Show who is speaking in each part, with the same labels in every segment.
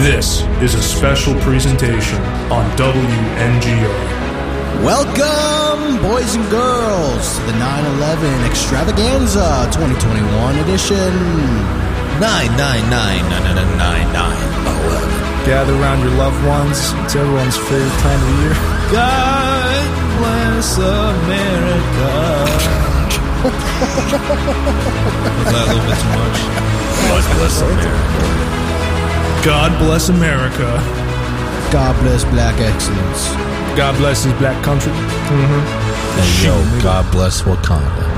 Speaker 1: This is a special presentation on WNGR.
Speaker 2: Welcome, boys and girls, to the 9 11 Extravaganza 2021 edition. 999
Speaker 3: Gather around your loved ones. It's everyone's favorite time of year. God bless America. Was that a little bit too much?
Speaker 4: God bless America.
Speaker 1: God bless America.
Speaker 2: God bless black excellence.
Speaker 3: God bless his black country.
Speaker 4: And yo, God bless Wakanda.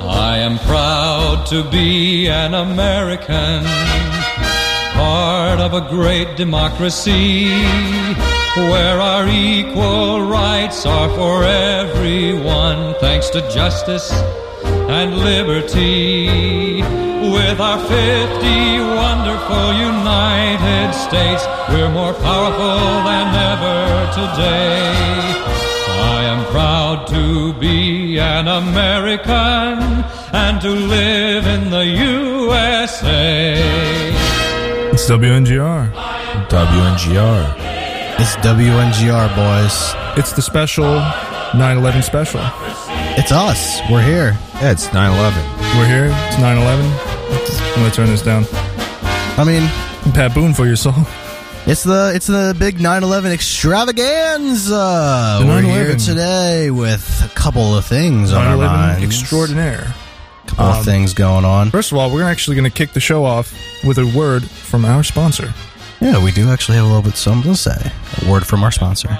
Speaker 5: I am proud to be an American, part of a great democracy where our equal rights are for everyone, thanks to justice and liberty. With our 50 wonderful United States, we're more powerful than ever today. I am proud to be an American and to live in the USA.
Speaker 1: It's WNGR.
Speaker 4: WNGR.
Speaker 2: It's WNGR, boys.
Speaker 1: It's the special 9 11 special.
Speaker 2: It's us. We're here.
Speaker 4: Yeah, it's 9-11.
Speaker 1: We're here. It's 9 11. I'm going to turn this down.
Speaker 2: I mean,
Speaker 1: Pat Boone for your song.
Speaker 2: it's the it's the big 9/11 extravaganza.
Speaker 1: The
Speaker 2: We're
Speaker 1: 9/11.
Speaker 2: here today with a couple of things on
Speaker 1: 9
Speaker 2: our minds.
Speaker 1: 11 extraordinaire.
Speaker 2: couple of things going on.
Speaker 1: First of all, we're actually going to kick the show off with a word from our sponsor.
Speaker 2: Yeah, we do actually have a little bit something to say. A word from our sponsor.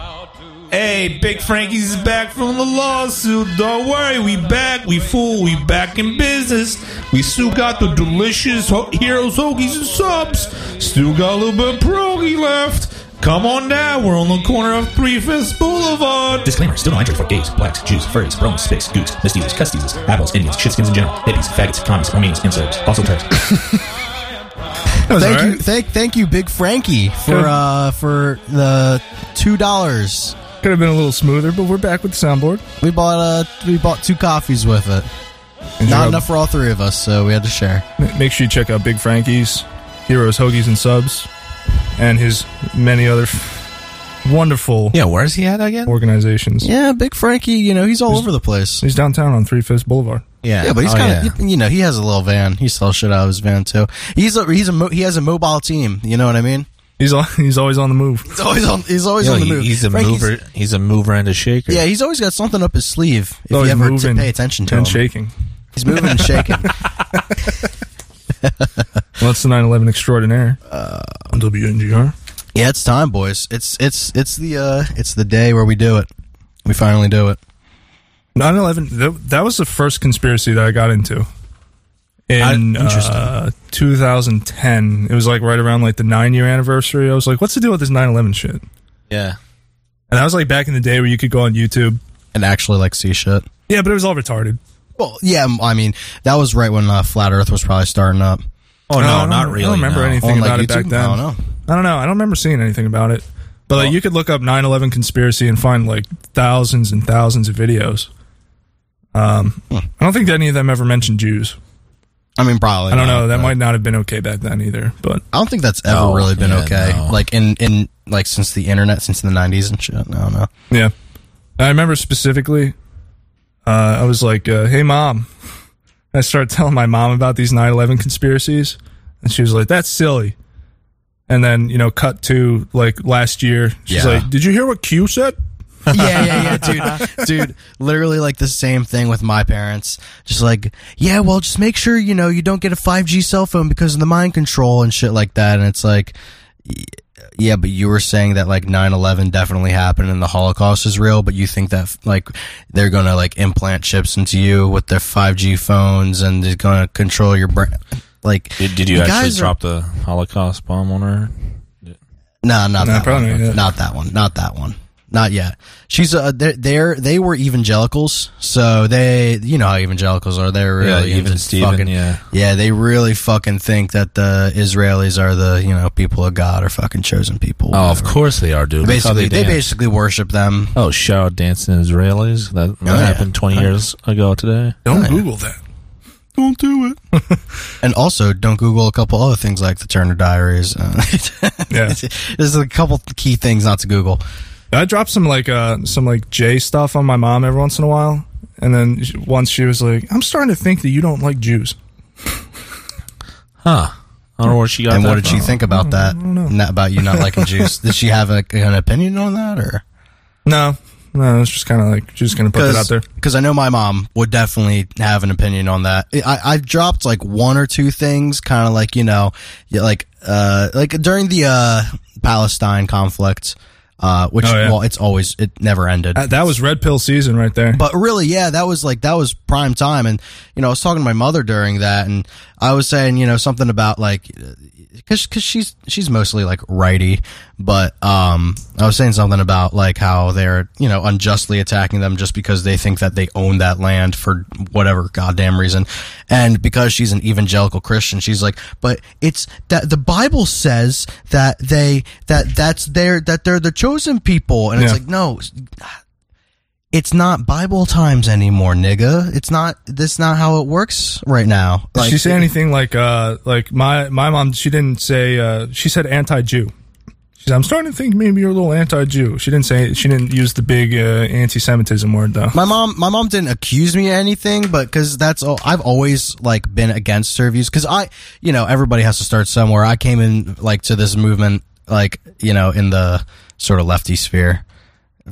Speaker 6: Hey, Big Frankie's back from the lawsuit. Don't worry, we back, we fool, we back in business. We still got the delicious ho- heroes, hoagies, and subs. Still got a little bit of pierogi left. Come on down, we're on the corner of Three Fifths Boulevard.
Speaker 7: Disclaimer: Still not entered for gays, blacks, Jews, furries, Romans, spics, goots, misdealers, custeasers, apples, Indians, shitskins in general, hippies, faggots, commies, Romanians, and Serbs. Also Turks.
Speaker 2: Thank
Speaker 1: all
Speaker 2: you,
Speaker 1: right.
Speaker 2: thank thank you, Big Frankie, for
Speaker 1: Good.
Speaker 2: uh for the two dollars.
Speaker 1: Could have been a little smoother, but we're back with the soundboard.
Speaker 2: We bought uh we bought two coffees with it.
Speaker 1: And
Speaker 2: Not
Speaker 1: you're-
Speaker 2: enough for all three of us, so we had to share.
Speaker 1: M- Make sure you check out Big Frankie's Heroes, Hoagies, and Subs, and his many other f- wonderful
Speaker 4: Yeah, where's he at again?
Speaker 1: organizations.
Speaker 2: Yeah, Big Frankie, you know he's all over the place.
Speaker 1: He's downtown on Three Fifths Boulevard.
Speaker 4: Yeah,
Speaker 2: Yeah, but he's
Speaker 4: Oh,
Speaker 2: kind
Speaker 4: yeah.
Speaker 2: of you know he has a little van. He sells shit out of his van too. He's a he's a mo- he has a mobile team. You know what I mean?
Speaker 1: He's al- he's always on the move.
Speaker 2: He's always on. He's always
Speaker 4: Yo,
Speaker 2: on the
Speaker 4: he-
Speaker 2: move.
Speaker 4: He's a
Speaker 2: Frankie's-
Speaker 4: mover. He's a mover and a shaker.
Speaker 2: Yeah, he's always got something up his sleeve. If you
Speaker 1: always
Speaker 2: ever t- pay attention to him,
Speaker 1: Oh, and shaking.
Speaker 2: he's moving and shaking.
Speaker 1: Well, that's the 9/11 extraordinaire.
Speaker 2: Uh,
Speaker 1: on WNGR.
Speaker 2: Yeah, it's time, boys. It's it's it's the uh it's the day where we do it. We finally do it.
Speaker 1: 9/11. That, that was the first conspiracy that I got into. In uh, 2010, it was like right around like the nine year anniversary. I was like, "What's the deal with this 9/11 shit?"
Speaker 2: Yeah.
Speaker 1: And I was like, back in the day where you could go on YouTube.
Speaker 2: And actually like see shit.
Speaker 1: Yeah, but it was all retarded.
Speaker 2: Well, yeah, m- I mean, that was right when uh, flat earth was probably starting up.
Speaker 4: Oh
Speaker 1: I
Speaker 4: no,
Speaker 1: don't-
Speaker 4: not really.
Speaker 1: I don't remember
Speaker 4: no.
Speaker 1: anything
Speaker 2: On, like,
Speaker 1: about it back
Speaker 2: YouTube?
Speaker 1: then.
Speaker 2: I don't know.
Speaker 1: I don't know. I don't remember seeing anything about it. But like, you could look up 9/11 conspiracy and find like thousands and thousands of videos. Um, I don't think any of them ever mentioned Jews.
Speaker 2: I mean, probably.
Speaker 1: I don't
Speaker 2: not,
Speaker 1: know. That
Speaker 2: but
Speaker 1: might not have been okay back then either. But
Speaker 2: I don't think that's ever
Speaker 4: No,
Speaker 2: really been
Speaker 4: yeah,
Speaker 2: okay.
Speaker 4: no.
Speaker 2: Like in in like since the internet, since the '90s and shit. No, no.
Speaker 1: yeah, I remember specifically. Uh, I was like, uh, "Hey, mom," I started telling my mom about these 9/11 conspiracies, and she was like, "That's silly." And then you know, cut to like last year. She's
Speaker 2: Yeah.
Speaker 1: like, "Did you hear what Q said?"
Speaker 2: yeah, yeah, yeah, dude, dude. Literally, like the same thing with my parents. Just like, yeah, well, just make sure you know you don't get a five G cell phone because of the mind control and shit like that. And it's like, y- yeah, but you were saying that like 9-11 definitely happened and the Holocaust is real, but you think that like they're gonna like implant chips into you with their five G phones and they're gonna control your brain. Like,
Speaker 4: Did, did you, actually
Speaker 2: guys are-
Speaker 4: drop the Holocaust bomb on her?
Speaker 2: No, not
Speaker 1: No,
Speaker 2: that
Speaker 1: probably
Speaker 2: one.
Speaker 1: not.
Speaker 2: Not that one. Not that one. Not yet. She's uh, they're, they're they were evangelicals, so they you know how evangelicals are. They're
Speaker 4: Yeah,
Speaker 2: really
Speaker 4: even
Speaker 2: into
Speaker 4: Steven,
Speaker 2: fucking-
Speaker 4: yeah.
Speaker 2: yeah. They really fucking think that the Israelis are the you know people of God or fucking chosen people.
Speaker 4: Oh, of
Speaker 2: whatever.
Speaker 4: course they are, dude. That's how
Speaker 2: Basically, they,
Speaker 4: dance.
Speaker 2: basically worship them.
Speaker 4: Oh, shout dancing Israelis. That, that
Speaker 2: Oh, yeah.
Speaker 4: happened 20 years ago today.
Speaker 1: Don't Google that. Don't do it.
Speaker 2: And also, don't Google a couple other things like the Turner Diaries. Uh,
Speaker 1: Yeah.
Speaker 2: There's a couple key things not to Google.
Speaker 1: I dropped some like uh some like J stuff on my mom every once in a while, and then sh- once she was like, "I'm starting to think that you don't like Jews."
Speaker 4: Huh. I don't know where she got
Speaker 2: and
Speaker 4: that
Speaker 2: what did she
Speaker 4: from.
Speaker 2: think about that? Not about you not liking Jews. Did she have a, an opinion on that or?
Speaker 1: No, no, it's just kind of like she's gonna put it out there.
Speaker 2: Because I know my mom would definitely have an opinion on that. I- I, I've dropped like one or two things, kind of like you know, yeah, like uh, like during the uh, Palestine conflict, uh, which
Speaker 1: Oh, yeah.
Speaker 2: well, it's always it never ended.
Speaker 1: That, that was red pill season right there.
Speaker 2: But really, yeah, that was like that was prime time, and you know, I was talking to my mother during that, and I was saying, you know, something about like, because because she's she's mostly like righty, but um, I was saying something about like how they're you know unjustly attacking them just because they think that they own that land for whatever goddamn reason, and because she's an evangelical Christian, she's like, but it's that the Bible says that they that that's their that they're the chosen people, and it's
Speaker 1: Yeah.
Speaker 2: like no it's not Bible times anymore, nigga. It's not. That's not how it works right now.
Speaker 1: Did
Speaker 2: Like,
Speaker 1: she say anything like uh like my my mom? She didn't say. Uh, she said anti-Jew. She said, "I'm starting to think maybe you're a little anti-Jew." She didn't say. She didn't use the big uh, anti-Semitism word though.
Speaker 2: my mom, my mom didn't accuse me of anything, but because that's all I've always like been against her views. Because I, you know, everybody has to start somewhere. I came in like to this movement, like you know, in the sort of lefty sphere.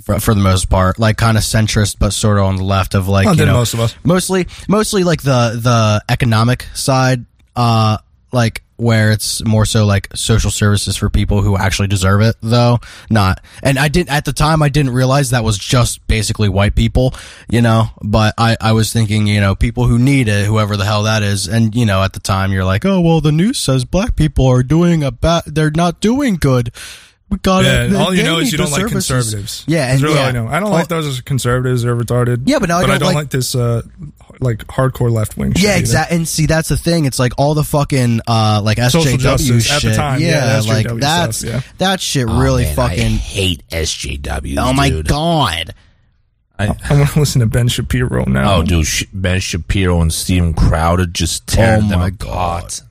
Speaker 2: For, for the most part, like kind of centrist, but sort of on the left of like
Speaker 1: Oh,
Speaker 2: you
Speaker 1: then
Speaker 2: know,
Speaker 1: most of us.
Speaker 2: mostly mostly like the the economic side uh like where it's more so like social services for people who actually deserve it though not and i didn't at the time i didn't realize that was just basically white people you know but i i was thinking you know people who need it whoever the hell that is and you know at the time you're like oh well the news says black people are doing a bad they're not doing good we got
Speaker 1: Yeah,
Speaker 2: it.
Speaker 1: all you know is you don't like conservatives.
Speaker 2: Yeah,
Speaker 1: That's
Speaker 2: and-
Speaker 1: really all
Speaker 2: yeah.
Speaker 1: I know. I don't
Speaker 2: Well-
Speaker 1: like those as conservatives. They're retarded.
Speaker 2: Yeah, but now I
Speaker 1: I
Speaker 2: don't
Speaker 1: don't
Speaker 2: like-
Speaker 1: like, this uh like hardcore left wing.
Speaker 2: Yeah, exactly. And see, that's the thing. It's like all the fucking uh, like SJW
Speaker 1: Social justice
Speaker 2: shit.
Speaker 1: at the time, yeah,
Speaker 2: yeah,
Speaker 1: the
Speaker 2: like
Speaker 1: SJW
Speaker 2: that's
Speaker 1: stuff, yeah.
Speaker 2: that shit really
Speaker 4: Oh, Man, I
Speaker 2: fucking.
Speaker 4: hate SJWs.
Speaker 2: Oh my
Speaker 4: dude.
Speaker 2: god!
Speaker 4: I,
Speaker 1: I want to listen to Ben Shapiro now.
Speaker 4: oh, dude, Sh- Ben Shapiro and Steven Crowder just tear
Speaker 2: Oh
Speaker 4: them
Speaker 2: my
Speaker 4: apart.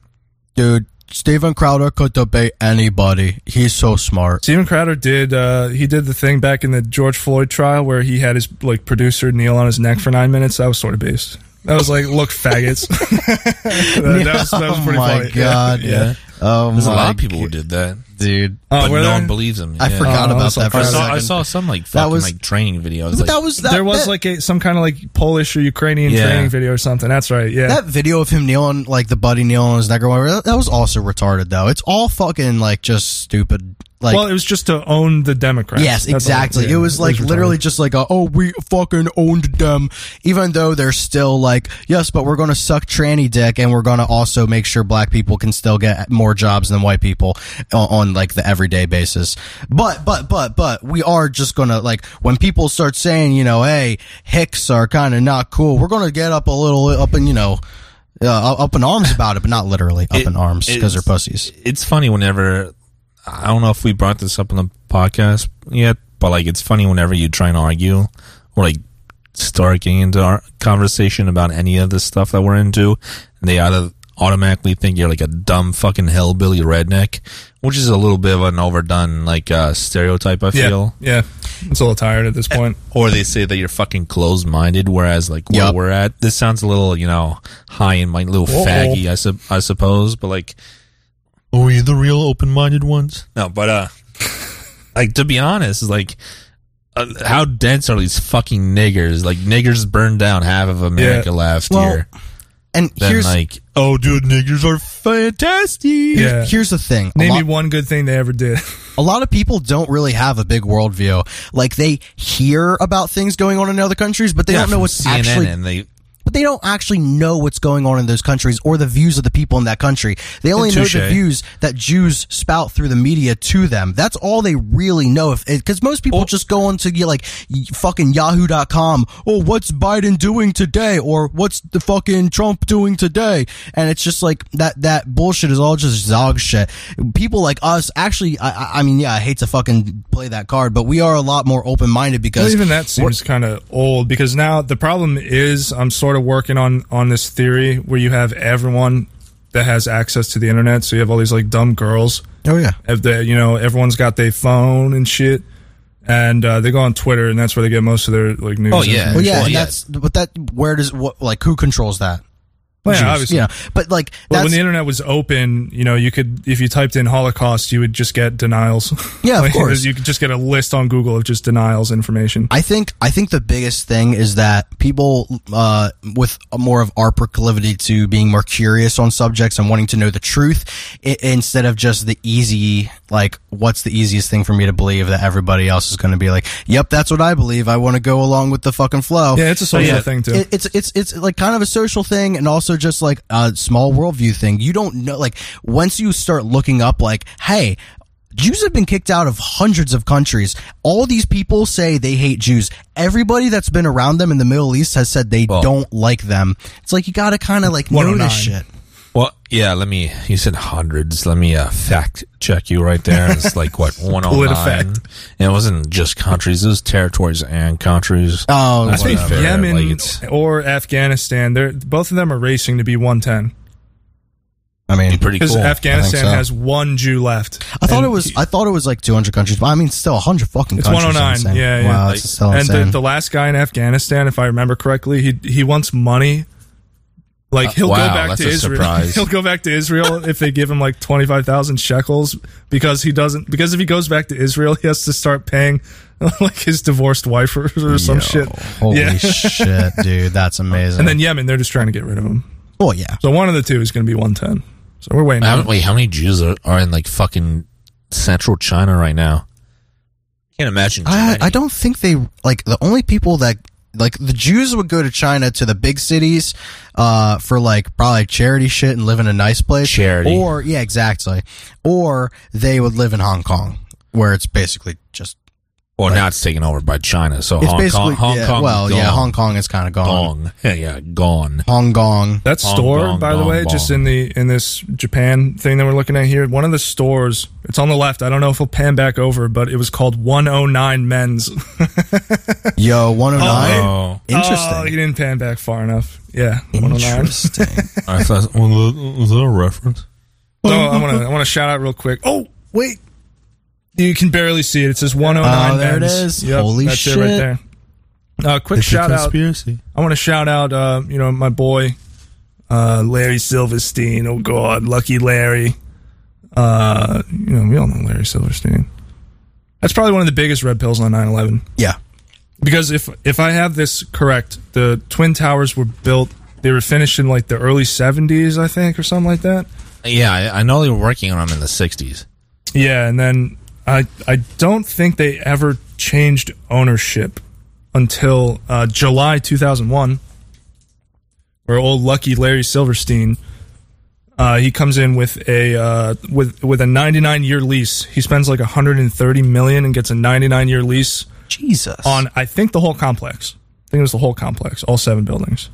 Speaker 2: Dude, Steven Crowder could debate anybody. He's so smart.
Speaker 1: Steven Crowder did uh, he did the thing back in the George Floyd trial where he had his like producer kneel on his neck for nine minutes. That was sort of based. That was like, look, faggots. that, uh, that was, that was
Speaker 2: oh
Speaker 1: pretty
Speaker 2: my
Speaker 1: funny.
Speaker 2: god!
Speaker 1: Yeah. yeah.
Speaker 2: Oh
Speaker 4: There's
Speaker 2: my
Speaker 4: a lot of people who did that,
Speaker 2: dude.
Speaker 1: Oh,
Speaker 4: but
Speaker 1: were
Speaker 4: no
Speaker 1: there?
Speaker 4: one believes them.
Speaker 2: I
Speaker 4: yeah.
Speaker 2: forgot
Speaker 1: Oh,
Speaker 2: about
Speaker 1: I'm so
Speaker 2: that. For
Speaker 4: I
Speaker 2: a
Speaker 1: proud.
Speaker 4: saw,
Speaker 2: second.
Speaker 4: I saw some like fucking
Speaker 2: was-
Speaker 4: like training videos.
Speaker 2: but
Speaker 4: like,
Speaker 2: that was that.
Speaker 1: there was
Speaker 2: that,
Speaker 1: like a some kind of like Polish or Ukrainian
Speaker 4: Yeah.
Speaker 1: training video or something. That's right. Yeah.
Speaker 2: That video of him kneeling, like the buddy kneeling on his neck or whatever, that- that was also retarded though. It's all fucking like just stupid. Like,
Speaker 1: well, it was just to own the Democrats.
Speaker 2: Yes,
Speaker 1: That's all.
Speaker 2: exactly.
Speaker 1: Yeah,
Speaker 2: it was like
Speaker 1: retarded.
Speaker 2: literally just like, a, oh, we fucking owned them, even though they're still like, yes, but we're going to suck tranny dick and we're going to also make sure black people can still get more jobs than white people on, on like the everyday basis. But, but, but, but we are just going to like, when people start saying, you know, hey, Hicks are kind of not cool, we're going to get up a little up in, you know, uh, up in arms about it, but not literally up
Speaker 4: It-
Speaker 2: in arms because they're
Speaker 4: it's-
Speaker 2: pussies.
Speaker 4: it's funny whenever I don't know if we brought this up on the podcast yet, but like it's funny whenever you try and argue or like start getting into our conversation about any of the stuff that we're into, and they auto- automatically think you're like a dumb fucking hillbilly redneck, which is a little bit of an overdone like uh, stereotype. I
Speaker 1: Yeah.
Speaker 4: feel,
Speaker 1: Yeah. It's a little tired at this point.
Speaker 4: or they say that you're fucking closed minded, whereas like where
Speaker 2: Yup.
Speaker 4: we're at, this sounds a little you know high and my little faggy, I, sup I suppose, but like, are we the real open minded ones? No, but uh, like to be honest, like. Uh, how dense are these fucking niggers? Like niggers burned down half of America last
Speaker 2: Well,
Speaker 4: year.
Speaker 2: And
Speaker 4: Then
Speaker 2: here's
Speaker 4: like, oh dude, niggers are fantastic.
Speaker 1: Yeah.
Speaker 2: here's the thing. A
Speaker 1: Name
Speaker 2: lot-
Speaker 1: me one good thing they ever did.
Speaker 2: a lot of people don't really have a big worldview. Like they hear about things going on in other countries, but they
Speaker 4: Yeah,
Speaker 2: don't know
Speaker 4: from
Speaker 2: what's
Speaker 4: CNN
Speaker 2: actually.
Speaker 4: and they
Speaker 2: but they don't actually know what's going on in those countries or the views of the people in that country. They only know the
Speaker 4: Touche.
Speaker 2: views that Jews spout through the media to them. That's all they really know. If because most people just go on to get like y- fucking Yahoo.com. Oh, what's Biden doing today? Or what's the fucking Trump doing today? And it's just like that. That bullshit is all just zog shit. People like us, actually, I, I- I mean, yeah, I hate to fucking play that card, but we are a lot more open minded
Speaker 1: Well,
Speaker 2: because
Speaker 1: even that seems kind of old because now the problem is I'm sort of working on on this theory where you have everyone that has access to the internet, so you have all these like dumb girls.
Speaker 2: oh yeah,
Speaker 1: If they, you know, everyone's got their phone and shit, and uh, they go on Twitter, and that's where they get most of their like news.
Speaker 4: Oh, yeah.
Speaker 2: well, yeah,
Speaker 4: Well,
Speaker 2: and
Speaker 4: yeah.
Speaker 2: that's but that where does what like who controls that?
Speaker 1: Well, yeah,
Speaker 2: Jews,
Speaker 1: obviously.
Speaker 2: you know, but like
Speaker 1: But
Speaker 2: that's
Speaker 1: when the internet was open, you know, you could if you typed in Holocaust, you would just get denials.
Speaker 2: Yeah, of
Speaker 1: Like,
Speaker 2: course.
Speaker 1: You could just get a list on Google of just denials information.
Speaker 2: I think I think the biggest thing is that people uh, with more of our proclivity to being more curious on subjects and wanting to know the truth i instead of just the easy like what's the easiest thing for me to believe that everybody else is going to be like, yep, that's what I believe. I want to go along with the fucking flow.
Speaker 1: yeah, it's a social
Speaker 4: yeah,
Speaker 1: thing too.
Speaker 2: Oh, It, it's it's it's like kind of a social thing and also just like a small worldview thing. You don't know like once you start looking up like, hey, Jews have been kicked out of hundreds of countries. All these people say they hate Jews. Everybody that's been around them in the Middle East has said they don't like them. It's like you got to kind of like
Speaker 4: oh
Speaker 2: know this
Speaker 1: 109.
Speaker 2: shit.
Speaker 4: Well, yeah, let me. You said hundreds. Let me uh, fact check you right there. It's like, what, 109?
Speaker 1: Politifact.
Speaker 4: And it wasn't just countries, it was territories and countries.
Speaker 2: Oh,
Speaker 4: Let's be
Speaker 2: whatever.
Speaker 4: fair.
Speaker 1: Yemen
Speaker 4: like, it's
Speaker 1: or Afghanistan, they're both of them are racing to be 110
Speaker 2: I mean,
Speaker 4: pretty
Speaker 1: because
Speaker 4: cool.
Speaker 2: I
Speaker 1: Afghanistan
Speaker 2: think so.
Speaker 1: has one Jew left.
Speaker 2: I thought
Speaker 1: And-
Speaker 2: it was I thought it was like 200 countries, but I mean still 100 fucking
Speaker 1: It's
Speaker 2: countries.
Speaker 1: 109. Yeah, yeah.
Speaker 2: Wow,
Speaker 1: Like,
Speaker 2: it's still
Speaker 1: and
Speaker 2: insane.
Speaker 1: the, the last guy in Afghanistan, if I remember correctly, he he wants money. Like he'll
Speaker 4: Uh, wow,
Speaker 1: go back
Speaker 4: that's
Speaker 1: to
Speaker 4: a
Speaker 1: Israel.
Speaker 4: surprise.
Speaker 1: he'll go back to Israel if they give him like twenty five thousand shekels because he doesn't because if he goes back to Israel, he has to start paying like his divorced wife or, or some shit.
Speaker 2: Holy
Speaker 1: yeah.
Speaker 2: shit, dude, that's amazing.
Speaker 1: And then Yemen, they're just trying to get rid of him.
Speaker 2: oh yeah.
Speaker 1: So one of the two is going to be one ten. So we're waiting.
Speaker 4: How-
Speaker 1: on it.
Speaker 4: wait, how many Jews are, are in like fucking central China right now? Can't imagine.
Speaker 2: I,
Speaker 4: China.
Speaker 2: I don't think they like the only people that like the Jews would go to China to the big cities uh, for like probably charity shit and live in a nice place.
Speaker 4: Charity.
Speaker 2: or yeah, exactly. Or they would live in Hong Kong, where it's basically just
Speaker 4: Well, now it's taken over by China. So
Speaker 2: it's
Speaker 4: Hong
Speaker 2: basically
Speaker 4: Kong, Hong
Speaker 2: yeah,
Speaker 4: Kong,
Speaker 2: well,
Speaker 4: gone.
Speaker 2: yeah, Hong Kong is kind of gone.
Speaker 4: Gone. Yeah, yeah, gone.
Speaker 2: Hong Kong.
Speaker 1: That
Speaker 4: Bong,
Speaker 1: store,
Speaker 4: bong,
Speaker 1: by the
Speaker 4: bong,
Speaker 1: way, just
Speaker 4: bong.
Speaker 1: in the in this Japan thing that we're looking at here, one of the stores, it's on the left. I don't know if we'll pan back over, but it was called 109 Men's.
Speaker 2: Yo, one hundred nine.
Speaker 4: Oh,
Speaker 1: Oh, he
Speaker 2: Interesting.
Speaker 1: didn't pan back far enough. Yeah, 109.
Speaker 2: Interesting.
Speaker 4: I thought was that- was that a reference?
Speaker 2: Oh,
Speaker 1: So Oh, I want to I want to shout out real quick. Oh, wait. You can barely see it. It says 109
Speaker 2: Oh, there it
Speaker 1: Men's.
Speaker 2: is. Holy
Speaker 1: that's it right
Speaker 2: shit.
Speaker 1: there. Uh, quick shout out.
Speaker 4: conspiracy.
Speaker 1: I want to shout out, uh, you know, my boy uh, Larry Silverstein. Oh God, lucky Larry. Uh, you know, we all know Larry Silverstein. That's probably one of the biggest red pills on 9/11
Speaker 2: yeah.
Speaker 1: because if if I have this correct, the twin towers were built. They were finished in like the early 70s, I think, or something like that.
Speaker 4: Yeah, I, I know they were working on them in the '60s.
Speaker 1: Yeah, and then I I don't think they ever changed ownership until uh, July 2001, where old lucky Larry Silverstein uh, he comes in with a uh, with with a 99 year lease. He spends like 130 million and gets a 99 year lease
Speaker 2: Jesus.
Speaker 1: on I think the whole complex. I think it was the whole complex, all seven buildings.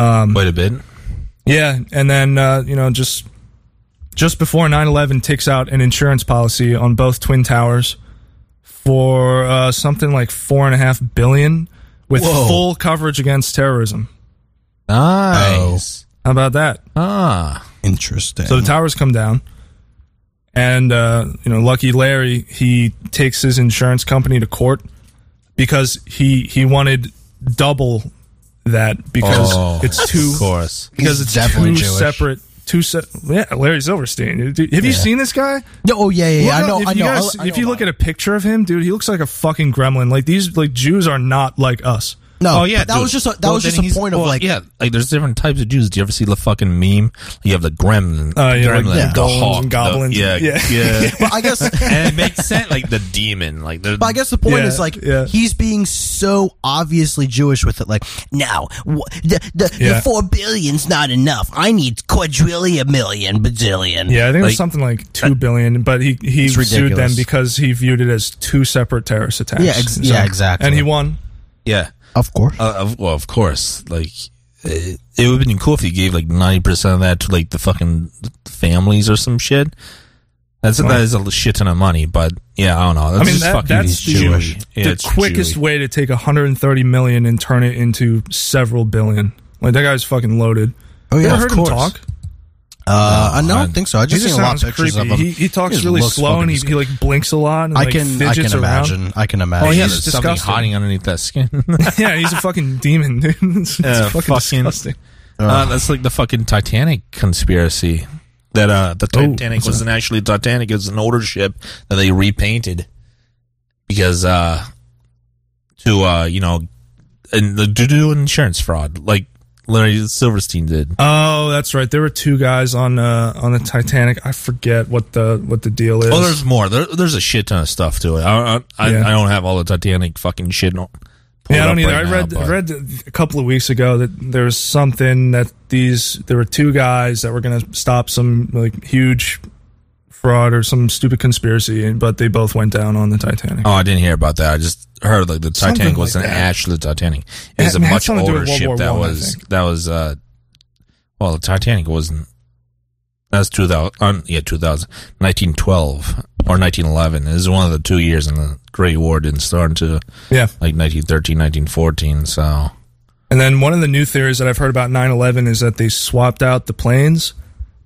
Speaker 2: Um,
Speaker 4: Wait a bit.
Speaker 1: Yeah, and then uh, you know just just before 9/11 takes out an insurance policy on both twin towers for uh, something like four and a half billion with
Speaker 4: Whoa.
Speaker 1: full coverage against terrorism.
Speaker 2: Oh.
Speaker 4: Nice.
Speaker 1: How about that?
Speaker 4: Ah,
Speaker 2: Interesting.
Speaker 1: So the towers come down, and uh, you know, Lucky Larry he takes his insurance company to court because he he wanted double that because
Speaker 4: Oh,
Speaker 1: it's too
Speaker 4: of course.
Speaker 1: because
Speaker 2: He's
Speaker 1: it's
Speaker 2: definitely
Speaker 1: two
Speaker 2: Jewish.
Speaker 1: separate two se- yeah Larry Silverstein. Dude, have you seen this guy?
Speaker 2: No, oh yeah, yeah, yeah. I
Speaker 1: Look
Speaker 2: know.
Speaker 1: up-
Speaker 2: I
Speaker 1: if you
Speaker 2: know.
Speaker 1: guys-
Speaker 2: I- I
Speaker 1: if
Speaker 2: know
Speaker 1: you
Speaker 2: about
Speaker 1: look at a picture of him, dude, he looks like a fucking gremlin. Like these like Jews are not like us.
Speaker 2: No,
Speaker 4: oh yeah,
Speaker 2: but that
Speaker 4: dude.
Speaker 2: was just a, that
Speaker 4: Well,
Speaker 2: was
Speaker 4: then
Speaker 2: just a
Speaker 4: he's-
Speaker 2: point of
Speaker 4: well,
Speaker 2: like
Speaker 4: yeah, like there's different types of Jews. Do you ever see the fucking meme? You have the gremlin,
Speaker 1: Oh, yeah, like
Speaker 4: gremlin,
Speaker 1: the
Speaker 4: the
Speaker 1: golems
Speaker 4: hawk,
Speaker 1: and
Speaker 4: the-
Speaker 1: goblins.
Speaker 4: yeah,
Speaker 1: Yeah.
Speaker 4: yeah, yeah.
Speaker 2: But I guess
Speaker 4: and it makes sense, like the demon, like the.
Speaker 2: But I guess the point
Speaker 1: Yeah,
Speaker 2: is like
Speaker 1: yeah.
Speaker 2: he's being so obviously Jewish with it. Like now, wh- the the,
Speaker 1: Yeah.
Speaker 2: the four billion's not enough. I need quadrillion, million, bazillion.
Speaker 1: Yeah, I think it was
Speaker 4: Like-
Speaker 1: something like two billion, but he he
Speaker 2: It's
Speaker 1: sued them
Speaker 2: ridiculous.
Speaker 1: because he viewed it as two separate terrorist attacks.
Speaker 2: Yeah, ex-
Speaker 1: So-
Speaker 2: yeah, exactly.
Speaker 1: And he won.
Speaker 4: yeah,
Speaker 2: of course.
Speaker 4: uh, of, well, of course, like it, it would have been cool if he gave like ninety percent of that to like the fucking families or some shit. That's that is a shit ton of money, but yeah, I don't know. That's
Speaker 1: I mean,
Speaker 4: just
Speaker 1: that-
Speaker 4: fucking
Speaker 1: that's the-
Speaker 4: Jewish. Yeah,
Speaker 1: the
Speaker 4: it's
Speaker 1: quickest
Speaker 4: Jewy.
Speaker 1: way to take 130 million and turn it into several billion. Like that guy's fucking loaded.
Speaker 2: Oh
Speaker 1: you
Speaker 2: yeah,
Speaker 1: ever heard
Speaker 2: of course.
Speaker 1: him talk?
Speaker 2: Uh, I don't
Speaker 4: I-
Speaker 2: think so. I
Speaker 1: He
Speaker 2: just
Speaker 1: just
Speaker 2: seen a lot
Speaker 1: sounds
Speaker 2: of pictures
Speaker 1: creepy.
Speaker 2: of him.
Speaker 1: He, he talks
Speaker 2: just
Speaker 1: really
Speaker 2: looks
Speaker 1: slow and
Speaker 2: fucking
Speaker 1: he, he like blinks a lot. And,
Speaker 2: I
Speaker 1: like,
Speaker 2: can I
Speaker 1: fidgets
Speaker 2: can
Speaker 1: around.
Speaker 2: imagine. I can imagine.
Speaker 1: Oh,
Speaker 4: Yeah,
Speaker 1: He's
Speaker 4: there's something
Speaker 1: disgusting.
Speaker 4: hiding underneath that skin.
Speaker 1: yeah, he's a fucking demon, dude. it's, it's
Speaker 4: Yeah,
Speaker 1: fucking,
Speaker 4: fucking-
Speaker 1: disgusting.
Speaker 4: Uh, that's like the fucking Titanic conspiracy. That uh, the Titanic
Speaker 1: Oh, what's
Speaker 4: wasn't actually Titanic; it was an older ship that they repainted because uh, to uh, you know, and the to do insurance fraud, like Larry Silverstein did.
Speaker 1: Oh, that's right. There were two guys on uh, on the Titanic. I forget what the what the deal is.
Speaker 4: Oh, there's more. There, there's a shit ton of stuff to it. I I, I,
Speaker 1: Yeah.
Speaker 4: I don't have all the Titanic fucking shit. on- pulled
Speaker 1: yeah, I don't
Speaker 4: up
Speaker 1: either.
Speaker 4: right
Speaker 1: I
Speaker 4: now,
Speaker 1: read
Speaker 4: but-
Speaker 1: I read a couple of weeks ago that there was something that these there were two guys that were going to stop some like huge fraud or some stupid conspiracy, and but they both went down on the Titanic.
Speaker 4: Oh, I didn't hear about that. I just heard like the
Speaker 1: Something
Speaker 4: Titanic was
Speaker 1: like
Speaker 4: an
Speaker 1: that.
Speaker 4: actual Titanic. It was
Speaker 1: Yeah,
Speaker 4: a
Speaker 1: it had
Speaker 4: much
Speaker 1: something to do with
Speaker 4: older
Speaker 1: World
Speaker 4: ship
Speaker 1: War
Speaker 4: that
Speaker 1: One, I
Speaker 4: was
Speaker 1: think.
Speaker 4: that was uh well, the Titanic wasn't that was 2000 um, yeah, 2000 1912 or 1911. It was one of the two years in the Great War didn't start until
Speaker 2: Oh.
Speaker 1: Yeah,
Speaker 4: like 1913, 1914, so
Speaker 1: and then one of the new theories that I've heard about 9/11 is that they swapped out the planes.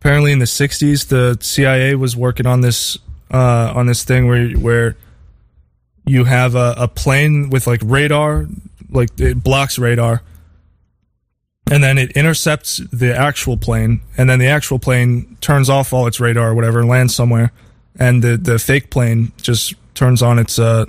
Speaker 1: Apparently, in the '60s, the CIA was working on this uh, on this thing where where you have a, a plane with like radar, like it blocks radar, and then it intercepts the actual plane, and then the actual plane turns off all its radar or whatever, and lands somewhere, and the the fake plane just turns on its uh,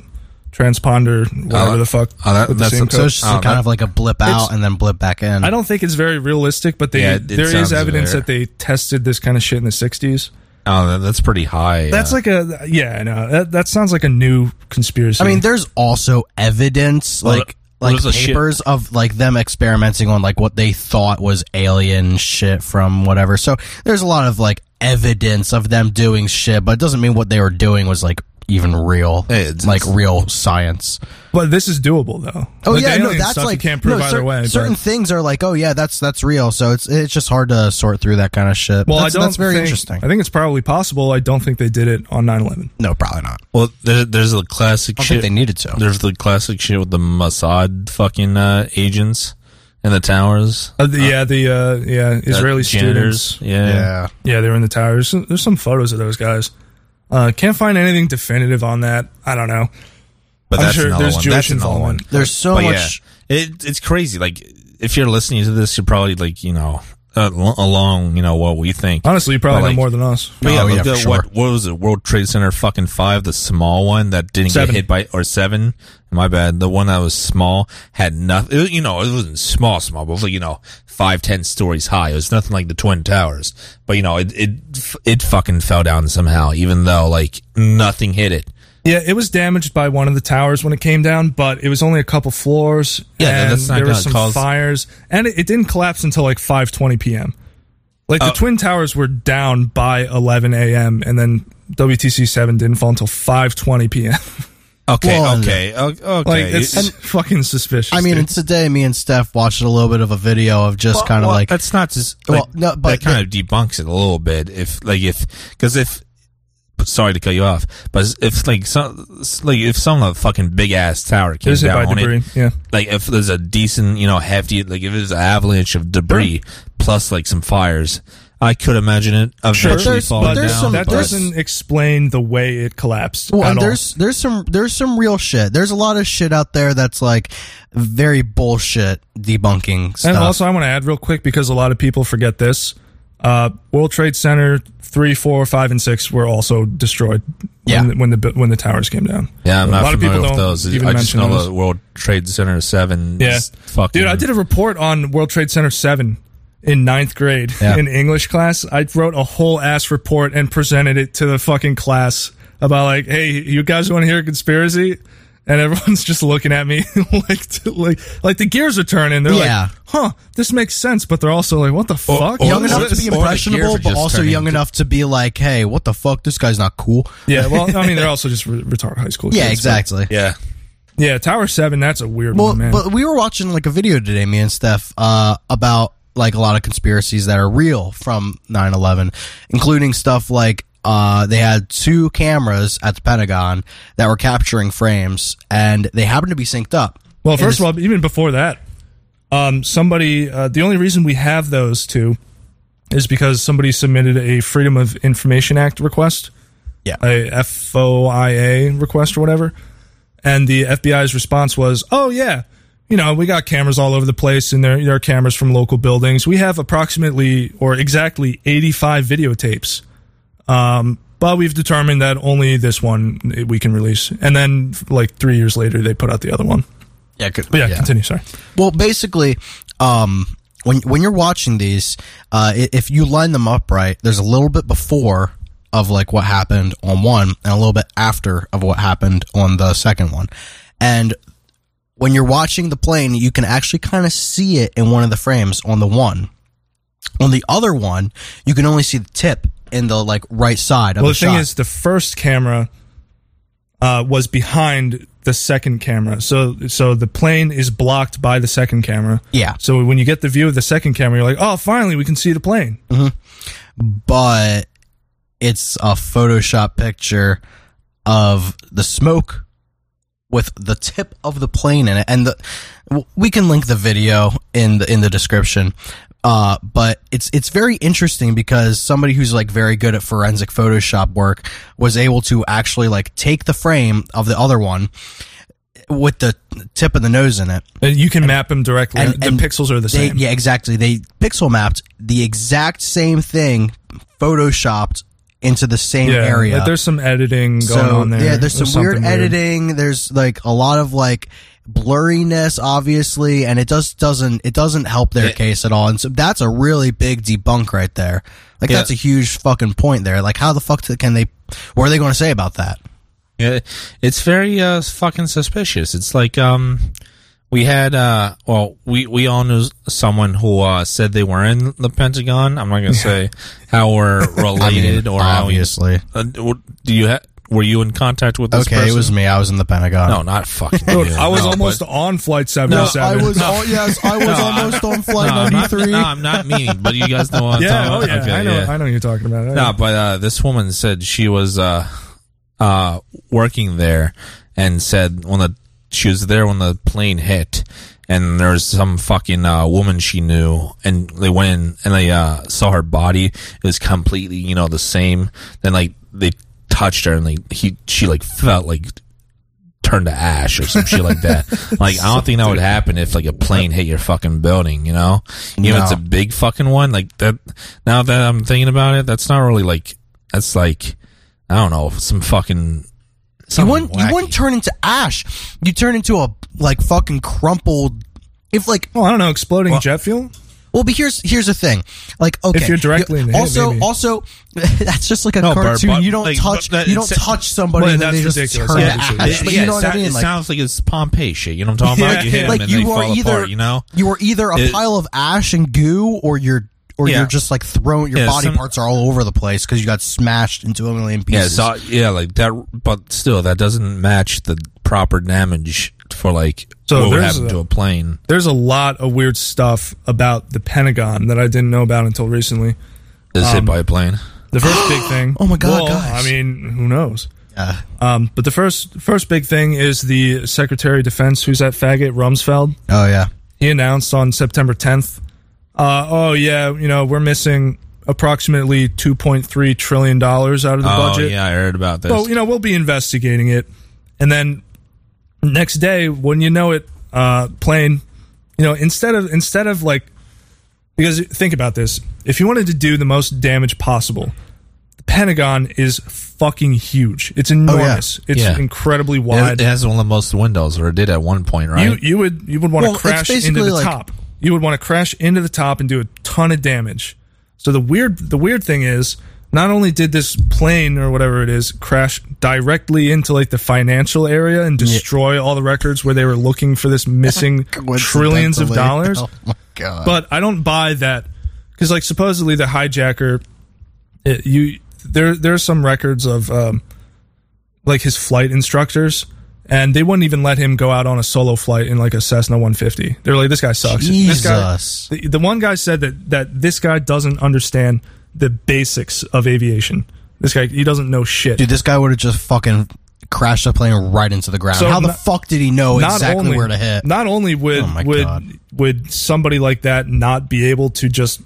Speaker 1: transponder, whatever
Speaker 4: Oh,
Speaker 1: the fuck.
Speaker 4: oh, that-
Speaker 1: with the
Speaker 4: that's
Speaker 1: same
Speaker 4: absurd.
Speaker 1: code.
Speaker 2: so it's just
Speaker 4: Oh,
Speaker 2: kind
Speaker 4: that-
Speaker 2: of like a blip out and then blip back in.
Speaker 1: I don't think it's very realistic, but they
Speaker 4: Yeah, it- it
Speaker 1: there is
Speaker 4: sounds
Speaker 1: evidence
Speaker 4: there.
Speaker 1: that they tested this kind of shit in the '60s.
Speaker 4: oh, that, that's pretty high.
Speaker 1: That's
Speaker 4: uh,
Speaker 1: like a yeah, I know that that sounds like a new conspiracy.
Speaker 2: I mean, there's also evidence
Speaker 4: Well,
Speaker 2: like
Speaker 4: well,
Speaker 2: like
Speaker 4: there's a shit-
Speaker 2: papers of like them experimenting on like what they thought was alien shit from whatever. So there's a lot of like evidence of them doing shit, but it doesn't mean what they were doing was like even real,
Speaker 4: Yeah, it's-
Speaker 2: like real science.
Speaker 1: but this is doable though.
Speaker 2: Oh
Speaker 1: Like, the
Speaker 2: yeah, no,
Speaker 1: alien
Speaker 2: that's
Speaker 1: stuff
Speaker 2: like
Speaker 1: you can't prove
Speaker 2: no,
Speaker 1: either
Speaker 2: cer-
Speaker 1: way. but-
Speaker 2: Certain things are like, oh yeah, that's that's real. So it's it's just hard to sort through that kind of shit.
Speaker 1: well,
Speaker 2: that's,
Speaker 1: I don't.
Speaker 2: that's very
Speaker 1: think-
Speaker 2: interesting.
Speaker 1: I think it's probably possible. I don't think they did it on 9/11.
Speaker 2: no, probably not. I
Speaker 4: well, there, there's the classic
Speaker 2: don't
Speaker 4: shit.
Speaker 2: think they needed to.
Speaker 4: there's the classic shit with the Mossad fucking uh, agents and the towers.
Speaker 1: Uh, the, yeah, the uh, yeah Israeli
Speaker 4: Uh, janitors.
Speaker 1: students.
Speaker 4: Yeah.
Speaker 2: yeah.
Speaker 1: Yeah, they were in the towers. There's some- There's some photos of those guys. Uh, can't find anything definitive on that. I don't know.
Speaker 4: But
Speaker 1: I'm
Speaker 4: that's
Speaker 1: sure
Speaker 4: another
Speaker 1: there's
Speaker 4: one.
Speaker 1: Jewish
Speaker 4: that's another one.
Speaker 1: involvement.
Speaker 2: There's so
Speaker 4: But
Speaker 2: much.
Speaker 4: yeah, it, it's crazy. Like if you're listening to this, you're probably like you know uh, lo- along you know what we think.
Speaker 1: Honestly, you probably
Speaker 4: But,
Speaker 1: know
Speaker 4: like-
Speaker 1: more than us.
Speaker 4: But
Speaker 2: Oh,
Speaker 4: like
Speaker 2: yeah,
Speaker 4: the-
Speaker 2: for sure.
Speaker 4: what, what was it? World Trade Center fucking five, the small one that didn't
Speaker 1: Seven.
Speaker 4: get hit by or seven. My bad. The one that was small had nothing. It, you know, it wasn't small, small, but it was like, you know, five, ten stories high. It was nothing like the Twin Towers. But you know, it it f- it fucking fell down somehow, even though like nothing hit it.
Speaker 1: Yeah, it was damaged by one of the towers when it came down, but it was only a couple floors.
Speaker 4: Yeah,
Speaker 1: and
Speaker 4: that's not
Speaker 1: there were
Speaker 4: gonna
Speaker 1: some
Speaker 4: cause-
Speaker 1: fires, and it, it didn't collapse until like five twenty p.m. Like
Speaker 4: Oh.
Speaker 1: the twin towers were down by eleven a.m., and then WTC seven didn't fall until five twenty p.m.
Speaker 4: Okay,
Speaker 2: Well,
Speaker 4: okay, o- okay.
Speaker 1: like it's
Speaker 4: It-
Speaker 1: fucking suspicious.
Speaker 2: I mean,
Speaker 1: dude.
Speaker 2: and today me and Steph watched a little bit of a video of just
Speaker 4: Well,
Speaker 2: kind of
Speaker 4: well,
Speaker 2: like
Speaker 4: that's not just
Speaker 2: Well,
Speaker 4: like,
Speaker 2: no, but
Speaker 4: that kind of debunks it a little bit. If like if because if sorry to cut you off, but if like some like if some uh, fucking big ass tower
Speaker 1: it
Speaker 4: came
Speaker 1: was hit by
Speaker 4: down on
Speaker 1: debris.
Speaker 4: it,
Speaker 1: Yeah,
Speaker 4: like if there's a decent you know hefty like if there's an avalanche of debris plus like some fires, I could imagine it eventually
Speaker 2: there's-
Speaker 4: falling
Speaker 2: but there's
Speaker 4: down.
Speaker 2: some-
Speaker 1: that
Speaker 4: but-
Speaker 2: there's-
Speaker 1: doesn't explain the way it collapsed.
Speaker 2: Well,
Speaker 1: at
Speaker 2: and
Speaker 1: all.
Speaker 2: there's there's some there's some real shit. There's a lot of shit out there that's like very bullshit debunking stuff.
Speaker 1: And also, I want to add real quick because a lot of people forget this. Uh, World Trade Center three, four, five, and six were also destroyed.
Speaker 2: Yeah.
Speaker 1: When, the- when the bu- when the towers came down.
Speaker 4: Yeah, I'm
Speaker 1: a
Speaker 4: not
Speaker 1: lot of
Speaker 4: familiar
Speaker 1: people
Speaker 4: with
Speaker 1: don't
Speaker 4: those.
Speaker 1: even
Speaker 4: I just
Speaker 1: mention
Speaker 4: know
Speaker 1: those.
Speaker 4: the World Trade Center Seven.
Speaker 1: Yeah.
Speaker 4: is fucking.
Speaker 1: Dude, I did a report on World Trade Center 7 in ninth grade
Speaker 2: Yeah.
Speaker 1: in English class. I wrote a whole ass report and presented it to the fucking class about, like, hey, you guys want to hear a conspiracy? And everyone's just looking at me like, to, like, like the gears are turning. They're
Speaker 2: Yeah.
Speaker 1: like, huh, this makes sense. But they're also like, what the fuck?
Speaker 4: or-
Speaker 1: What
Speaker 2: young
Speaker 1: is
Speaker 2: enough to
Speaker 1: this?
Speaker 2: be
Speaker 4: or the gears
Speaker 2: impressionable,
Speaker 4: are
Speaker 2: but
Speaker 4: just
Speaker 2: also
Speaker 4: turning
Speaker 2: young
Speaker 4: to-
Speaker 2: enough to be like, hey, what the fuck? This guy's not cool.
Speaker 1: Yeah, well, I mean, they're also just re- retarded high school.
Speaker 2: Yeah,
Speaker 1: kids.
Speaker 2: exactly.
Speaker 4: Yeah,
Speaker 1: Yeah, Tower 7, that's a weird
Speaker 2: Well,
Speaker 1: one, man.
Speaker 2: but we were watching like a video today, me and Steph, uh, about like a lot of conspiracies that are real from 9-11, including stuff like uh, they had two cameras at the Pentagon that were capturing frames, and they happened to be synced up.
Speaker 1: Well,
Speaker 2: And
Speaker 1: first
Speaker 2: this-
Speaker 1: of all, even before that, um, somebody, uh, the only reason we have those two is because somebody submitted a Freedom of Information Act request,
Speaker 2: yeah,
Speaker 1: a FOIA request or whatever. And the FBI's response was, oh, yeah, you know, we got cameras all over the place and there, there are cameras from local buildings. We have approximately or exactly 85 videotapes. Um, but we've determined that only this one eh, we can release. And then, like, three years later, they put out the other one.
Speaker 2: yeah, good-
Speaker 1: But yeah, continue. Sorry.
Speaker 2: Well, basically, um, when when you're watching these, uh, i- if you line them up right, there's a little bit before of like what happened on one, and a little bit after of what happened on the second one, and when you're watching the plane, you can actually kind of see it in one of the frames on the one. On the other one, you can only see the tip in the like right side of
Speaker 1: Well,
Speaker 2: the,
Speaker 1: the thing
Speaker 2: shot.
Speaker 1: is, the first camera uh, was behind the second camera, so so the plane is blocked by the second camera.
Speaker 2: Yeah.
Speaker 1: So when you get the view of the second camera, you're like, oh, finally, we can see the plane.
Speaker 2: but it's a Photoshop picture of the smoke with the tip of the plane in it, and the, w- we can link the video in the in the description. Uh, but it's it's very interesting because somebody who's like very good at forensic Photoshop work was able to actually like take the frame of the other one with the tip of the nose in it
Speaker 1: And you can map them directly. the pixels are the
Speaker 2: they-
Speaker 1: same.
Speaker 2: Yeah, exactly. They pixel mapped the exact same thing, photoshopped into the same
Speaker 1: Yeah,
Speaker 2: area.
Speaker 1: like, there's some editing going
Speaker 2: so
Speaker 1: on there.
Speaker 2: yeah, there's some weird
Speaker 1: something
Speaker 2: editing. There's like a lot of like blurriness, obviously, and it just doesn't it doesn't help their case at all. And so that's a really big debunk right there. Like
Speaker 4: Yeah.
Speaker 2: that's a huge fucking point there. Like how the fuck can they? What are they going to say about that?
Speaker 4: yeah. It's very uh, fucking suspicious. It's like um, we had uh, well, we we all knew someone who uh, said they were in the Pentagon. I'm not gonna say how we're related or
Speaker 2: obviously.
Speaker 4: How we, uh, w- do you ha- were you in contact with this
Speaker 2: Okay,
Speaker 4: person?
Speaker 2: it was me. I was in the Pentagon.
Speaker 4: no, not fucking.
Speaker 1: Dude,
Speaker 4: you.
Speaker 1: I was
Speaker 4: No,
Speaker 1: almost on flight seven.
Speaker 2: all, yes, I was almost on
Speaker 4: but-
Speaker 2: flight
Speaker 4: no, I'm not, no, I'm not meaning, but you guys know what I'm
Speaker 1: yeah,
Speaker 4: talking
Speaker 1: oh
Speaker 4: about.
Speaker 1: yeah,
Speaker 4: Okay,
Speaker 1: I know,
Speaker 4: yeah.
Speaker 1: I know what you're talking about. I-
Speaker 4: No, but uh, this woman said she was uh, uh, working there and said when the she was there when the plane hit, and there was some fucking uh, woman she knew, and they went in and they uh, saw her body. It was completely you know the same. Then like they touched her and like he she like felt like turned to ash or some shit like that. Like I don't think that would happen if like a plane hit your fucking building, you know? Even if it's a
Speaker 2: No.
Speaker 4: big fucking one, like that now that I'm thinking about it, that's not really like that's like I don't know, some fucking
Speaker 2: You
Speaker 4: something
Speaker 2: wouldn't, you
Speaker 4: wacky.
Speaker 2: wouldn't turn into ash. You turn into a like fucking crumpled. If like,
Speaker 1: well, I don't know, exploding jet fuel.
Speaker 2: well, but here's here's the thing. Like, okay,
Speaker 1: you're directly in the head,
Speaker 2: also
Speaker 1: maybe.
Speaker 2: also that's just like a
Speaker 4: No, but-
Speaker 2: cartoon.
Speaker 4: but,
Speaker 2: you don't
Speaker 4: like,
Speaker 2: touch
Speaker 4: but that-
Speaker 2: you don't
Speaker 4: it's-
Speaker 2: touch somebody
Speaker 1: Well,
Speaker 2: and then
Speaker 1: that's
Speaker 2: they just
Speaker 1: ridiculous.
Speaker 2: turn to
Speaker 1: Yeah,
Speaker 2: ash.
Speaker 4: But
Speaker 2: you know
Speaker 4: it
Speaker 2: what
Speaker 4: sou-
Speaker 2: I mean?
Speaker 4: It
Speaker 2: Like,
Speaker 4: sounds like it's Pompeii shit. You know what I'm talking about? You hit 'em
Speaker 2: like
Speaker 4: and they
Speaker 2: you are
Speaker 4: fall
Speaker 2: either
Speaker 4: apart. You know?
Speaker 2: you are either a
Speaker 4: It-
Speaker 2: pile of ash and goo, or you're or
Speaker 4: Yeah.
Speaker 2: you're just like thrown. Your
Speaker 4: Yeah,
Speaker 2: body
Speaker 4: some-
Speaker 2: parts are all over the place because you got smashed into a million
Speaker 4: Yeah,
Speaker 2: pieces.
Speaker 4: so, yeah, like that. But still, that doesn't match the proper damage for like
Speaker 1: So
Speaker 4: what would
Speaker 1: there's
Speaker 4: happen
Speaker 1: a-
Speaker 4: to a plane.
Speaker 1: There's a lot of weird stuff about the Pentagon that I didn't know about until recently.
Speaker 4: Is
Speaker 2: um,
Speaker 4: hit by a plane.
Speaker 1: The first big thing.
Speaker 2: Oh my God,
Speaker 1: Well,
Speaker 2: guys.
Speaker 1: I mean, who knows?
Speaker 2: Yeah.
Speaker 1: Um, but the first first big thing is the Secretary of Defense, who's that faggot Rumsfeld.
Speaker 2: oh yeah.
Speaker 1: He announced on September 10th, uh, "Oh yeah, you know we're missing approximately 2.3 trillion dollars out of the
Speaker 4: Oh
Speaker 1: budget.
Speaker 4: yeah, I heard about this.
Speaker 1: Well, you know we'll be investigating it." And then next day, when you know it, uh, plane, you know instead of instead of like Because think about this: if you wanted to do the most damage possible, the Pentagon is fucking huge. It's enormous. It's
Speaker 4: Oh, Yeah.
Speaker 1: incredibly
Speaker 4: It,
Speaker 1: wide.
Speaker 4: it has one of the most windows, or it did at one point, right?
Speaker 1: you you would you would want
Speaker 2: Well, it's
Speaker 1: to crash into
Speaker 2: basically
Speaker 1: the
Speaker 2: like-
Speaker 1: top. You would want to crash into the top and do a ton of damage. So the weird the weird thing is, not only did this plane or whatever it is crash directly into like the financial area and destroy all the records where they were looking for this missing trillions of
Speaker 2: Coincidentally.
Speaker 1: dollars,
Speaker 2: Oh my god!
Speaker 1: but I don't buy that because like supposedly the hijacker, it, you there there are some records of um, like his flight instructors. And they wouldn't even let him go out on a solo flight in like a Cessna 150. They're like, this guy sucks. Oh, This guy,
Speaker 2: Jesus.
Speaker 1: the, the one guy said that that this guy doesn't understand the basics of aviation. This guy, he doesn't know shit.
Speaker 2: Dude, this guy would have just fucking crashed the plane right into the ground.
Speaker 1: So
Speaker 2: How the
Speaker 1: not-
Speaker 2: fuck did he know exactly where to hit?
Speaker 1: Not only would
Speaker 2: Oh my
Speaker 1: would
Speaker 2: God.
Speaker 1: would somebody like that not be able to just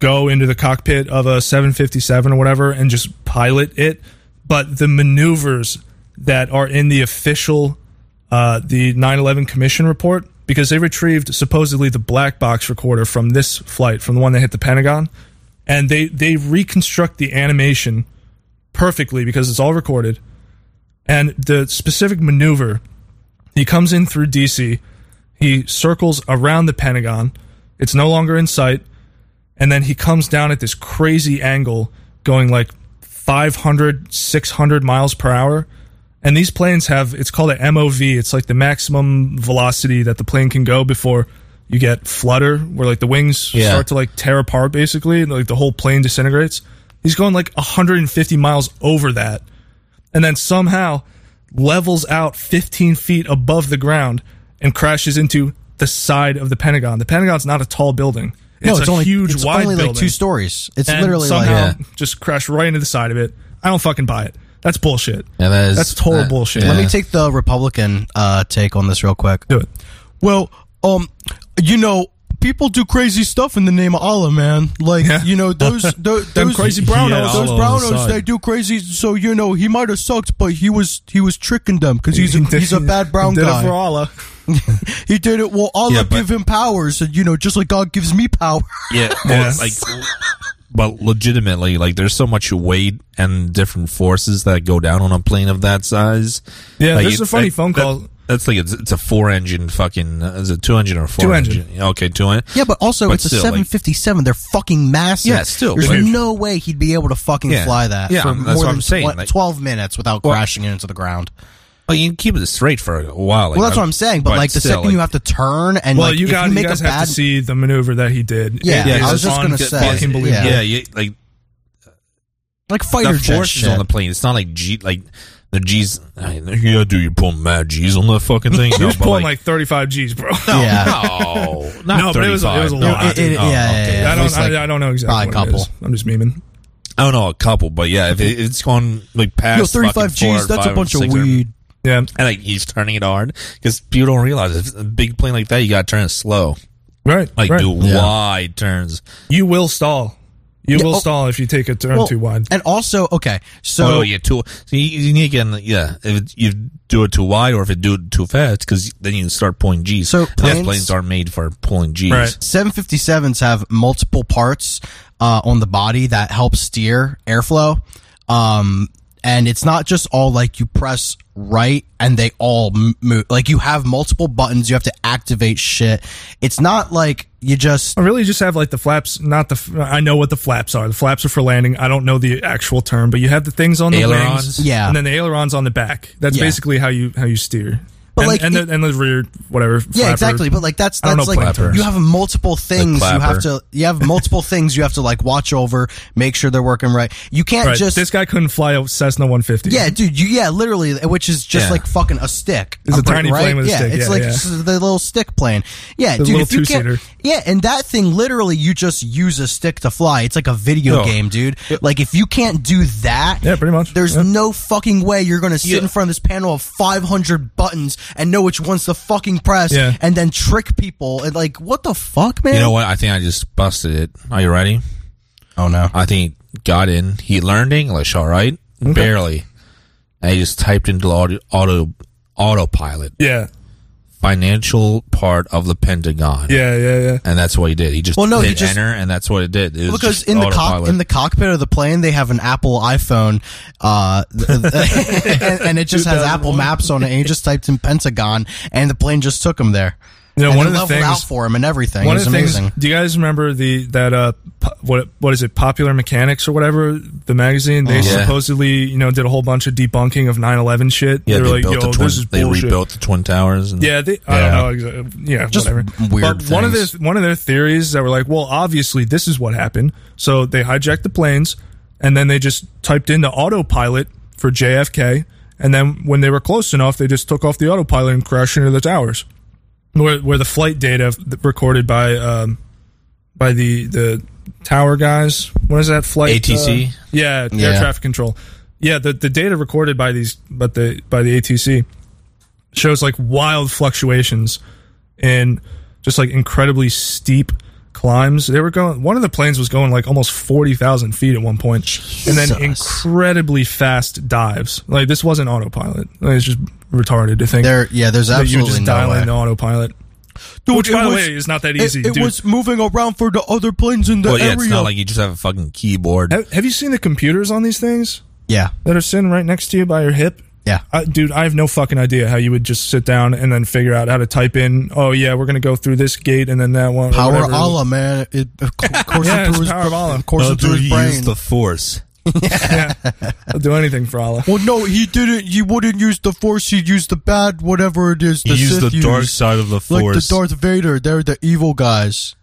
Speaker 1: go into the cockpit of a 757 or whatever and just pilot it, but the maneuvers that are in the official uh, the 9/11 Commission report because they retrieved supposedly the black box recorder from this flight from the one that hit the Pentagon, and they they reconstruct the animation perfectly because it's all recorded. And the specific maneuver he comes in through DC. He circles around the Pentagon. It's no longer in sight. And then he comes down at this crazy angle, going like 500, 600 miles per hour. And these planes have, it's called a MOV. It's like the maximum velocity that the plane can go before you get flutter, where like the wings
Speaker 4: Yeah.
Speaker 1: start to like tear apart basically, and like the whole plane disintegrates. He's going like 150 miles over that and then somehow levels out 15 feet above the ground and crashes into the side of the Pentagon. The Pentagon's not a tall building. It's, a huge,
Speaker 2: it's
Speaker 1: wide
Speaker 2: only
Speaker 1: building.
Speaker 2: like two stories. It's
Speaker 1: and
Speaker 2: literally like
Speaker 1: somehow just crashed right into the side of it. I don't fucking buy it. That's bullshit.
Speaker 4: Yeah, that is-
Speaker 1: That's total
Speaker 4: that-
Speaker 1: bullshit.
Speaker 4: yeah.
Speaker 2: Let me take the Republican uh, take on this real quick.
Speaker 1: do it.
Speaker 2: Well, um, you know, people do crazy stuff in the name of Allah, man. Like,
Speaker 1: Yeah.
Speaker 2: you know, those tho- those,
Speaker 1: crazy brownos. Yeah,
Speaker 2: those
Speaker 4: Allah on the
Speaker 2: brownos,
Speaker 4: side.
Speaker 2: they do crazy. So you know, he might have sucked, but he was he was tricking them because he's a,
Speaker 1: He did-
Speaker 2: he's a bad brown
Speaker 1: he did
Speaker 2: guy.
Speaker 1: It for Allah.
Speaker 2: He did it. Well, Allah
Speaker 4: Yeah, but-
Speaker 2: give him powers, and you know, just like God gives me power.
Speaker 4: Yeah, well,
Speaker 1: Yes.
Speaker 4: like, but legitimately, like, there's so much weight and different forces that go down on a plane of that size.
Speaker 1: Yeah,
Speaker 4: Like,
Speaker 1: there's
Speaker 4: it-
Speaker 1: a funny
Speaker 4: that-
Speaker 1: phone
Speaker 4: that-
Speaker 1: call.
Speaker 4: that's like it's, it's a four engine fucking. Uh, is it two engine or four?
Speaker 1: Two engine.
Speaker 4: Okay, two engine.
Speaker 2: Yeah, but also
Speaker 4: But
Speaker 2: it's
Speaker 4: still,
Speaker 2: a
Speaker 4: like-
Speaker 2: 757. They're fucking massive.
Speaker 4: Yeah, still,
Speaker 2: There's
Speaker 4: like-
Speaker 2: no way he'd be able to fucking
Speaker 4: Yeah.
Speaker 2: fly that
Speaker 4: Yeah,
Speaker 2: for
Speaker 4: that's
Speaker 2: more
Speaker 4: what
Speaker 2: than
Speaker 4: I'm saying,
Speaker 2: tw-
Speaker 4: like-
Speaker 2: 12 minutes without crashing into the ground.
Speaker 4: Well, you can keep it straight for a while. like,
Speaker 2: Well, that's
Speaker 4: I-
Speaker 2: what I'm saying. But, like the
Speaker 4: still,
Speaker 2: second you have to turn and
Speaker 1: Well,
Speaker 2: like,
Speaker 1: you,
Speaker 2: if
Speaker 1: got,
Speaker 2: you
Speaker 1: you,
Speaker 2: make
Speaker 1: guys
Speaker 2: a
Speaker 1: have
Speaker 2: bad
Speaker 1: to see the maneuver that he did.
Speaker 2: Yeah,
Speaker 1: It
Speaker 2: I
Speaker 1: is
Speaker 2: was just gonna say,
Speaker 1: Fucking believable.
Speaker 4: Yeah, you, like
Speaker 2: like
Speaker 4: the
Speaker 2: fighter jet
Speaker 4: forces
Speaker 2: shit.
Speaker 4: on the plane. It's not like G, like the G's. I, yeah, do you pull mad G's on that fucking thing?
Speaker 1: He was pulling like 35 Gs, bro.
Speaker 2: yeah,
Speaker 4: no, not
Speaker 1: No, but it was- it
Speaker 4: 35,
Speaker 1: was a
Speaker 4: no,
Speaker 1: lot.
Speaker 4: I didn't-
Speaker 2: It- it-
Speaker 4: oh,
Speaker 2: yeah,
Speaker 4: okay.
Speaker 2: yeah, yeah.
Speaker 1: I
Speaker 2: at
Speaker 1: don't.
Speaker 2: least, like,
Speaker 1: I, I don't know
Speaker 2: probably
Speaker 1: exactly.
Speaker 2: a
Speaker 1: What it is.
Speaker 2: couple.
Speaker 1: I'm just memeing.
Speaker 4: I don't know, a couple, but yeah, if it, it's gone like past
Speaker 2: yo, 35
Speaker 4: fucking
Speaker 2: G's.
Speaker 4: 400,
Speaker 2: That's a bunch of
Speaker 4: 500,
Speaker 2: weed.
Speaker 1: Yeah,
Speaker 4: And like he's turning it hard because people don't realize if it's a big plane like that, you got to turn it slow,
Speaker 1: right.
Speaker 4: like
Speaker 1: right.
Speaker 4: do
Speaker 2: Yeah.
Speaker 4: wide turns.
Speaker 1: You will stall. You
Speaker 2: Yeah,
Speaker 1: will
Speaker 2: oh-
Speaker 1: stall if you take a turn
Speaker 2: Well,
Speaker 1: too wide.
Speaker 2: And also, okay, so
Speaker 4: oh yeah, too. So you, you need to get in the, yeah. If it, you do it too wide or if it do it too fast, because then you start pulling G's.
Speaker 2: So
Speaker 4: And those
Speaker 2: planes-
Speaker 4: planes aren't made for pulling G's.
Speaker 1: Right.
Speaker 2: 757s have multiple parts uh, on the body that help steer airflow. Um, and it's not just all like you press right and they all m- move. Like you have multiple buttons, you have to activate shit. It's not like you just.
Speaker 1: I really just have like the flaps, not the. f- I know what the flaps are. The flaps are for landing. I don't know the actual term, but you have the things on the
Speaker 4: Ailerons?
Speaker 1: wings,
Speaker 2: Yeah.
Speaker 1: and then the ailerons on the back. That's
Speaker 2: Yeah.
Speaker 1: basically how you how you steer.
Speaker 2: But,
Speaker 1: and,
Speaker 2: like,
Speaker 1: and,
Speaker 2: it-
Speaker 1: the, and the rear, whatever.
Speaker 2: Yeah,
Speaker 1: flapper.
Speaker 2: exactly. But like that's
Speaker 1: I don't
Speaker 2: that's
Speaker 1: know
Speaker 2: like
Speaker 1: flappers.
Speaker 2: you have multiple things you have
Speaker 4: clapper.
Speaker 2: to you have multiple things you have to like watch over, make sure they're working right. You can't
Speaker 1: Right.
Speaker 2: just
Speaker 1: this guy couldn't fly a Cessna 150.
Speaker 2: Yeah, dude. You, yeah, literally, which is just
Speaker 4: Yeah.
Speaker 2: like fucking a stick.
Speaker 1: It's a
Speaker 2: pretty-
Speaker 1: tiny plane with a
Speaker 2: yeah,
Speaker 1: stick,
Speaker 2: It's
Speaker 1: yeah,
Speaker 2: like
Speaker 1: yeah.
Speaker 2: s- the little stick plane. Yeah, dude.
Speaker 1: little
Speaker 2: if you can't,
Speaker 1: two-seater.
Speaker 2: yeah, and that thing literally, you just use a stick to fly. It's like a video
Speaker 4: Yeah.
Speaker 2: game, dude. Like if you can't do that,
Speaker 1: Oh. Yeah, pretty much,
Speaker 2: There's
Speaker 1: yeah.
Speaker 2: no fucking way you're gonna sit in front of this panel of 500 buttons and know which one's the fucking press,
Speaker 1: Yeah.
Speaker 2: and then trick people. And like, what the fuck, man?
Speaker 4: You know what? I think I just busted it. Are you ready?
Speaker 2: Oh no.
Speaker 4: I think he got in. He learned English, all right, barely. And he just typed into auto auto autopilot.
Speaker 1: yeah.
Speaker 4: financial part of the Pentagon.
Speaker 1: Yeah, yeah, yeah.
Speaker 4: And that's what he did. He just
Speaker 2: Well, no, he
Speaker 4: hit
Speaker 2: just-
Speaker 4: enter, and that's what it did. It was
Speaker 2: because
Speaker 4: just
Speaker 2: in the cock
Speaker 4: autopilot.
Speaker 2: in the cockpit of the plane they have an Apple iPhone, uh, and, and it just has Apple Maps on it. And he just typed in Pentagon, and the plane just took him there.
Speaker 1: You know,
Speaker 2: And
Speaker 1: one
Speaker 2: they
Speaker 1: of the
Speaker 2: leveled out
Speaker 1: things
Speaker 2: for him and everything.
Speaker 1: One
Speaker 2: it
Speaker 1: of
Speaker 2: was
Speaker 1: the
Speaker 2: amazing.
Speaker 1: things. Do you guys remember the that uh po- what what is it? Popular Mechanics or whatever the magazine? They
Speaker 4: Oh, Yeah.
Speaker 1: supposedly you know did a whole bunch of debunking of 9-11 shit.
Speaker 4: yeah,
Speaker 1: they were
Speaker 4: they
Speaker 1: like,
Speaker 4: built
Speaker 1: yo,
Speaker 4: the twin,
Speaker 1: this is
Speaker 4: They
Speaker 1: bullshit.
Speaker 4: rebuilt the twin towers. And,
Speaker 1: Yeah, they,
Speaker 4: Yeah.
Speaker 1: I don't know. exa- Yeah,
Speaker 2: Just
Speaker 1: whatever.
Speaker 2: weird
Speaker 1: But one of
Speaker 2: things.
Speaker 1: the one of their theories that were like, well, obviously this is what happened. So they hijacked the planes, and then they just typed into autopilot for JFK, and then when they were close enough, they just took off the autopilot and crashed into the towers, where where the flight data f- recorded by um by the the tower guys. What is that flight?
Speaker 4: ATC?
Speaker 1: uh, yeah, air
Speaker 2: Yeah.
Speaker 1: traffic control. Yeah, the the data recorded by these, but the by the ATC shows like wild fluctuations in just like incredibly steep climbs. They were going. One of the planes was going like almost forty thousand feet at one point, and then incredibly fast dives. Like this wasn't autopilot. Like, it's just retarded to think
Speaker 2: There, yeah, there's
Speaker 1: that you
Speaker 2: absolutely
Speaker 1: just
Speaker 2: no
Speaker 1: dial
Speaker 2: way.
Speaker 1: in the autopilot. Which,
Speaker 2: it
Speaker 1: by the
Speaker 2: was-
Speaker 1: way, is not that
Speaker 2: It,
Speaker 1: easy.
Speaker 2: it
Speaker 1: dude.
Speaker 2: was moving around for the other planes in the
Speaker 4: Well, yeah,
Speaker 2: area.
Speaker 4: it's not like you just have a fucking keyboard.
Speaker 1: have, have you seen the computers on these things
Speaker 2: yeah,
Speaker 1: that are sitting right next to you by your hip?
Speaker 2: yeah.
Speaker 1: I, dude, I have no fucking idea how you would just sit down and then figure out how to type in. Oh yeah, we're gonna go through this gate and then that one. or
Speaker 2: Power
Speaker 1: whatever.
Speaker 2: Allah, man. It of cour- coursing
Speaker 1: Yeah, it's
Speaker 2: through his,
Speaker 1: power of Allah.
Speaker 2: coursing through his brain.
Speaker 4: force.
Speaker 1: I'll do anything for Allah.
Speaker 2: well, no, he didn't. He wouldn't use the force. He'd use the bad, whatever it is.
Speaker 4: He
Speaker 2: the
Speaker 4: used
Speaker 2: Sith
Speaker 4: the dark
Speaker 2: used.
Speaker 4: side of the
Speaker 2: like the
Speaker 4: force.
Speaker 2: Darth Vader. They're the evil guys.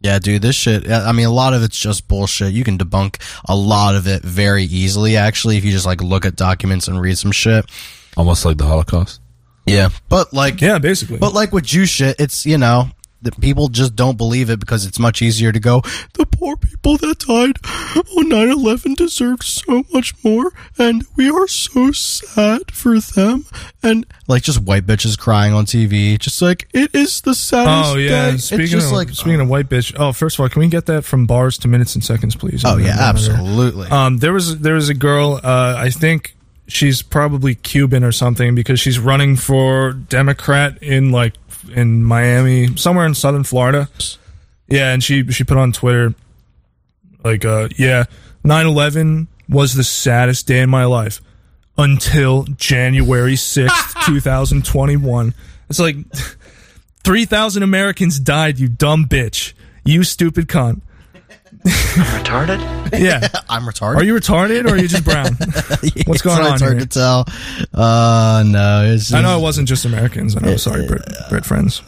Speaker 2: Yeah, dude, this shit. I I mean, a lot of it's just bullshit. You can debunk a lot of it very easily, actually, if you just like look at documents and read some shit.
Speaker 4: Almost like the Holocaust.
Speaker 2: Yeah, but like,
Speaker 1: Yeah, basically.
Speaker 2: but like with Jew shit, it's you know that people just don't believe it because it's much easier to go. The poor people that died on 9-11 deserved so much more, and we are so sad for them. And like, just white bitches crying on TV, just like it is the saddest.
Speaker 1: oh yeah.
Speaker 2: day."
Speaker 1: Speaking
Speaker 2: it's just
Speaker 1: of
Speaker 2: like uh,
Speaker 1: speaking of white bitch. Oh, first of all, can we get that from bars to minutes and seconds, please?
Speaker 2: Oh
Speaker 1: I'm
Speaker 2: yeah,
Speaker 1: gonna- I'm gonna-
Speaker 2: absolutely.
Speaker 1: Um, there was there was a girl. Uh, I think she's probably Cuban or something because she's running for Democrat in like in Miami, somewhere in Southern Florida. Yeah, and she she put on Twitter like, uh, yeah, 9/11 was the saddest day in my life until January 6th, 2021. It's like 3,000 Americans died, you dumb bitch. You stupid cunt. I'm retarded? Yeah.
Speaker 2: I'm retarded.
Speaker 1: Are you retarded or are you just brown? What's going
Speaker 2: it's
Speaker 1: on
Speaker 2: Hard
Speaker 1: here?
Speaker 2: to tell. Uh, no, it's,
Speaker 1: I know it wasn't just Americans, and I'm sorry, Brit, Brit friends.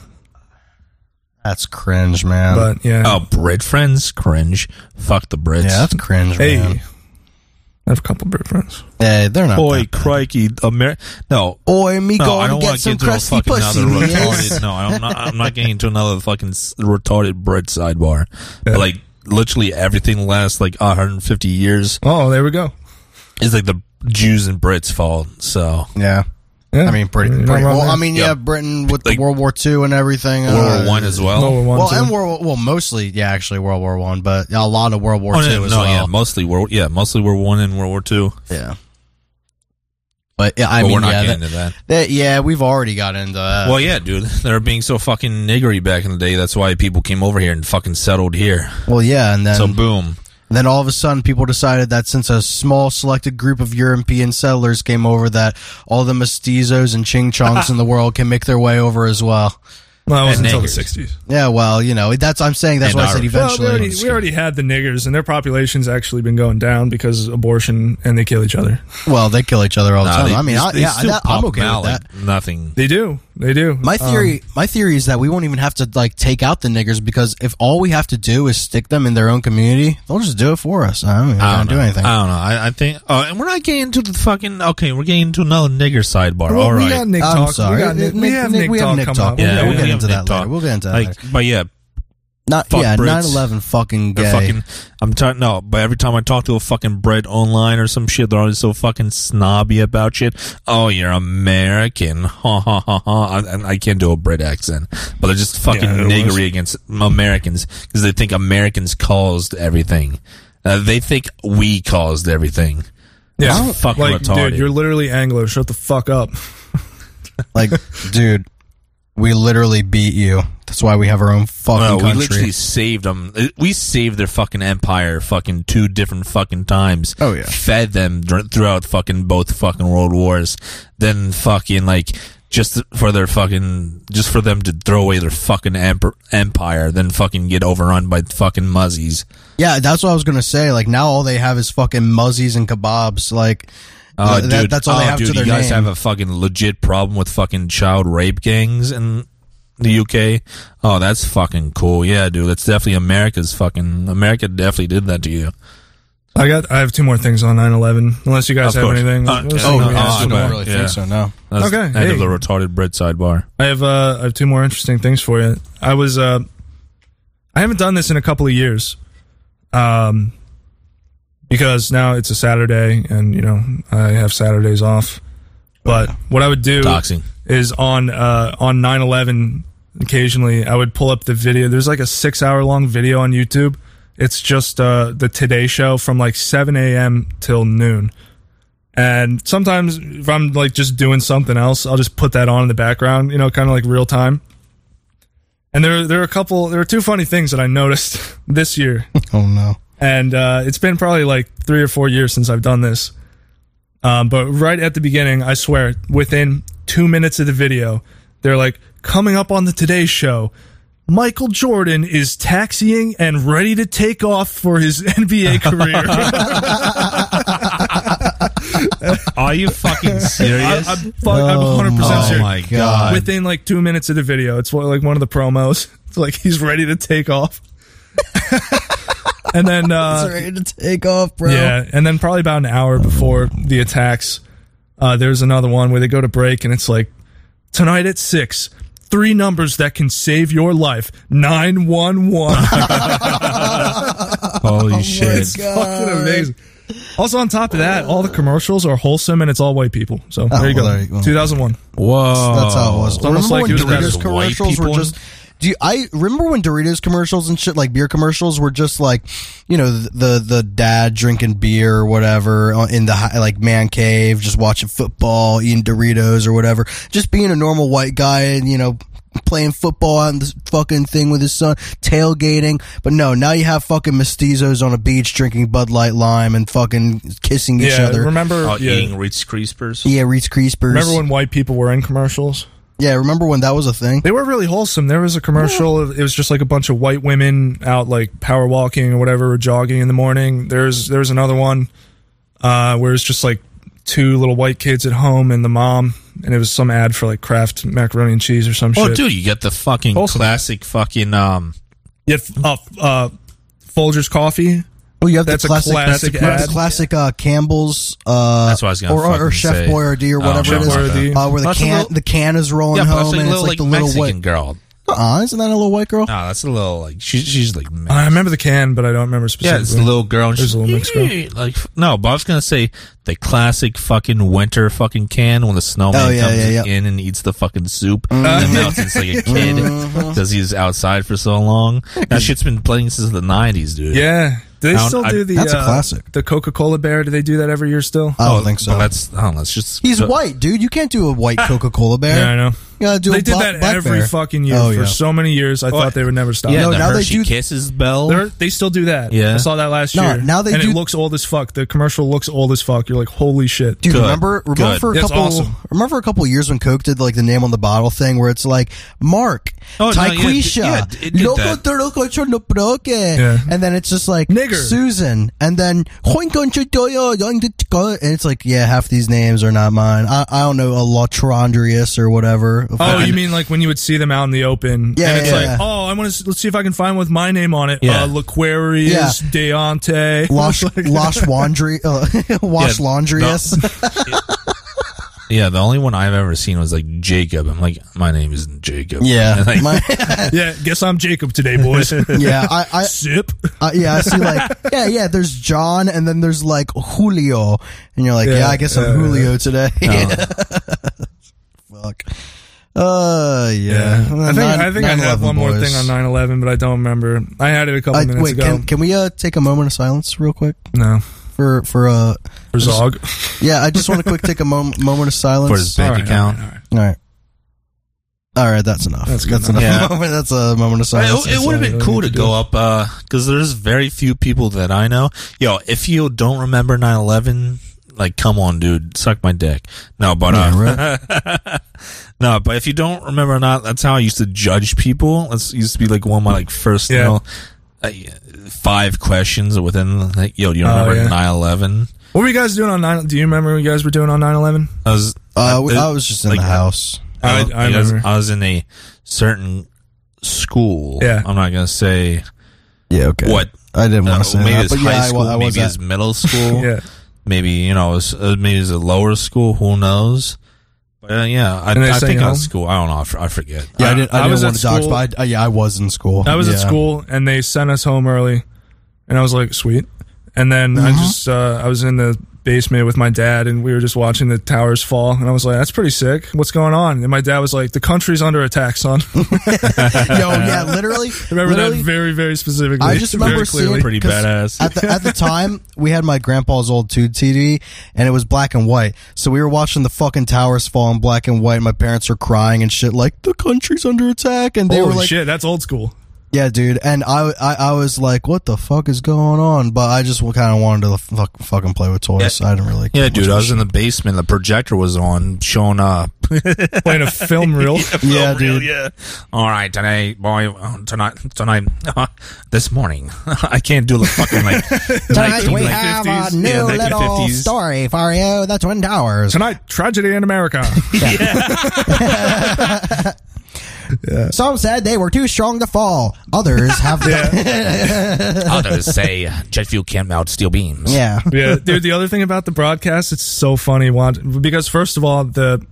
Speaker 2: that's cringe, man.
Speaker 1: But yeah,
Speaker 4: Oh, Brit friends, cringe. Fuck the Brits.
Speaker 2: yeah, that's cringe,
Speaker 1: hey,
Speaker 2: man.
Speaker 1: I have a couple Brit friends.
Speaker 2: Hey, they're not.
Speaker 4: Boy,
Speaker 2: Boy,
Speaker 4: crikey, Amer- No,
Speaker 2: Oi, me
Speaker 4: no, I
Speaker 2: going
Speaker 4: don't
Speaker 2: to
Speaker 4: want
Speaker 2: get
Speaker 4: to
Speaker 2: some
Speaker 4: get into a
Speaker 2: crusty
Speaker 4: fucking
Speaker 2: pussy.
Speaker 4: another
Speaker 2: yes.
Speaker 4: retarded. No, I'm not. I'm not getting into another fucking s- retarded Brit sidebar. But like literally everything lasts like 150 years
Speaker 1: Oh, there we go.
Speaker 4: is like the Jews and Brits' fault. So
Speaker 2: Yeah.
Speaker 1: Yeah.
Speaker 2: I mean,
Speaker 1: You're
Speaker 2: Britain.
Speaker 1: not
Speaker 2: Britain.
Speaker 1: wrong
Speaker 2: Well,
Speaker 1: there.
Speaker 2: I mean, yeah, Britain with
Speaker 4: Like-
Speaker 2: the World War II and everything.
Speaker 4: World
Speaker 2: uh,
Speaker 4: War One as well.
Speaker 1: World War One,
Speaker 2: Well,
Speaker 1: too.
Speaker 2: and World, well, mostly, yeah, actually, World War One, but a lot of World War
Speaker 4: Oh,
Speaker 2: Two
Speaker 4: no,
Speaker 2: as
Speaker 4: no, yeah,
Speaker 2: well.
Speaker 4: mostly World. Yeah, mostly World War One and World War Two.
Speaker 2: Yeah. But yeah, I
Speaker 4: but
Speaker 2: mean,
Speaker 4: we're not
Speaker 2: yeah,
Speaker 4: getting
Speaker 2: that- uh,
Speaker 4: into that.
Speaker 2: that- yeah, we've already got into that.
Speaker 4: Well, yeah, dude, they were being so fucking niggery back in the day. That's why people came over here and fucking settled here.
Speaker 2: Well, yeah, and then
Speaker 4: so boom,
Speaker 2: And then all of a sudden, people decided that since a small selected group of European settlers came over, that all the mestizos and ching chongs in the world can make their way over as well.
Speaker 1: Well, that was
Speaker 4: And
Speaker 1: until the
Speaker 4: niggers.
Speaker 1: '60s.
Speaker 2: Yeah, well, you know, that's I'm saying that's
Speaker 4: And
Speaker 2: why I said
Speaker 4: Irish.
Speaker 1: Well, we
Speaker 2: eventually.
Speaker 1: already, we already had the niggers, and their population's actually been going down because of abortion, and they kill each other.
Speaker 2: well, they kill each other all the
Speaker 4: Nah,
Speaker 2: time.
Speaker 4: Uh, they-
Speaker 2: I mean,
Speaker 4: they
Speaker 2: I,
Speaker 4: still
Speaker 2: yeah, that, I'm
Speaker 4: pop
Speaker 2: okay
Speaker 4: them out
Speaker 2: with that.
Speaker 4: like Nothing.
Speaker 1: They do. They do.
Speaker 2: My
Speaker 1: Um,
Speaker 2: theory, my theory is that we won't even have to like take out the niggers because if all we have to do is stick them in their own community, they'll just do it for us. I don't, even
Speaker 4: I don't
Speaker 2: do
Speaker 4: know. Um,
Speaker 2: anything.
Speaker 4: I don't know. I, I think, uh, and we're not getting into the fucking. Okay, we're getting into another nigger sidebar.
Speaker 1: Well,
Speaker 4: All
Speaker 1: Um, we
Speaker 4: right.
Speaker 1: got Nick
Speaker 2: I'm
Speaker 1: talk.
Speaker 2: sorry.
Speaker 1: We, got Nick, we have Nick,
Speaker 2: we have
Speaker 1: talk.
Speaker 2: Nick
Speaker 1: come
Speaker 2: talk.
Speaker 1: up.
Speaker 2: Yeah, we'll
Speaker 4: we
Speaker 2: get
Speaker 4: have
Speaker 2: into
Speaker 4: Nick
Speaker 2: that later. We'll get into that
Speaker 4: Like,
Speaker 2: later.
Speaker 4: but yeah,
Speaker 2: Not
Speaker 4: fuck
Speaker 2: yeah,
Speaker 4: Brits.
Speaker 2: 9/11 fucking gay.
Speaker 4: they're fucking. I'm trying. No, but every time I talk to a fucking bread online or some shit, they're always so fucking snobby about shit. Oh, you're American. Ha ha ha ha. I, and I can't do a Brit accent, but they're just fucking
Speaker 1: Yeah, it
Speaker 4: niggery
Speaker 1: was-
Speaker 4: against Americans because they think Americans caused everything. Uh, they think we caused everything.
Speaker 1: Yeah,
Speaker 4: It's fucking
Speaker 1: like,
Speaker 4: retarded.
Speaker 1: dude, you're literally Anglo. Shut the fuck up.
Speaker 2: Like, dude,
Speaker 8: We literally beat you. That's why we have our own
Speaker 4: No,
Speaker 8: fucking
Speaker 4: we
Speaker 8: country.
Speaker 4: literally saved them. We saved their fucking empire fucking two different fucking times.
Speaker 8: Oh, yeah.
Speaker 4: Fed them dr- throughout fucking both fucking world wars. Then fucking like just for their fucking just for them to throw away their fucking emper- empire then fucking get overrun by fucking muzzies.
Speaker 8: Yeah, that's what I was gonna say. Like now, all they have is fucking muzzies and kebabs. Like,
Speaker 4: Oh,
Speaker 8: th- Uh, that-
Speaker 4: dude.
Speaker 8: that's all they
Speaker 4: Oh,
Speaker 8: have
Speaker 4: dude,
Speaker 8: to their
Speaker 4: you guys
Speaker 8: name.
Speaker 4: have a fucking legit problem with fucking child rape gangs in the UK. Oh, that's fucking cool. Yeah, dude, that's definitely America's fucking America definitely did that to you.
Speaker 1: I got. I have two more things on 9/11. Unless you guys
Speaker 4: Of
Speaker 1: have
Speaker 4: course.
Speaker 1: anything.
Speaker 4: Uh,
Speaker 1: Let's see.
Speaker 4: oh, no,
Speaker 1: Yeah,
Speaker 4: uh,
Speaker 1: let's do
Speaker 4: no.
Speaker 1: more.
Speaker 4: really think so,
Speaker 8: No,
Speaker 4: That's
Speaker 1: Okay,
Speaker 4: the End
Speaker 1: hey.
Speaker 4: of the retarded bread sidebar.
Speaker 1: I have uh, I have two more interesting things for you. I was uh, I haven't done this in a couple of years, um, because now it's a Saturday and you know I have Saturdays off. But what I would do
Speaker 4: Doxing.
Speaker 1: is on uh, on nine eleven. Occasionally, I would pull up the video. There's like a six hour long video on YouTube. It's just uh, the Today Show from like seven a.m. till noon. And sometimes if I'm like just doing something else, I'll just put that on in the background, you know, kind of like real time. And there, there are a couple, there are two funny things that I noticed this year,
Speaker 8: oh no.
Speaker 1: and uh, it's been probably like three or four years since I've done this. Um, but right at the beginning, I swear, within two minutes of the video, they're like, "Coming up on the Today Show." Michael Jordan is taxiing and ready to take off for his NBA career.
Speaker 4: Are you fucking serious?
Speaker 1: I'm, fuck, I'm 100%
Speaker 4: oh
Speaker 1: serious.
Speaker 4: my
Speaker 8: Uh,
Speaker 4: god.
Speaker 1: within like two minutes of the video. It's one- like one of the promos. It's like he's ready to take off. and then uh,
Speaker 8: ready to take off, bro.
Speaker 1: yeah, and then probably about an hour before the attacks, uh, there's another one where they go to break and it's like tonight at six. Three numbers that can save your life: nine one one.
Speaker 8: Oh
Speaker 4: Holy shit.
Speaker 1: Fucking amazing. Also, on top of that, all the commercials are wholesome and it's all white people. So there you
Speaker 8: Oh, well,
Speaker 1: go.
Speaker 8: there you go.
Speaker 1: 2001.
Speaker 4: Whoa.
Speaker 8: That's how it was.
Speaker 1: It's almost
Speaker 8: remember
Speaker 1: like
Speaker 8: when
Speaker 1: it was
Speaker 8: Doritos
Speaker 1: about
Speaker 4: white
Speaker 8: commercials were
Speaker 4: people.
Speaker 8: just. Do you, I remember when Doritos commercials and shit like beer commercials were just like, you know, the the, the dad drinking beer or whatever uh, in the hi- like man cave, just watching football, eating Doritos or whatever, just being a normal white guy and you know playing football on this fucking thing with his son, tailgating. But no, now you have fucking mestizos on a beach drinking Bud Light lime and fucking kissing each
Speaker 1: yeah,
Speaker 8: other.
Speaker 1: remember?
Speaker 4: Oh,
Speaker 1: yeah.
Speaker 4: Eating Ritz Creaspers.
Speaker 8: yeah, Reese Creaspers.
Speaker 1: Remember when white people were in commercials?
Speaker 8: yeah, remember when that was a thing?
Speaker 1: They were really wholesome. There was a commercial. It was just like a bunch of white women out like power walking or whatever, or jogging in the morning. There's there's another one uh, where it's just like two little white kids at home and the mom, and it was some ad for like Kraft macaroni and cheese or some
Speaker 4: Oh,
Speaker 1: shit.
Speaker 4: dude, you get the fucking
Speaker 1: Awesome.
Speaker 4: classic fucking um.
Speaker 1: Yeah, f- uh, f- uh, Folgers coffee.
Speaker 8: Oh, you have
Speaker 1: That's
Speaker 8: the
Speaker 1: a
Speaker 8: classic,
Speaker 1: classic
Speaker 8: you have
Speaker 1: ad.
Speaker 8: the classic uh, Campbell's. Uh,
Speaker 4: That's what I was gonna
Speaker 8: or, or,
Speaker 4: fucking
Speaker 8: or Chef
Speaker 4: say.
Speaker 8: Boyardee or
Speaker 4: Oh,
Speaker 8: whatever
Speaker 4: Chef
Speaker 8: it is,
Speaker 1: Boyardee.
Speaker 8: uh, where the
Speaker 4: That's a
Speaker 8: can
Speaker 4: little-
Speaker 8: the can is rolling
Speaker 4: Yeah, but that's
Speaker 8: home
Speaker 4: like
Speaker 8: and
Speaker 4: little
Speaker 8: it's like,
Speaker 4: like
Speaker 8: the little
Speaker 4: Mexican
Speaker 8: white.
Speaker 4: girl.
Speaker 8: Uh, isn't that a little white girl?
Speaker 4: No, that's a little like she, she's like. Man.
Speaker 1: I remember the can, but I don't remember
Speaker 4: Yeah,
Speaker 1: specifically.
Speaker 4: it's the little girl. And
Speaker 1: There's
Speaker 4: she's
Speaker 1: a little mixed girl.
Speaker 4: Like no, but I was gonna say the classic fucking winter fucking can when the snowman
Speaker 8: Oh, yeah,
Speaker 4: comes
Speaker 8: yeah, Mm-hmm. yeah.
Speaker 4: in and eats the fucking soup and melts. It's like a kid
Speaker 8: Mm-hmm.
Speaker 4: because he was outside for so long. That shit's been playing since the nineties, dude.
Speaker 1: yeah. Do they
Speaker 4: I don't-
Speaker 1: still
Speaker 4: I-
Speaker 1: do the
Speaker 8: That's a
Speaker 1: uh,
Speaker 8: classic. Uh,
Speaker 1: The Coca Cola bear? Do they do that every year still?
Speaker 8: I don't think so.
Speaker 4: Oh, But that's I don't know. It's just
Speaker 8: He's
Speaker 4: so-
Speaker 8: white, dude. You can't do a white Coca Cola bear.
Speaker 1: yeah, I know.
Speaker 8: You gotta do
Speaker 1: They
Speaker 8: a
Speaker 1: did
Speaker 8: black,
Speaker 1: that
Speaker 8: black
Speaker 1: every
Speaker 8: bear.
Speaker 1: fucking year
Speaker 8: Oh,
Speaker 1: for
Speaker 8: yeah.
Speaker 1: so many years. I thought they would never stop.
Speaker 4: Yeah,
Speaker 8: No,
Speaker 4: the
Speaker 8: now they
Speaker 4: Hershey
Speaker 8: do-
Speaker 4: kisses bell.
Speaker 1: They're, they still do that.
Speaker 4: Yeah.
Speaker 1: I saw that last
Speaker 8: No,
Speaker 1: year.
Speaker 8: now they
Speaker 1: and
Speaker 8: do-
Speaker 1: it looks old as fuck. The commercial looks old as fuck. You're like, holy shit.
Speaker 8: Dude,
Speaker 4: Good.
Speaker 8: remember remember
Speaker 4: Good.
Speaker 8: for a
Speaker 1: That's
Speaker 8: couple
Speaker 1: awesome.
Speaker 8: remember a couple years when Coke did like the name on the bottle thing where it's like Mark
Speaker 4: Oh, no, yeah, it- yeah,
Speaker 8: Tyquisha
Speaker 4: it did
Speaker 8: Loco
Speaker 4: that.
Speaker 8: Toroco Chonoproke.
Speaker 1: Yeah.
Speaker 8: and then it's just like
Speaker 1: Nigger.
Speaker 8: Susan and then Huingon Chotoyo, Young Ditko. and it's like yeah half these names are not mine I, I don't know a Latrondrius or whatever
Speaker 1: Oh, you mean like when you would see them out in the open?
Speaker 8: Yeah,
Speaker 1: and it's
Speaker 8: yeah,
Speaker 1: like,
Speaker 8: yeah.
Speaker 1: oh, I want to. Let's see if I can find one with my name on it.
Speaker 4: Yeah.
Speaker 1: Uh, Laquarius
Speaker 8: Yeah.
Speaker 1: Deontay.
Speaker 8: Losh
Speaker 1: Like-
Speaker 8: Losh Laundry uh, Wash
Speaker 4: Yeah,
Speaker 8: Laundrius
Speaker 4: Yeah, the only one I've ever seen was like Jacob. I'm like, my name isn't Jacob.
Speaker 8: yeah
Speaker 4: Like,
Speaker 8: My-
Speaker 1: yeah, guess I'm Jacob today, boys.
Speaker 8: yeah I, I
Speaker 1: Sip.
Speaker 8: Uh, yeah, I see. Like, yeah, yeah. There's John, and then there's like Julio, and you're like, yeah,
Speaker 1: Yeah,
Speaker 8: I guess
Speaker 1: yeah,
Speaker 8: I'm Julio today. Fuck. Uh, yeah.
Speaker 1: I think I, think I have
Speaker 8: 9/11
Speaker 1: one more
Speaker 8: boys.
Speaker 1: thing on 9/11, but I don't remember. I had it a couple
Speaker 8: Uh,
Speaker 1: minutes
Speaker 8: wait,
Speaker 1: ago.
Speaker 8: can, can we uh take a moment of silence real quick
Speaker 1: no,
Speaker 8: for for uh
Speaker 1: for Zog.
Speaker 8: yeah? I just want to quick take a mom- moment of silence.
Speaker 4: for his bank
Speaker 1: Alright,
Speaker 4: account.
Speaker 8: All right. All right, that's enough. That's, enough.
Speaker 4: enough.
Speaker 8: that's a moment of
Speaker 4: It-
Speaker 8: silence.
Speaker 4: It, would have been cool to go up because there's very few people that I know. Yo, if you don't remember 9 11, like, come on, dude, suck my dick. No, but uh, no, but if you don't remember, or not that's how I used to judge people. That's used to be like one of my like first you
Speaker 1: Yeah.
Speaker 4: know, uh, five questions within like, yo, do you
Speaker 1: Oh,
Speaker 4: remember
Speaker 1: yeah.
Speaker 4: 9 11?
Speaker 1: What were you guys doing on 9 Do you remember what you guys were doing on 9 11?
Speaker 4: I was
Speaker 8: Uh, we-
Speaker 4: it-
Speaker 8: I was just in
Speaker 4: like,
Speaker 8: the house.
Speaker 1: I-
Speaker 4: don't-
Speaker 1: I
Speaker 4: was,
Speaker 1: remember.
Speaker 4: I was in a certain school.
Speaker 1: Yeah.
Speaker 4: I'm not gonna say
Speaker 8: Yeah, okay.
Speaker 4: what.
Speaker 8: I didn't
Speaker 4: Uh,
Speaker 8: want to say
Speaker 4: maybe
Speaker 8: that,
Speaker 4: it's
Speaker 8: but
Speaker 4: high
Speaker 8: yeah, I wa-
Speaker 4: school.
Speaker 8: I, was
Speaker 4: maybe it's
Speaker 8: at,
Speaker 4: middle school.
Speaker 1: Yeah.
Speaker 4: Maybe you know, it's, uh, maybe it's a lower school. Who knows? But uh, yeah, I,
Speaker 1: And they
Speaker 4: I
Speaker 1: sent
Speaker 4: think
Speaker 1: you
Speaker 4: I was
Speaker 1: home?
Speaker 4: school. I don't know. I, f- I forget.
Speaker 8: yeah, I didn't, I
Speaker 1: I was
Speaker 8: didn't want
Speaker 1: at
Speaker 8: to dodge,
Speaker 1: school.
Speaker 8: but I, uh, yeah, I was in school.
Speaker 1: I was at
Speaker 8: Yeah.
Speaker 1: school and they sent us home early, and I was like, sweet. And then
Speaker 8: Uh-huh.
Speaker 1: I just uh, I was in the basement with my dad, and we were just watching the towers fall, and I was like, that's pretty sick. What's going on? And my dad was like, the country's under attack, son.
Speaker 8: Yo, yeah, literally.
Speaker 1: remember
Speaker 8: literally,
Speaker 1: that very very specifically.
Speaker 8: I just
Speaker 1: Very
Speaker 8: remember
Speaker 1: clearly.
Speaker 8: seeing
Speaker 4: Pretty
Speaker 8: 'cause
Speaker 4: badass.
Speaker 8: At the, at the time, we had my grandpa's old tube TV, and it was black and white. So we were watching the fucking towers fall in black and white. And my parents were crying and shit, like the country's under attack, and they
Speaker 1: Holy
Speaker 8: were like,
Speaker 1: shit, that's old school.
Speaker 8: "Yeah, dude." And I, I, I was like, "What the fuck is going on?" But I just kind of wanted to fuck, fucking play with toys. I didn't really.
Speaker 4: Yeah, dude,
Speaker 1: uh,
Speaker 4: I was in the basement. The projector was on, showing up.
Speaker 1: Playing a film reel.
Speaker 8: Yeah,
Speaker 4: Oh, really?
Speaker 8: dude.
Speaker 4: Yeah. All right, tonight, boy, oh, tonight, tonight, uh, this morning. I can't do the fucking like.
Speaker 8: Tonight we
Speaker 4: like
Speaker 8: have
Speaker 1: 50s.
Speaker 8: a new
Speaker 4: Yeah, like
Speaker 8: little
Speaker 4: 50s.
Speaker 8: story for you. The Twin Towers.
Speaker 1: Tonight, tragedy in America.
Speaker 8: Some said they were too strong to fall. Others have. yeah.
Speaker 4: Others say jet fuel can't melt steel beams.
Speaker 8: yeah.
Speaker 1: yeah, dude. The other thing about the broadcast, it's so funny. Watch, because first of all, the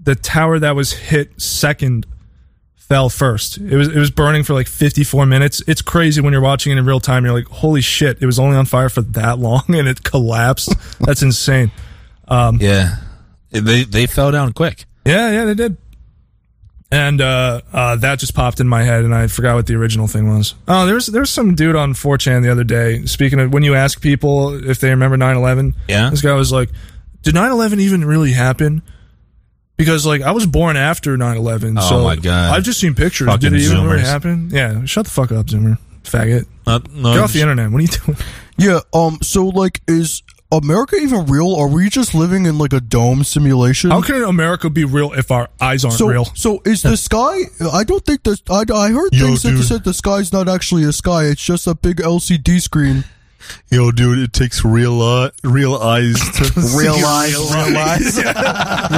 Speaker 1: the tower that was hit second fell first. It was it was burning for like 54 minutes. It's crazy when you're watching it in real time. You're like, holy shit! It was only on fire for that long and it collapsed. That's insane. Um,
Speaker 4: Yeah. They they fell down quick.
Speaker 1: Yeah, yeah, they did. And uh, uh, that just popped in my head, and I forgot what the original thing was. Oh, there's there's some dude on 4chan the other day. Speaking of when you ask people if they remember 9/11,
Speaker 4: Yeah.
Speaker 1: this guy was like, "Did 9/11 even really happen?" Because like I was born after 9/11,
Speaker 4: Oh
Speaker 1: so
Speaker 4: my God.
Speaker 1: I've just seen pictures.
Speaker 4: Fucking
Speaker 1: Did it even really
Speaker 4: Zoomers.
Speaker 1: happen? Yeah, shut the fuck up, Zoomer, faggot.
Speaker 4: Not, no,
Speaker 1: Get off the internet. What are you doing?
Speaker 8: Yeah. Um. So, like, is America even real? Are we just living in like a dome simulation?
Speaker 1: How can America be real if our eyes aren't
Speaker 8: So,
Speaker 1: real?
Speaker 8: so is the sky? I don't think the I, I heard things that said the sky's not actually a sky. It's just a big LCD screen.
Speaker 4: Yo, dude, it takes real uh, real eyes to
Speaker 8: Realize,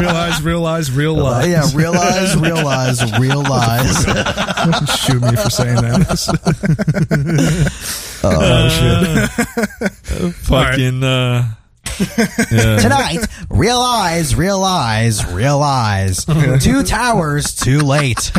Speaker 8: realize,
Speaker 1: realize, realize, realize.
Speaker 8: Uh, yeah, realize, realize, realize.
Speaker 1: shoot me for saying that.
Speaker 8: Oh,
Speaker 4: fucking. Uh,
Speaker 1: Uh,
Speaker 8: Tonight, realize, realize, realize. Two towers, too late.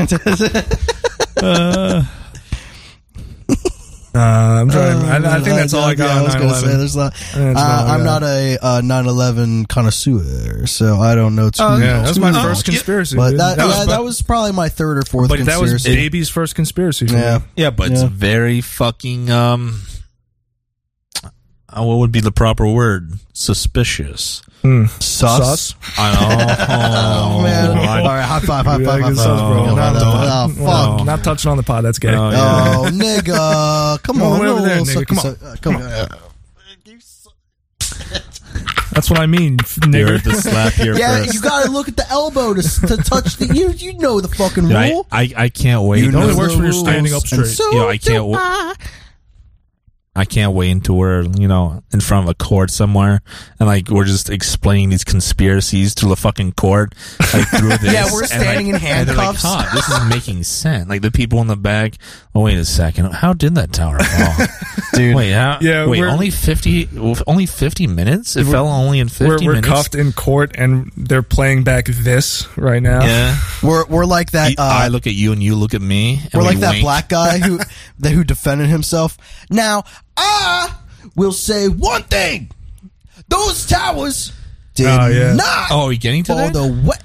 Speaker 1: Uh, I'm trying.
Speaker 2: Oh,
Speaker 1: I, I think that's all I
Speaker 8: Oh
Speaker 1: got
Speaker 8: Yeah,
Speaker 1: on
Speaker 8: was gonna say,
Speaker 1: 9/11.
Speaker 8: there's not,
Speaker 1: that's
Speaker 8: uh,
Speaker 1: all I
Speaker 8: I'm
Speaker 1: got.
Speaker 8: not a uh, 9/11 connoisseur, so I don't know too much.
Speaker 1: yeah, that was my
Speaker 4: Oh,
Speaker 1: first
Speaker 4: yeah.
Speaker 1: conspiracy.
Speaker 8: But
Speaker 1: dude.
Speaker 8: that,
Speaker 1: that
Speaker 8: yeah,
Speaker 1: was,
Speaker 8: that was probably my third or fourth
Speaker 1: but that was
Speaker 8: conspiracy.
Speaker 1: baby's first conspiracy. for me.
Speaker 8: yeah.
Speaker 4: yeah, but it's
Speaker 8: Yeah.
Speaker 4: very fucking. Um, uh, what would be the proper word? Suspicious.
Speaker 8: Sus.
Speaker 4: I know.
Speaker 8: Oh, man.
Speaker 4: I-
Speaker 8: All right, high five, high
Speaker 1: Yeah,
Speaker 8: five, high
Speaker 1: good
Speaker 8: five.
Speaker 1: stuff, bro.
Speaker 8: Oh,
Speaker 1: Not
Speaker 8: oh,
Speaker 1: touching-
Speaker 8: fuck.
Speaker 1: wow. Not touching on the pod. That's gay.
Speaker 4: Oh, yeah.
Speaker 8: Oh, nigga. Come
Speaker 1: Come
Speaker 8: on.
Speaker 1: on, over there,
Speaker 8: little sucky
Speaker 1: nigga. Come on.
Speaker 8: suck- uh, Come on.
Speaker 1: That's what I mean, f-
Speaker 4: You
Speaker 1: nigga.
Speaker 4: heard the slap here
Speaker 8: Yeah,
Speaker 4: first.
Speaker 8: you gotta look at the elbow to, to touch the. You you know the fucking
Speaker 4: Dude, I,
Speaker 8: rule.
Speaker 4: I, I can't wait.
Speaker 1: It only
Speaker 8: know
Speaker 1: works
Speaker 8: the
Speaker 1: when you're
Speaker 8: rules.
Speaker 1: standing up
Speaker 8: And
Speaker 1: straight.
Speaker 8: so
Speaker 4: Yeah, I can't
Speaker 8: do
Speaker 4: wa-
Speaker 8: I.
Speaker 4: I can't wait until we're, you know, in front of a court somewhere and like we're just explaining these conspiracies to the fucking court. Like through this.
Speaker 8: Yeah, we're
Speaker 4: and,
Speaker 8: standing in
Speaker 4: like, and they're
Speaker 8: handcuffs.
Speaker 4: Like, huh, this is making sense. Like the people in the back. Oh wait a second. How did that tower fall, dude? Wait, how,
Speaker 1: Yeah,
Speaker 4: yeah, wait.
Speaker 1: we're-
Speaker 4: Only fifty. Only fifty minutes. It fell only in 50
Speaker 1: We're, we're
Speaker 4: minutes.
Speaker 1: cuffed in court, and they're playing back this right now.
Speaker 4: Yeah.
Speaker 8: We're we're like that.
Speaker 4: You- I
Speaker 8: Uh,
Speaker 4: look at you and you look at me. And
Speaker 8: we're
Speaker 4: we
Speaker 8: like that
Speaker 4: wink.
Speaker 8: black guy who that who defended himself. Now I will say one thing: those towers did
Speaker 1: Oh, yeah.
Speaker 8: not
Speaker 4: Oh, are we getting to
Speaker 8: fall
Speaker 4: that?
Speaker 8: the way.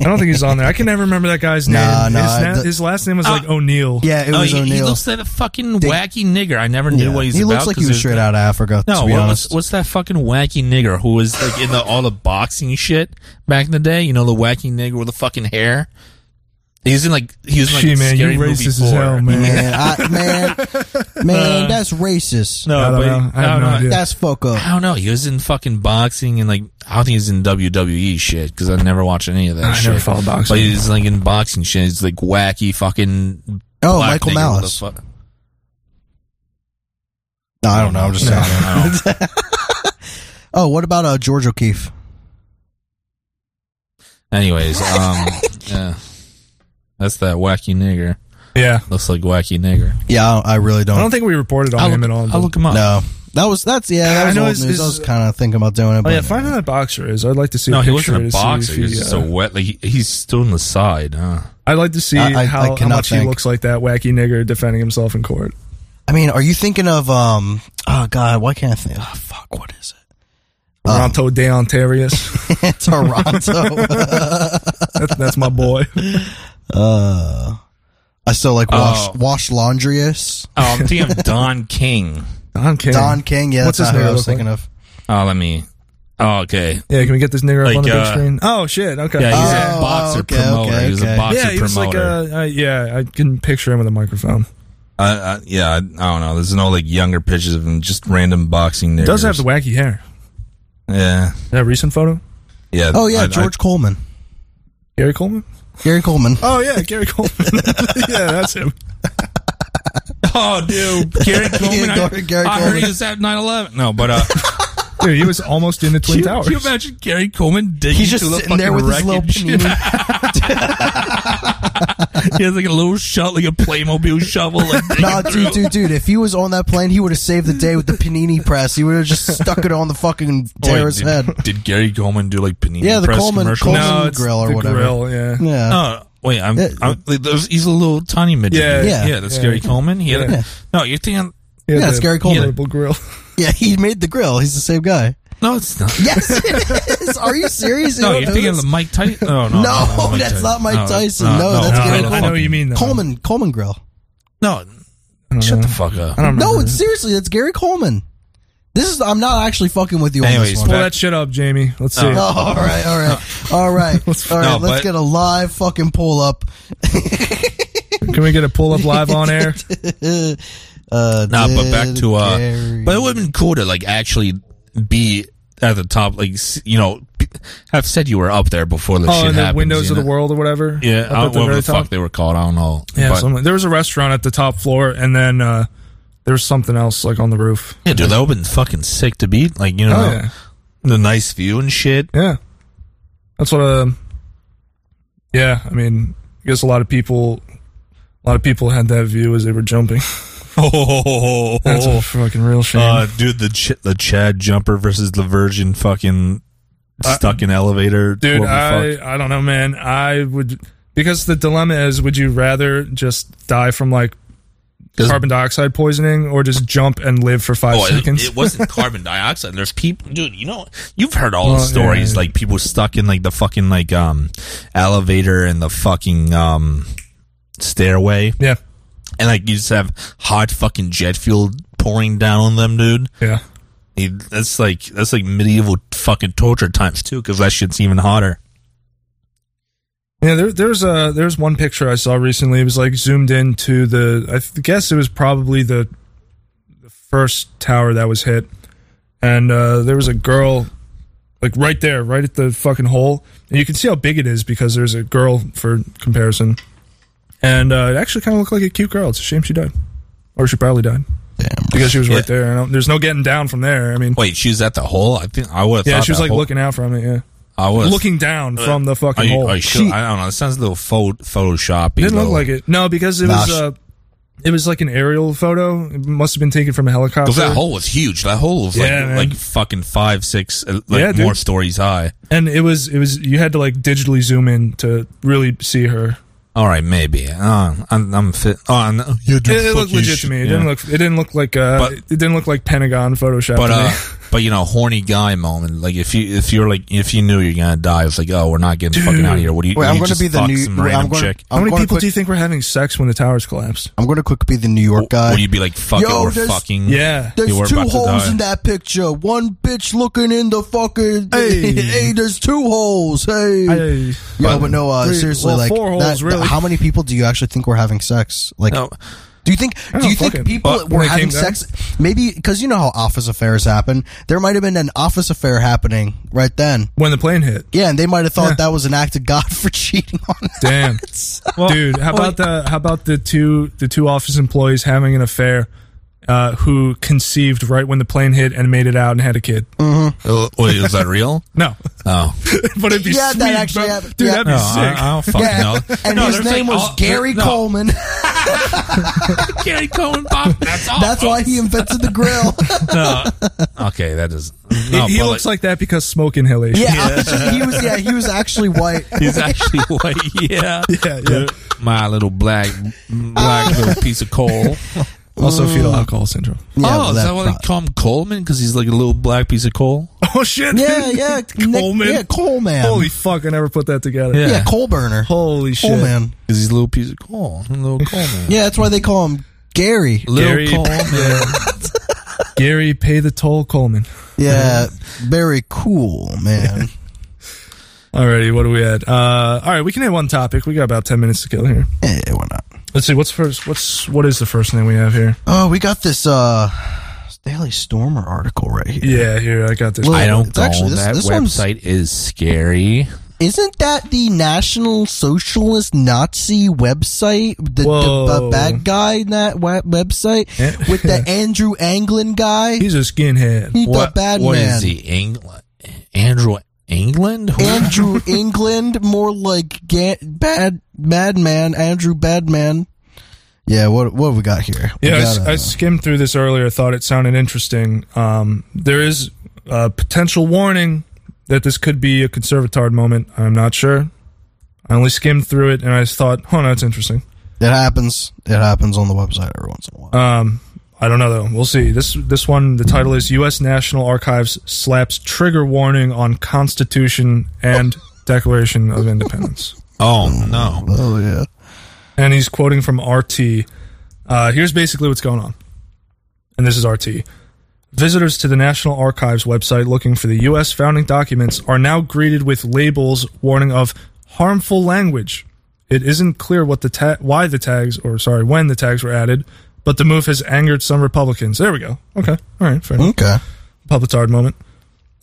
Speaker 1: I don't think he's on there. I can never remember that guy's name.
Speaker 8: Nah,
Speaker 1: his,
Speaker 8: nah,
Speaker 1: na-
Speaker 8: the-
Speaker 1: his last name was like
Speaker 4: Uh,
Speaker 1: O'Neill.
Speaker 8: yeah, it
Speaker 4: Oh,
Speaker 8: was
Speaker 4: he, he
Speaker 8: O'Neill.
Speaker 4: looks like a fucking wacky nigger. I never knew
Speaker 8: Yeah.
Speaker 4: what he's
Speaker 8: he
Speaker 4: about.
Speaker 8: looks like he
Speaker 4: 'cause
Speaker 8: was
Speaker 4: his-
Speaker 8: straight out of Africa.
Speaker 4: No,
Speaker 8: to be
Speaker 4: what
Speaker 8: honest,
Speaker 4: was, what's that fucking wacky nigger who was like in the all the boxing shit back in the day? You know the wacky nigger with the fucking hair. He's in like he was in like
Speaker 1: Shit, man, you
Speaker 4: scary movie
Speaker 1: racist as
Speaker 4: four.
Speaker 1: hell, man.
Speaker 8: Man, I, man, man, that's racist.
Speaker 4: Uh, No,
Speaker 1: I don't
Speaker 4: but
Speaker 1: know. I have no idea.
Speaker 8: That's fuck up.
Speaker 4: I don't know. He was in fucking boxing and like I don't think he's in WWE shit because I never watched any of that.
Speaker 1: I
Speaker 4: shit.
Speaker 1: never followed boxing.
Speaker 4: But he's like in boxing shit. He's like wacky fucking.
Speaker 8: Oh,
Speaker 4: black
Speaker 8: Michael
Speaker 4: nigga, what the
Speaker 8: Malice.
Speaker 4: fuck-
Speaker 8: No, I don't know. I'm just saying.
Speaker 4: I don't know.
Speaker 8: Oh, what about uh, George O'Keefe?
Speaker 4: Anyways, um, yeah, that's that wacky nigger.
Speaker 1: Yeah.
Speaker 4: Looks like wacky nigger.
Speaker 8: Yeah, I, I really don't.
Speaker 1: I don't think we reported on
Speaker 4: I'll
Speaker 1: him
Speaker 4: look,
Speaker 1: at all.
Speaker 4: I'll look him up.
Speaker 8: no, that was that's yeah.
Speaker 1: I
Speaker 8: That was
Speaker 1: know
Speaker 8: old
Speaker 1: his-
Speaker 8: news.
Speaker 1: his-
Speaker 8: I was kind of thinking about doing it.
Speaker 1: Oh
Speaker 8: But
Speaker 1: yeah, find out that boxer is. I'd like to see.
Speaker 4: No,
Speaker 1: a
Speaker 4: he
Speaker 1: picture
Speaker 4: wasn't
Speaker 1: to
Speaker 4: a
Speaker 1: see
Speaker 4: boxer.
Speaker 1: if
Speaker 4: He was just
Speaker 1: uh,
Speaker 4: so wet. Like he, he's still on the side, huh?
Speaker 1: I'd like to see
Speaker 8: I- I-
Speaker 1: how,
Speaker 8: I
Speaker 1: how
Speaker 8: cannot
Speaker 1: much he
Speaker 8: think.
Speaker 1: looks like that wacky nigger defending himself in court.
Speaker 8: I mean, are you thinking of um? Oh God, why can't I think? Oh fuck, what is Um,
Speaker 1: Ronto De Ontarius.
Speaker 8: it? Toronto.
Speaker 1: That- that's my boy.
Speaker 8: uh, I still like wash
Speaker 4: Oh.
Speaker 8: wash laundryus.
Speaker 4: Oh, I'm thinking of Don King.
Speaker 1: Don King.
Speaker 8: Don King. Yeah,
Speaker 1: What's
Speaker 8: that's
Speaker 1: his
Speaker 8: not who
Speaker 1: name
Speaker 8: I was
Speaker 1: look like?
Speaker 8: thinking of.
Speaker 4: Oh, let me. Oh, okay.
Speaker 1: Yeah, can we get this nigger up
Speaker 4: Like,
Speaker 1: on the big
Speaker 4: uh,
Speaker 1: screen? Oh shit. Okay. Uh,
Speaker 4: Yeah, he's
Speaker 8: Oh,
Speaker 4: a boxer
Speaker 8: okay,
Speaker 4: promoter.
Speaker 8: okay,
Speaker 4: he was
Speaker 8: okay.
Speaker 4: a boxer
Speaker 1: yeah, he was like,
Speaker 4: promoter.
Speaker 1: uh, uh, yeah, I can picture him with a microphone.
Speaker 4: I, I, yeah, I, I don't know. There's no like younger pictures of him, just random boxing. Niggers.
Speaker 1: Does have the wacky hair.
Speaker 4: yeah,
Speaker 1: That recent photo,
Speaker 4: yeah.
Speaker 8: Oh yeah,
Speaker 4: I- I-
Speaker 8: George Coleman,
Speaker 1: Gary Coleman.
Speaker 8: Gary Coleman.
Speaker 1: Oh yeah, Gary Coleman. yeah, that's him.
Speaker 4: oh, dude, Gary Coleman. I,
Speaker 8: Gary- Gary
Speaker 4: I heard
Speaker 8: Coleman.
Speaker 4: he was at 9/11. No, but uh,
Speaker 1: Dude, he was almost in the Twin
Speaker 4: can, you,
Speaker 1: Towers.
Speaker 4: can you imagine Gary Coleman digging
Speaker 8: He's just
Speaker 4: through the
Speaker 8: sitting there with his
Speaker 4: fucking
Speaker 8: little
Speaker 4: wreckage?
Speaker 8: panini.
Speaker 4: he has like a little shovel, like a Playmobil shovel. Like,
Speaker 8: Nah,
Speaker 4: digging
Speaker 8: dude,
Speaker 4: through.
Speaker 8: dude, dude. If he was on that plane, he would have saved the day with the panini press. He would have just stuck it on the fucking
Speaker 4: Oh, wait,
Speaker 8: terrorist's
Speaker 4: did,
Speaker 8: head.
Speaker 4: Did Gary Coleman do like panini
Speaker 8: Yeah, the
Speaker 4: press
Speaker 8: Coleman-
Speaker 4: commercials?
Speaker 8: Coleman-
Speaker 1: no, it's
Speaker 8: grill or
Speaker 1: the
Speaker 8: whatever.
Speaker 1: grill, Oh, yeah.
Speaker 8: Yeah.
Speaker 4: No, Uh, wait, I'm,
Speaker 8: Yeah.
Speaker 4: I'm like, those, he's a little tiny midget.
Speaker 1: Yeah.
Speaker 4: yeah,
Speaker 8: Yeah.
Speaker 4: that's Gary Coleman. He had a,
Speaker 8: Yeah.
Speaker 4: no, you're thinking.
Speaker 1: He had
Speaker 8: Yeah, it's
Speaker 1: the
Speaker 8: Gary Coleman.
Speaker 1: inflatable grill.
Speaker 8: Yeah, he made the grill. He's the same guy.
Speaker 4: No, it's not.
Speaker 8: Yes, it is. Are you serious? You
Speaker 4: No,
Speaker 8: don't
Speaker 4: you're
Speaker 8: know
Speaker 4: thinking
Speaker 8: this?
Speaker 4: of Mike Tyson. No,
Speaker 8: No,
Speaker 4: no, no,
Speaker 8: that's
Speaker 4: Tyson.
Speaker 8: not Mike Tyson. No,
Speaker 1: No,
Speaker 8: that's Gary
Speaker 1: I, I know
Speaker 4: fucking-
Speaker 1: what you mean though.
Speaker 8: Coleman Coleman Grill.
Speaker 4: No, shut the fuck up.
Speaker 1: I don't remember.
Speaker 8: No, it's seriously that's Gary Coleman. This is I'm not actually fucking with you
Speaker 4: Anyways,
Speaker 8: on this
Speaker 1: Pull
Speaker 8: one.
Speaker 1: that shit up, Jamie. Let's see.
Speaker 4: Oh.
Speaker 8: No, all right, all right, all right, all right.
Speaker 4: No,
Speaker 8: let's
Speaker 4: but-
Speaker 8: get a live fucking pull up.
Speaker 1: Can we get a pull up live on air?
Speaker 8: Uh,
Speaker 4: Nah, but back to uh,
Speaker 8: Gary-
Speaker 4: but it would have been cool to like actually be at the top, like s- you know, be- have said you were up there before the
Speaker 1: oh,
Speaker 4: shit
Speaker 1: and the
Speaker 4: happens,
Speaker 1: Windows
Speaker 4: you
Speaker 1: of the
Speaker 4: know?
Speaker 1: World or whatever.
Speaker 4: Yeah,
Speaker 1: Up
Speaker 4: I
Speaker 1: at
Speaker 4: don't,
Speaker 1: the
Speaker 4: whatever
Speaker 1: very
Speaker 4: the
Speaker 1: top.
Speaker 4: fuck they were called, I don't know.
Speaker 1: Yeah,
Speaker 4: but,
Speaker 1: something- there was a restaurant at the top floor, and then uh, there was something else like on the roof.
Speaker 4: yeah, dude, that would have been fucking sick to beat. Like you know,
Speaker 1: Oh, yeah.
Speaker 4: the nice view and shit.
Speaker 1: Yeah, that's what. Uh, yeah, I mean, I guess a lot of people, a lot of people had that view as they were jumping.
Speaker 4: Oh,
Speaker 1: That's a fucking real shame.
Speaker 4: uh, dude, the ch- the Chad jumper versus the Virgin fucking stuck in elevator.
Speaker 1: Dude,
Speaker 4: whoever fucked.
Speaker 1: I I don't know, man. I would because the dilemma is: would you rather just die from like
Speaker 4: Does-
Speaker 1: carbon dioxide poisoning, or just jump and live for five
Speaker 4: Oh, it,
Speaker 1: seconds?
Speaker 4: it wasn't carbon dioxide. There's people, dude. You know, you've heard all
Speaker 1: Well,
Speaker 4: the stories,
Speaker 1: yeah.
Speaker 4: like people stuck in like the fucking like um elevator and the fucking um stairway,
Speaker 1: yeah,
Speaker 4: and like you just have hot fucking jet fuel pouring down on them, dude.
Speaker 1: yeah.
Speaker 4: It- that's like that's like medieval fucking torture times too, because that shit's even hotter.
Speaker 1: Yeah, there, there's a there's one picture I saw recently. It was like zoomed into the. I th- guess it was probably the, the first tower that was hit, and uh, there was a girl, like right there, right at the fucking hole. And you can see how big it is because there's a girl for comparison, and uh, it actually kind of looked like a cute girl. It's a shame she died, or she probably died
Speaker 8: Damn.
Speaker 1: because she was
Speaker 4: Yeah.
Speaker 1: right there. I don't, there's no getting down from there. I mean,
Speaker 4: Wait, she was at the hole. I think I would.
Speaker 1: yeah, she was like looking out from it. Yeah,
Speaker 4: I was
Speaker 1: looking down from the
Speaker 4: Are
Speaker 1: fucking
Speaker 4: you,
Speaker 1: hole.
Speaker 4: are you sure? I don't know. It sounds a little pho- photoshoppy.
Speaker 1: It didn't
Speaker 4: though.
Speaker 1: look like it. No, because it
Speaker 8: Nah,
Speaker 1: was
Speaker 8: sh-
Speaker 1: uh, it was like an aerial photo. It must have been taken from a helicopter.
Speaker 4: Because that hole was huge. That hole was like,
Speaker 1: Yeah, man.
Speaker 4: like fucking five, six, uh, like
Speaker 1: Yeah, dude.
Speaker 4: more stories high.
Speaker 1: and it was it was you had to like digitally zoom in to really see her.
Speaker 4: All right, maybe. Uh, I'm, I'm fit. Oh, no. you do
Speaker 1: It, it
Speaker 4: fuck
Speaker 1: looked
Speaker 4: you
Speaker 1: legit
Speaker 4: sh-
Speaker 1: to me. It
Speaker 4: yeah.
Speaker 1: didn't look it didn't look like uh
Speaker 4: But-
Speaker 1: it didn't look like Pentagon Photoshop.
Speaker 4: But
Speaker 1: to me.
Speaker 4: uh, But you know, horny guy moment. Like if you if you're like if you knew you're gonna die, it's like oh we're not getting fucking out of here. What do you?
Speaker 8: Wait,
Speaker 4: you
Speaker 8: I'm going to
Speaker 4: just
Speaker 8: be the
Speaker 4: fuck
Speaker 8: new.
Speaker 4: some
Speaker 8: wait,
Speaker 4: random
Speaker 8: I'm gonna,
Speaker 4: chick.
Speaker 1: How
Speaker 8: I'm
Speaker 1: many
Speaker 8: gonna
Speaker 1: people
Speaker 8: quick,
Speaker 1: do you think were having sex when the towers collapsed?
Speaker 8: I'm going to quick be the New York guy.
Speaker 4: Would you be like fuck
Speaker 8: Yo,
Speaker 4: it, we're
Speaker 8: there's-
Speaker 4: fucking?
Speaker 1: Yeah.
Speaker 8: There's
Speaker 4: you were
Speaker 8: two
Speaker 4: about to
Speaker 8: holes
Speaker 4: die.
Speaker 8: in that picture. One bitch looking in the fucking. Hey, there's two holes. Hey.
Speaker 1: Hey.
Speaker 8: Yo, but no, uh,
Speaker 1: Three-
Speaker 8: seriously,
Speaker 1: well,
Speaker 8: like,
Speaker 1: four
Speaker 8: that-
Speaker 1: holes, really.
Speaker 8: how many people do you actually think were having sex? Like,
Speaker 4: No.
Speaker 8: do you think
Speaker 1: don't
Speaker 8: do you
Speaker 1: know,
Speaker 8: think
Speaker 1: fucking-
Speaker 8: people
Speaker 1: But
Speaker 8: were
Speaker 1: when it
Speaker 8: having
Speaker 1: came down-
Speaker 8: sex? Maybe because you know how office affairs happen. There might have been an office affair happening right then.
Speaker 1: When the plane hit.
Speaker 8: Yeah, and they might have thought that was an act of God for cheating on that.
Speaker 1: Damn. Dude, how about the how about the two the two office employees having an affair uh, who conceived right when the plane hit and made it out and had a kid?
Speaker 4: Uh, Wait, is that real?
Speaker 1: No.
Speaker 4: Oh,
Speaker 1: but it'd be
Speaker 8: Yeah, that
Speaker 1: sweet.
Speaker 8: actually
Speaker 1: bro.
Speaker 8: happened.
Speaker 1: Dude,
Speaker 8: Yeah.
Speaker 1: that'd be
Speaker 4: no,
Speaker 1: sick.
Speaker 4: I, I don't fucking know.
Speaker 8: and
Speaker 4: No,
Speaker 8: his
Speaker 4: there's
Speaker 8: name
Speaker 4: like-
Speaker 8: was
Speaker 4: oh,
Speaker 8: Gary
Speaker 4: no.
Speaker 8: Coleman.
Speaker 4: Gary Coleman, Bob. That's all.
Speaker 8: That's why he invented the grill.
Speaker 4: Okay, that is.
Speaker 1: He-
Speaker 4: No,
Speaker 1: he
Speaker 4: but,
Speaker 1: looks like that because smoke inhalation.
Speaker 8: yeah, I was just- he was. Yeah, he was actually white.
Speaker 4: He's actually white. Yeah.
Speaker 1: Yeah, yeah.
Speaker 4: My little black, black little piece of coal.
Speaker 1: Also, fetal
Speaker 8: Mm.
Speaker 1: alcohol syndrome.
Speaker 8: Yeah,
Speaker 4: oh, is
Speaker 8: that
Speaker 4: that what they
Speaker 8: pro-
Speaker 4: call him Coleman? Because he's like a little black piece of coal.
Speaker 1: Oh shit!
Speaker 8: Yeah, yeah, Nick-
Speaker 1: Coleman.
Speaker 8: yeah, Coleman.
Speaker 1: Holy fuck! I never put that together.
Speaker 4: Yeah.
Speaker 8: yeah, coal burner.
Speaker 1: Holy shit!
Speaker 8: Coleman.
Speaker 4: Because he's a little piece of coal. A little Coleman.
Speaker 8: Yeah, that's why they call him Gary.
Speaker 4: Little
Speaker 1: Gary-
Speaker 4: Coleman.
Speaker 1: Gary, pay the toll, Coleman.
Speaker 8: Yeah, very cool, man.
Speaker 1: Alrighty, what do we at? Uh, all right, we can hit one topic. We got about ten minutes to kill here.
Speaker 8: Eh, why not?
Speaker 1: Let's see. What's first? What's what is the first thing we have here?
Speaker 8: Oh, we got this uh Daily Stormer article right here.
Speaker 1: Yeah, here I got this.
Speaker 8: Well-
Speaker 4: I don't
Speaker 8: It's
Speaker 4: go
Speaker 8: actually-
Speaker 4: on
Speaker 8: this-
Speaker 4: that
Speaker 8: this one's-
Speaker 4: website is scary.
Speaker 8: Isn't that the National Socialist Nazi website? The, the b-
Speaker 1: Whoa.
Speaker 8: bad guy in that web- website
Speaker 1: Yeah.
Speaker 8: with the Andrew Anglin guy.
Speaker 1: He's a skinhead.
Speaker 8: He's the bad
Speaker 4: what
Speaker 8: man.
Speaker 4: is he? England? Andrew England? Who-
Speaker 8: Andrew England, more like ga- bad madman. Andrew Badman. Yeah, what what have we got here? We
Speaker 1: Yeah, I,
Speaker 8: got,
Speaker 1: s-
Speaker 8: uh,
Speaker 1: I skimmed through this earlier. Thought it sounded interesting. Um, there is a potential warning that this could be a conservatard moment. I'm not sure. I only skimmed through it and I just thought, oh, no, that's interesting.
Speaker 8: It happens. It happens on the website every once in a while.
Speaker 1: Um, I don't know though. We'll see. This this one. The title is U.S. National Archives slaps trigger warning on Constitution and Declaration of Independence.
Speaker 4: Oh, no.
Speaker 8: oh yeah.
Speaker 1: And he's quoting from RT. Uh, here's basically what's going on. And this is RT. Visitors to the National Archives website looking for the U.S. founding documents are now greeted with labels warning of harmful language. It isn't clear what the ta- why the tags, or sorry, when the tags were added, but the move has angered some Republicans. There we go. Okay. All right. Fair enough.
Speaker 8: Okay.
Speaker 1: Puppetard moment.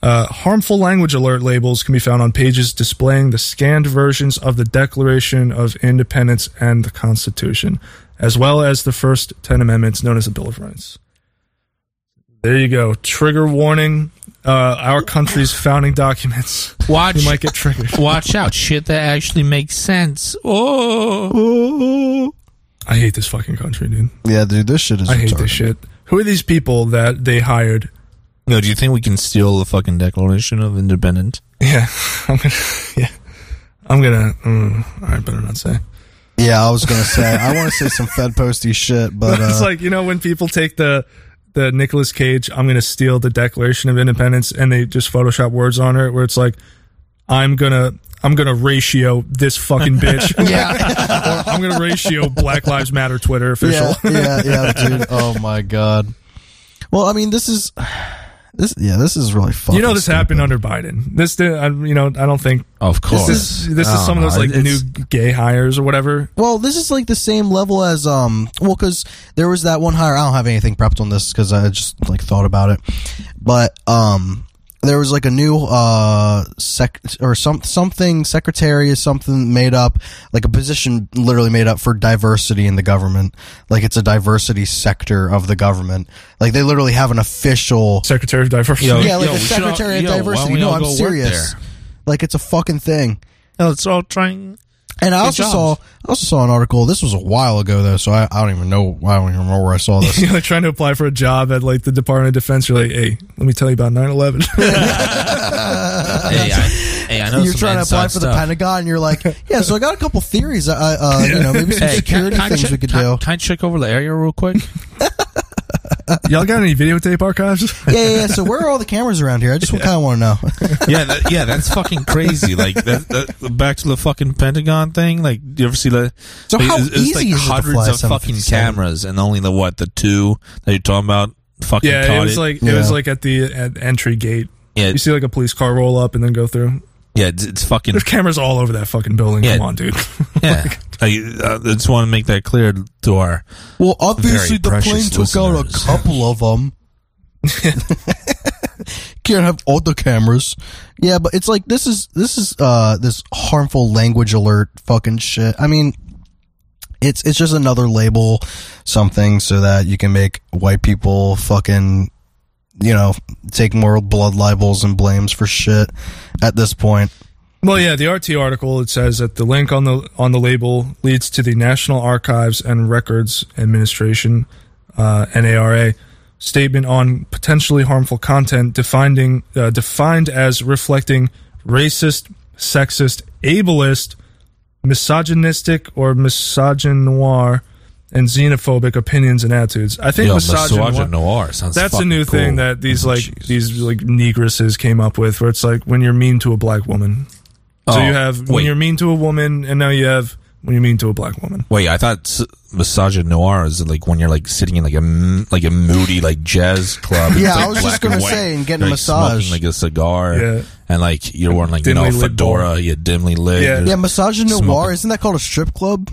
Speaker 1: Uh, harmful language alert labels can be found on pages displaying the scanned versions of the Declaration of Independence and the Constitution, as well as the first 10 amendments known as the Bill of Rights. There you go. Trigger warning. Uh, our country's founding documents.
Speaker 4: Watch.
Speaker 1: You might get triggered.
Speaker 4: Watch out. Shit that actually makes sense. Oh.
Speaker 1: I hate this fucking country, dude.
Speaker 8: Yeah, dude, this shit is.
Speaker 1: I hate
Speaker 8: retarded.
Speaker 1: this shit. Who are these people that they hired?
Speaker 4: Yo, do you think we can steal the fucking Declaration of Independence?
Speaker 1: Yeah. I'm gonna, yeah. I'm gonna, mm, I better not say.
Speaker 8: Yeah, I was gonna say. I want to say some Fed posty shit, but uh,
Speaker 1: it's like you know when people take the the Nicolas Cage, I'm gonna steal the Declaration of Independence, and they just Photoshop words on it where it's like, I'm gonna I'm gonna ratio this fucking bitch. yeah, or I'm gonna ratio Black Lives Matter Twitter official.
Speaker 8: yeah, yeah, yeah, dude. Oh my god. Well, I mean, this is this. Yeah, this is really fucking.
Speaker 1: You know this
Speaker 8: stupid.
Speaker 1: happened under Biden. This, did, I, you know, I don't think
Speaker 4: Of course.
Speaker 1: this is this is some of those like new gay hires or whatever.
Speaker 8: Well, this is like the same level as um. Well, because there was that one hire. I don't have anything prepped on this because I just like thought about it, but um, there was like a new uh sec or some something secretary is something made up like a position literally made up for diversity in the government. Like it's a diversity sector of the government. Like they literally have an official
Speaker 1: Secretary of Diversity.
Speaker 4: Yo,
Speaker 8: yeah, like
Speaker 4: yo,
Speaker 8: the
Speaker 4: we should all-
Speaker 8: secretary of
Speaker 4: yo, why
Speaker 8: diversity.
Speaker 4: don't we
Speaker 8: No,
Speaker 4: all
Speaker 8: I'm
Speaker 4: go work
Speaker 8: serious.
Speaker 4: there?
Speaker 8: Like it's a fucking thing.
Speaker 4: No, Oh, it's all trying.
Speaker 8: And I also
Speaker 4: jobs.
Speaker 8: saw I also saw an article. This was a while ago though, so I, I don't even know. I don't even remember where I saw this.
Speaker 1: You're like trying to apply for a job at like the Department of Defense. You're like, hey, let me tell you about 9/11.
Speaker 4: Hey, I, hey, I know
Speaker 8: You're
Speaker 4: some
Speaker 8: trying to
Speaker 4: inside
Speaker 8: apply for the
Speaker 4: stuff.
Speaker 8: Pentagon, and you're like, yeah. So I got a couple theories. I, I, uh, you know, maybe some
Speaker 4: Hey,
Speaker 8: security
Speaker 4: can I
Speaker 8: things
Speaker 4: check-
Speaker 8: we could
Speaker 4: can I-
Speaker 8: do.
Speaker 4: Can I check over the area real quick?
Speaker 1: Y'all got any videotape archives?
Speaker 8: yeah, yeah, yeah. So where are all the cameras around here? I just kind of want to know.
Speaker 4: yeah, that, yeah, that's fucking crazy. Like that, that, back to the fucking Pentagon thing. Like you ever see the?
Speaker 8: So
Speaker 4: like,
Speaker 8: how
Speaker 4: it's- it's
Speaker 8: easy
Speaker 4: like
Speaker 8: is it to
Speaker 4: hundreds
Speaker 8: fly
Speaker 4: of fucking
Speaker 8: 757?
Speaker 4: cameras and only the what the two that you're talking about? Fucking
Speaker 1: yeah,
Speaker 4: caught
Speaker 1: it was like it was
Speaker 8: Yeah.
Speaker 1: like at the at entry gate.
Speaker 4: yeah,
Speaker 1: You see like a police car roll up and then go through.
Speaker 4: yeah, it's, it's fucking
Speaker 1: There's cameras all over that fucking building.
Speaker 4: Yeah.
Speaker 1: Come on, dude.
Speaker 4: yeah. I, I just want to make that clear to our
Speaker 8: well,
Speaker 4: Very
Speaker 8: obviously the plane
Speaker 4: precious
Speaker 8: took out a
Speaker 4: listeners.
Speaker 8: couple of them. Can't have all the cameras. Yeah, but it's like this is this is uh this harmful language alert fucking shit. I mean, it's it's just another label something so that you can make white people fucking you know take moral blood libels and blames for shit at this point.
Speaker 1: Well, yeah, the RT article it says that the link on the on the label leads to the National Archives and Records Administration uh, (NARA) statement on potentially harmful content, defining uh, defined as reflecting racist, sexist, ableist, misogynistic or misogynoir, and xenophobic opinions and attitudes. I think
Speaker 4: Yo,
Speaker 1: misogynoir.
Speaker 4: misogynoir. Sounds
Speaker 1: That's a
Speaker 4: fucking
Speaker 1: new thing
Speaker 4: cool.
Speaker 1: that these
Speaker 4: Oh,
Speaker 1: like
Speaker 4: jeez.
Speaker 1: these like negresses came up with, where it's like when you're mean to a black woman. So
Speaker 4: Oh,
Speaker 1: you have when
Speaker 4: wait.
Speaker 1: you're mean to a woman, and now you have when you're mean to a black woman.
Speaker 4: Wait, I thought s- misogynoir is like when you're like sitting in like a m- like a moody like jazz club. and
Speaker 8: Yeah,
Speaker 4: it's,
Speaker 8: I
Speaker 4: like,
Speaker 8: was just
Speaker 4: black
Speaker 8: gonna
Speaker 4: white.
Speaker 8: say, and getting a
Speaker 4: You're, like, smoking,
Speaker 8: massage.
Speaker 4: like a cigar,
Speaker 1: Yeah.
Speaker 4: and like you're wearing like you know a
Speaker 1: Dimly lit
Speaker 4: fedora, you're dimly lit.
Speaker 1: Yeah.
Speaker 4: You're-
Speaker 8: Yeah, Massage Noir,
Speaker 4: Smoking.
Speaker 8: isn't that called a strip club?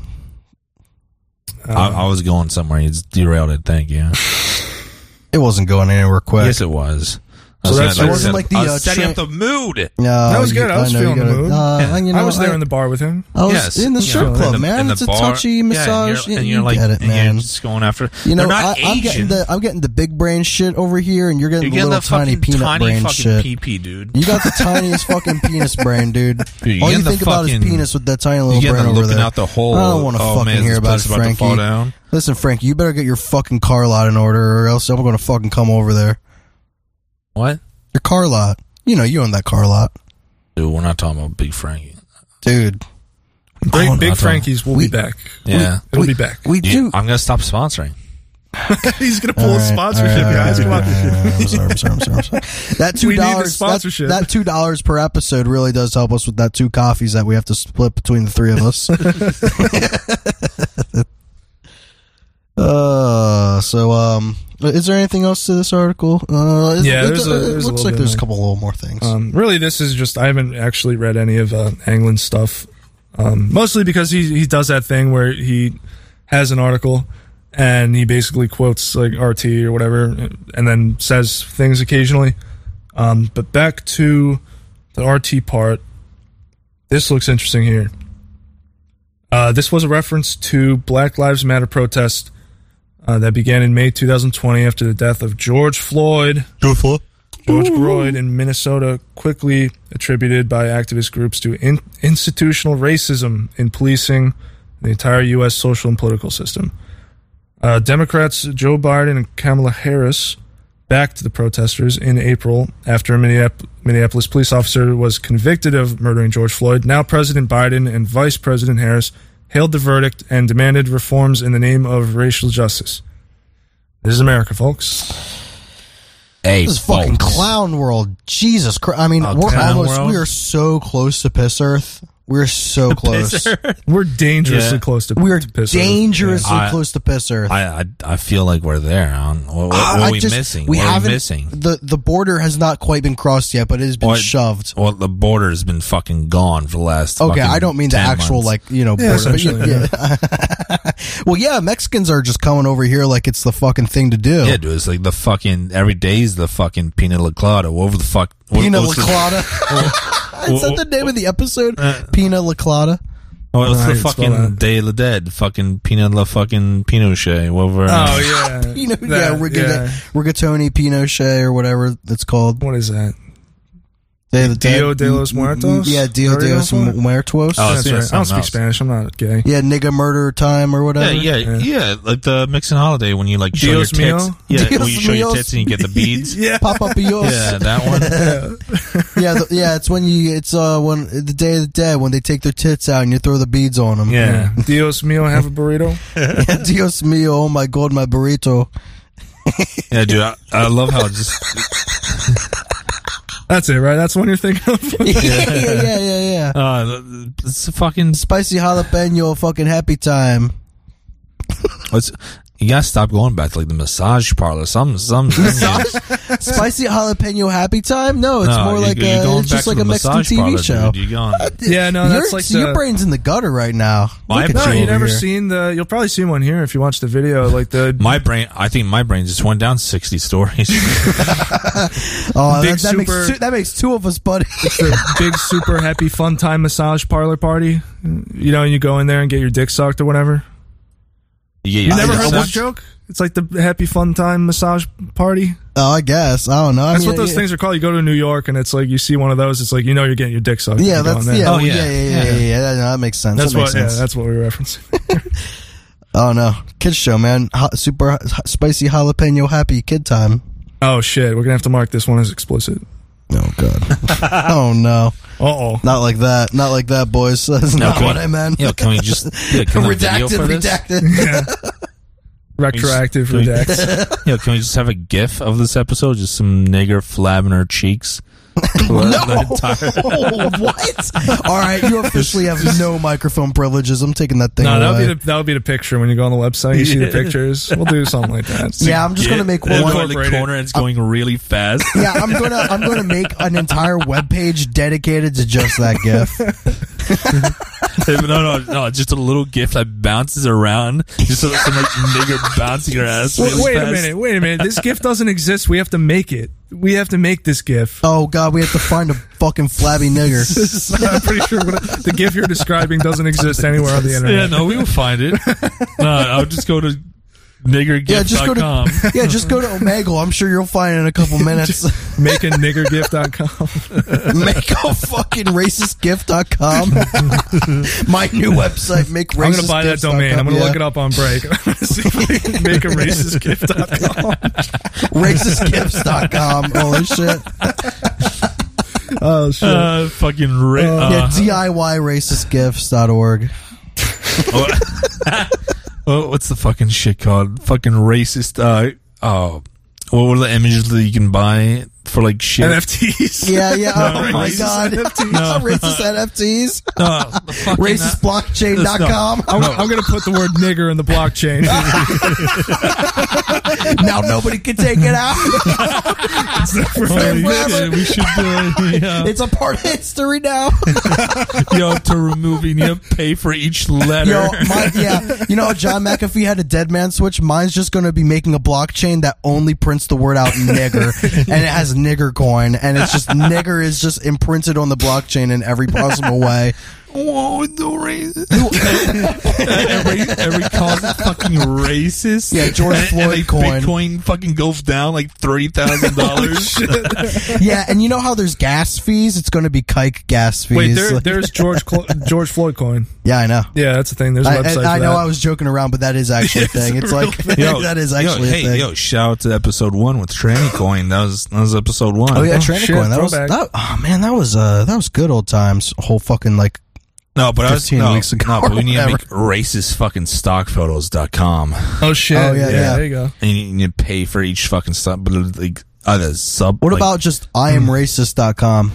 Speaker 4: I, I was going somewhere. You just derailed it. Thank you.
Speaker 8: It wasn't going anywhere quick.
Speaker 4: yes, it was. I
Speaker 1: So
Speaker 4: was
Speaker 1: that's-
Speaker 4: gonna-
Speaker 1: it
Speaker 4: I
Speaker 1: wasn't
Speaker 4: was
Speaker 8: like the,
Speaker 4: I was
Speaker 8: uh,
Speaker 4: setting up
Speaker 8: tra-
Speaker 4: the mood.
Speaker 8: No,
Speaker 1: That was
Speaker 8: you-
Speaker 1: good. I was
Speaker 8: know you
Speaker 1: feeling the
Speaker 8: gotta-
Speaker 1: mood.
Speaker 8: uh, you
Speaker 1: I
Speaker 8: know,
Speaker 1: was there
Speaker 8: I-
Speaker 1: in the bar with him.
Speaker 8: I was
Speaker 4: Yes.
Speaker 8: Oh, in the strip
Speaker 4: Yeah.
Speaker 8: club,
Speaker 4: In the-
Speaker 8: man.
Speaker 4: in the
Speaker 8: it's a
Speaker 4: bar.
Speaker 8: touchy
Speaker 4: Yeah, and
Speaker 8: massage.
Speaker 4: you're- and
Speaker 8: you
Speaker 4: you're like,
Speaker 8: get it,
Speaker 4: and you're
Speaker 8: man.
Speaker 4: just going after.
Speaker 8: You know,
Speaker 4: They're not
Speaker 8: I, I'm
Speaker 4: Asian.
Speaker 8: getting the I'm getting the big brain shit over here, and you're getting
Speaker 4: you're
Speaker 8: the
Speaker 4: getting
Speaker 8: little
Speaker 4: the
Speaker 8: tiny
Speaker 4: fucking
Speaker 8: peanut
Speaker 4: tiny
Speaker 8: brain
Speaker 4: fucking
Speaker 8: shit.
Speaker 4: PP, dude.
Speaker 8: You got the tiniest fucking penis brain, dude.
Speaker 4: Dude, you
Speaker 8: All you
Speaker 4: getting the
Speaker 8: think about is
Speaker 4: fucking-
Speaker 8: penis with that tiny little
Speaker 4: You're
Speaker 8: brain
Speaker 4: getting
Speaker 8: over
Speaker 4: looking
Speaker 8: there.
Speaker 4: out the hole.
Speaker 8: I don't want to
Speaker 4: Oh,
Speaker 8: fucking
Speaker 4: man,
Speaker 8: hear
Speaker 4: this
Speaker 8: about
Speaker 4: place
Speaker 8: it,
Speaker 4: about to
Speaker 8: Frankie.
Speaker 4: fall down.
Speaker 8: Listen, Frankie, you better get your fucking car lot in order, or else I'm going to fucking come over there.
Speaker 4: What?
Speaker 8: Your car lot. You know, you own that car lot,
Speaker 4: Dude, we're not talking about Big Frankie.
Speaker 8: dude.
Speaker 1: Big,
Speaker 4: Oh,
Speaker 1: Big
Speaker 4: not
Speaker 1: Frankie's will
Speaker 8: We-
Speaker 1: be back.
Speaker 4: Yeah.
Speaker 1: It'll be back.
Speaker 8: We
Speaker 4: Yeah,
Speaker 8: do.
Speaker 4: I'm gonna stop sponsoring.
Speaker 1: He's gonna pull a sponsorship, guys. Come on.
Speaker 8: I'm sorry, I'm sorry, I'm sorry, I'm sorry. That
Speaker 1: We
Speaker 8: two
Speaker 1: need the
Speaker 8: dollars, that,
Speaker 1: sponsorship.
Speaker 8: that two dollars per episode really does help us with that two coffees that we have to split between the three of us. uh, so um, is there anything else to this article? Uh, is-
Speaker 1: Yeah,
Speaker 8: it,
Speaker 1: there's a-
Speaker 8: it
Speaker 1: there's a
Speaker 8: looks
Speaker 1: little
Speaker 8: like
Speaker 1: bit
Speaker 8: there's
Speaker 1: in
Speaker 8: a couple little more things.
Speaker 1: Um, really, this is just I haven't actually read any of uh, Anglin's stuff, um, mostly because he he does that thing where he has an article and he basically quotes like RT or whatever, and then says things occasionally. Um, but back to the RT part, this looks interesting here. Uh, this was a reference to Black Lives Matter protest uh, that began in May 2020 after the death of George Floyd. George Floyd in Minnesota quickly attributed by activist groups to in- institutional racism in policing the entire U.S. social and political system. Uh, Democrats Joe Biden and Kamala Harris backed the protesters in April after a Minneap- Minneapolis police officer was convicted of murdering George Floyd. Now, President Biden and Vice President Harris hailed the verdict and demanded reforms in the name of racial justice. This is America, folks.
Speaker 4: Hey,
Speaker 8: this is fucking clown world. Jesus Christ! I mean,
Speaker 4: Oh,
Speaker 8: we're
Speaker 4: clown
Speaker 8: almost
Speaker 4: world?
Speaker 8: we are so close to piss earth. We're so close.
Speaker 1: We're dangerously
Speaker 4: Yeah.
Speaker 1: close to
Speaker 8: We're
Speaker 1: to piss Earth.
Speaker 8: dangerously
Speaker 4: Yeah. I-
Speaker 8: close to piss earth.
Speaker 4: I, I I feel like we're there. I don't- What, what,
Speaker 8: I-
Speaker 4: what
Speaker 8: I
Speaker 4: are we
Speaker 8: just-
Speaker 4: missing? what are we
Speaker 8: haven't-
Speaker 4: missing?
Speaker 8: The the border has not quite been crossed yet, but it has been
Speaker 4: What-
Speaker 8: shoved.
Speaker 4: Well, the border has been fucking gone for the last.
Speaker 8: Okay,
Speaker 4: fucking
Speaker 8: I don't mean the
Speaker 4: 10
Speaker 8: actual
Speaker 4: months.
Speaker 8: like you know border. but you-
Speaker 1: essentially,
Speaker 8: yeah. well, yeah, Mexicans are just coming over here like it's the fucking thing to do.
Speaker 4: Yeah, dude, it's like the fucking every day's the fucking pina colada. Whatever the fuck. What,
Speaker 8: Pina
Speaker 4: what's the-
Speaker 8: Laclada. Is that the name of the episode?
Speaker 4: Uh,
Speaker 8: Pina Laclada.
Speaker 4: What's
Speaker 1: I
Speaker 4: Oh, the
Speaker 1: didn't spell
Speaker 4: fucking
Speaker 1: that.
Speaker 4: Day of the Dead? Fucking Pina La fucking Pinochet. Whatever.
Speaker 1: Oh yeah,
Speaker 8: Pino, yeah,
Speaker 1: That-
Speaker 8: Rigat- rigatoni Pinochet or whatever it's called.
Speaker 1: What is that?
Speaker 8: Day of the Dead.
Speaker 1: Dio de los Muertos?
Speaker 8: Yeah, Dio de
Speaker 1: There you
Speaker 8: los
Speaker 1: go.
Speaker 8: Muertos.
Speaker 4: Oh,
Speaker 1: That's
Speaker 4: yeah,
Speaker 1: right. I don't
Speaker 4: something
Speaker 1: speak
Speaker 4: else.
Speaker 1: Spanish. I'm not gay.
Speaker 8: yeah, nigga murder time or
Speaker 4: Yeah,
Speaker 8: whatever.
Speaker 4: yeah, yeah, Like the Mexican holiday when you like show
Speaker 1: Dios
Speaker 4: your tits.
Speaker 1: mío?
Speaker 4: Yeah,
Speaker 8: Dios
Speaker 4: when you show
Speaker 8: míos.
Speaker 4: your tits and you get the beads. yeah,
Speaker 8: Papa Bios.
Speaker 4: that one.
Speaker 8: yeah, the, yeah. It's when you. It's uh when the Day of the Dead when they take their tits out and you throw the beads on them.
Speaker 1: Dios mío, have a burrito.
Speaker 8: Dios mío, oh my god, my burrito.
Speaker 4: Yeah, dude, I, I love how it just
Speaker 1: That's it, right? That's the one you're thinking of.
Speaker 8: yeah, yeah, yeah, yeah.
Speaker 4: uh, it's a fucking.
Speaker 8: Spicy jalapeno, fucking happy time.
Speaker 4: It's, you gotta stop going back to like the massage parlor. Some some massage.
Speaker 8: Spicy jalapeno happy time? No, it's more like a, it's just like a Mexican TV show.
Speaker 4: Dude, you're going,
Speaker 1: yeah, no,
Speaker 8: your,
Speaker 1: that's like
Speaker 8: so your
Speaker 1: the-
Speaker 8: brain's in the gutter right now.
Speaker 4: My
Speaker 8: Look at
Speaker 4: brain-
Speaker 1: No,
Speaker 4: Over
Speaker 1: you never
Speaker 8: here.
Speaker 1: seen the. You'll probably see one here if you watch the video. Like the
Speaker 4: my brain, I think my brain just went down sixty stories.
Speaker 8: Oh,
Speaker 1: Big
Speaker 8: that, that makes
Speaker 1: super-
Speaker 8: two, that makes two of us, buddy.
Speaker 1: the big super happy fun time massage parlor party. You know, and you go in there and get your dick sucked or whatever.
Speaker 4: you
Speaker 1: You never heard that
Speaker 4: that
Speaker 1: joke? It's like the happy fun time massage party.
Speaker 8: oh, I guess I don't know. I
Speaker 1: That's
Speaker 8: mean,
Speaker 1: what those
Speaker 8: yeah,
Speaker 1: things are called. You go to New York and it's like you see one of those. It's like you know you're getting your dick sucked.
Speaker 8: Yeah,
Speaker 1: You go
Speaker 8: that's
Speaker 1: in there.
Speaker 8: yeah,
Speaker 4: Oh,
Speaker 8: well, yeah,
Speaker 4: yeah.
Speaker 8: yeah, yeah, yeah, yeah, that- no, that makes sense.
Speaker 1: That's
Speaker 8: that
Speaker 1: what.
Speaker 8: makes
Speaker 1: Yeah,
Speaker 8: sense.
Speaker 1: that's what we reference.
Speaker 8: oh no, kids show, man, Hot, super hot, spicy jalapeno happy kid time.
Speaker 1: oh shit, we're gonna have to mark this one as explicit.
Speaker 8: Oh god. oh no,
Speaker 1: Uh oh.
Speaker 8: not like that, not like that, boys. That's not what I meant.
Speaker 4: Yo, can we just yo, can we video
Speaker 8: redacted,
Speaker 4: for this?
Speaker 8: redacted.
Speaker 1: Retroactive
Speaker 4: Can we just-
Speaker 1: redacts.
Speaker 4: Yo, can we just have a GIF of this episode? Just some nigger flabbing her cheeks. no.
Speaker 8: oh, what? All right, you officially have no microphone privileges. I'm taking that thing
Speaker 1: No, that
Speaker 8: away.
Speaker 1: would be the that would be the picture when you go on the website. You see the pictures. We'll do something like that.
Speaker 8: yeah, I'm just gonna make one.
Speaker 4: in the corner. It's going really fast.
Speaker 8: yeah, I'm gonna I'm gonna make an entire web page dedicated to just that gif.
Speaker 4: no, no, no. Just a little GIF that bounces around. Just some, some like nigger bouncing her ass.
Speaker 1: Wait,
Speaker 4: really
Speaker 1: wait a
Speaker 4: fast.
Speaker 1: minute. Wait a minute. This gift doesn't exist. We have to make it. We have to make this gift.
Speaker 8: Oh god, we have to find a fucking flabby nigger.
Speaker 1: I'm pretty sure what, the gift you're describing doesn't exist anywhere on the
Speaker 4: Yeah,
Speaker 1: internet.
Speaker 4: no, we will find it. no, I'll just go to
Speaker 8: Yeah, just go
Speaker 4: niggergift.com.
Speaker 8: to yeah, just go to Omegle. I'm sure you'll find it in a couple minutes.
Speaker 1: Make a niggergift.com.
Speaker 8: make a fucking racistgift.com. My new website, make racist.
Speaker 1: I'm going to buy that domain. I'm going to look it up on break. See if I can make a racist gift.com.
Speaker 8: Racistgifts.com. Holy shit.
Speaker 1: Oh, shit.
Speaker 4: Uh, fucking ri-
Speaker 8: Yeah,
Speaker 1: Uh-huh.
Speaker 4: uh,
Speaker 8: DIYracistgifts.org.
Speaker 4: uh, oh, what's the fucking shit called? Fucking racist. Uh, oh, what were the images that you can buy for like shit?
Speaker 1: NFTs.
Speaker 8: Yeah, yeah. Oh my
Speaker 1: racist
Speaker 8: god. Racist NFTs.
Speaker 4: No, the fucking-
Speaker 8: racistblockchain.com.
Speaker 1: I'm, I'm going to put the word nigger in the blockchain.
Speaker 8: now nobody can take it out.
Speaker 4: Holy
Speaker 8: forever.
Speaker 4: shit, Oh, we should do it. Yeah.
Speaker 8: It's a part of history now.
Speaker 4: Yo, to remove, you need to pay for each letter.
Speaker 8: Yo, my, yeah. You know, how John McAfee had a dead man switch. Mine's just going to be making a blockchain that only prints the word out nigger, and it has nigger coin, and it's just nigger is just imprinted on the blockchain in every possible way.
Speaker 4: Whoa, no racist. every every cause is fucking racist.
Speaker 8: Yeah, George
Speaker 4: And-
Speaker 8: Floyd
Speaker 4: and like
Speaker 8: coin.
Speaker 4: Bitcoin fucking goes down like thirty thousand dollars.
Speaker 8: Oh, Yeah, and you know how there's gas fees? It's going to be kike gas fees.
Speaker 1: Wait, there,
Speaker 8: Like-
Speaker 1: there's George Clo- George Floyd coin.
Speaker 8: yeah, I know.
Speaker 1: Yeah, that's the thing. There's a
Speaker 8: I,
Speaker 1: website.
Speaker 8: and I
Speaker 1: for
Speaker 8: know
Speaker 1: that.
Speaker 8: I was joking around, but that is actually a thing. It's like that is actually
Speaker 4: yo,
Speaker 8: a thing.
Speaker 4: hey, yo, shout out to episode one with Tranny Coin. That was that was episode one.
Speaker 8: Oh yeah,
Speaker 1: Oh,
Speaker 8: Tranicorn.
Speaker 1: shit,
Speaker 8: that was
Speaker 1: throwback.
Speaker 8: that, oh man, that was uh that was good old times. Whole fucking like
Speaker 4: no, but I was
Speaker 8: 15
Speaker 4: no,
Speaker 8: weeks ago
Speaker 4: no, but we need to
Speaker 8: or
Speaker 4: make racist fucking stockphotos.com.
Speaker 1: Oh shit!
Speaker 8: Oh, yeah, yeah.
Speaker 1: There you go.
Speaker 4: and you need to pay for each fucking stuff. But like other sub.
Speaker 8: what
Speaker 4: like,
Speaker 8: about just IamRacist.com?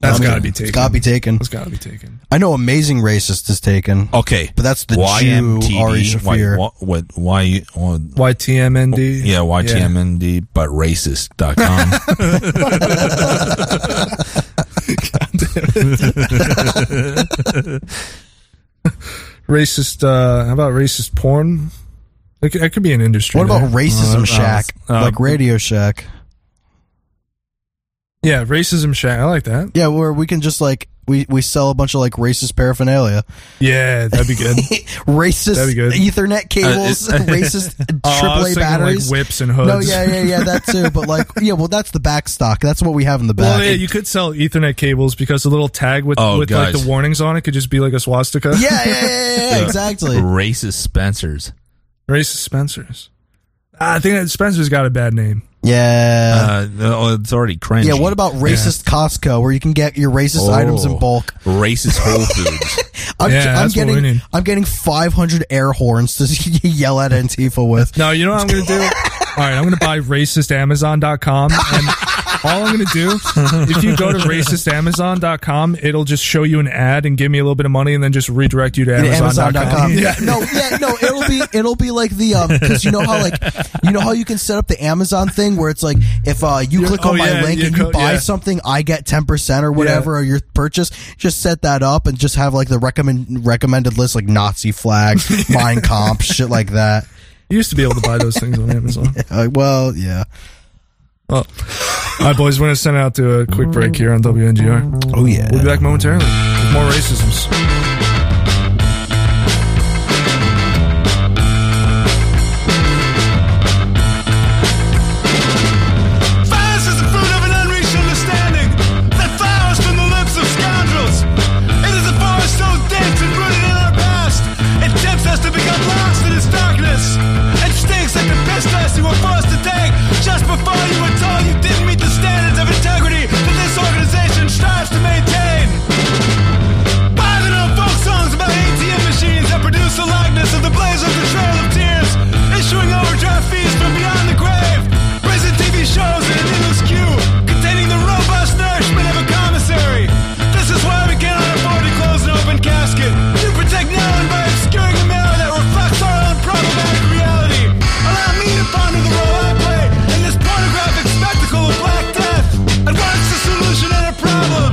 Speaker 1: That's
Speaker 8: Um,
Speaker 1: got to be
Speaker 8: it's
Speaker 1: taken.
Speaker 8: Gotta be taken.
Speaker 1: That's Oh, got to be taken.
Speaker 8: I know Amazing Racist is taken.
Speaker 4: okay?
Speaker 8: But that's the Jew, Ari
Speaker 4: YMTD.
Speaker 8: Shaffir.
Speaker 4: Why, what? Why? you- What,
Speaker 1: YTMND.
Speaker 4: yeah, YTMND, but racist.com.
Speaker 1: Racist. Uh, how about racist porn? That could, that could be an industry.
Speaker 8: What about
Speaker 1: there.
Speaker 8: Racism
Speaker 4: Uh,
Speaker 8: Shack?
Speaker 4: uh,
Speaker 8: like Radio Shack.
Speaker 1: yeah, racism shack. I like that.
Speaker 8: Yeah, where we can just like we, we sell a bunch of like racist paraphernalia.
Speaker 1: Yeah, that'd be good.
Speaker 8: racist
Speaker 1: That'd be good.
Speaker 8: Ethernet cables,
Speaker 4: Uh,
Speaker 8: racist
Speaker 1: Oh, I was
Speaker 8: AAA
Speaker 1: thinking,
Speaker 8: batteries.
Speaker 1: like whips and hoods.
Speaker 8: no, yeah, yeah, yeah, that too. But like, yeah, well, that's the back stock. That's what we have in the back.
Speaker 1: Well, yeah, you could sell Ethernet cables because the little tag with
Speaker 4: Oh,
Speaker 1: with like
Speaker 4: guys.
Speaker 1: the warnings on it could just be like a swastika.
Speaker 8: yeah, yeah, yeah, yeah, yeah, exactly.
Speaker 4: racist Spencers.
Speaker 1: Racist Spencers. I think that Spencer's got a bad name.
Speaker 8: Yeah.
Speaker 4: Uh, oh, it's already cringe.
Speaker 8: Yeah, what about racist Costco where you can get your racist
Speaker 4: Oh,
Speaker 8: items in bulk?
Speaker 4: Racist Whole Foods.
Speaker 8: I'm,
Speaker 1: Yeah,
Speaker 8: I'm
Speaker 1: that's what we
Speaker 8: getting
Speaker 1: need.
Speaker 8: I'm getting 500 air horns to yell at Antifa with.
Speaker 1: No, you know what I'm gonna do? all right, I'm going to buy racistamazon.com. And all I'm going to do, if you go to racistamazon.com, it'll just show you an ad and give me a little bit of money and then just redirect you to amazon.com.
Speaker 2: Amazon.com. Yeah. No, yeah, no, it'll be it'll be like the um because you know how like you know how you can set up the Amazon thing where it's like if uh you click
Speaker 1: oh,
Speaker 2: on my
Speaker 1: yeah,
Speaker 2: link
Speaker 1: your
Speaker 2: and you
Speaker 1: code,
Speaker 2: buy
Speaker 1: yeah.
Speaker 2: something, I get ten percent or whatever or your purchase. Just set that up and just have like the recommend recommended list like Nazi flag, Mein Comp, shit like that.
Speaker 1: You used to be able to buy those things on Amazon.
Speaker 2: Uh, well, yeah.
Speaker 1: Well, all right, boys, we're going to send out to a quick break here on WNGR.
Speaker 2: Oh yeah.
Speaker 1: We'll be back momentarily with more racisms.
Speaker 9: Violence is the fruit of an unreached understanding that flowers from the lips of scoundrels. It is a forest so dense and rooted in our past. It tempts us to become lost in its darkness. It stinks at the piss test you were forced to take just before you were told you didn't meet the standards of integrity that this organization strives to maintain. Bilingual oh folk songs about ATM machines that produce the likeness of the blaze of the Trail of Tears, issuing overdraft fees from beyond the grave, prison TV shows in an endless queue, containing the robust nourishment of a commissary. This is why we cannot afford to close an open casket. You protect no one by obscuring a mirror that reflects our own problematic reality. Allow me to ponder the role I play in this pornographic spectacle of black death. And what's the solution and a problem?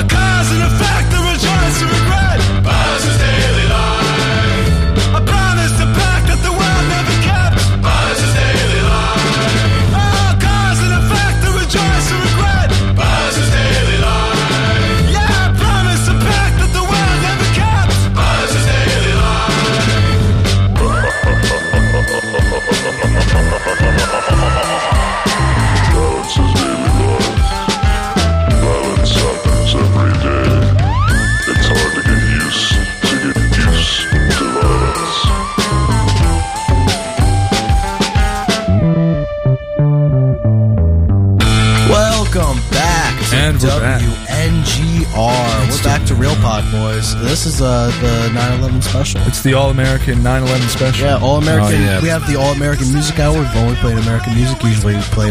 Speaker 9: A cause and effect that rejoins to regret. Buzz is daily life. I promised a pact that the world never kept. Buzz is daily life. A cause and effect that rejoins to regret. Buzz is daily life. Yeah, I promised a pact that the world never kept. Buzz is daily life.
Speaker 10: Violence is daily life. Violence happens every day. It's hard to get used to get used to violence.
Speaker 2: Welcome back to
Speaker 1: And we're back.
Speaker 2: WNGR. We're back to Real Pod Boys. This is uh, the 9/11 special.
Speaker 1: It's the All American 9 11 special.
Speaker 2: Yeah, All American.
Speaker 4: Oh, yeah.
Speaker 2: We have the All American Music Hour. We've only played American music. Usually, we play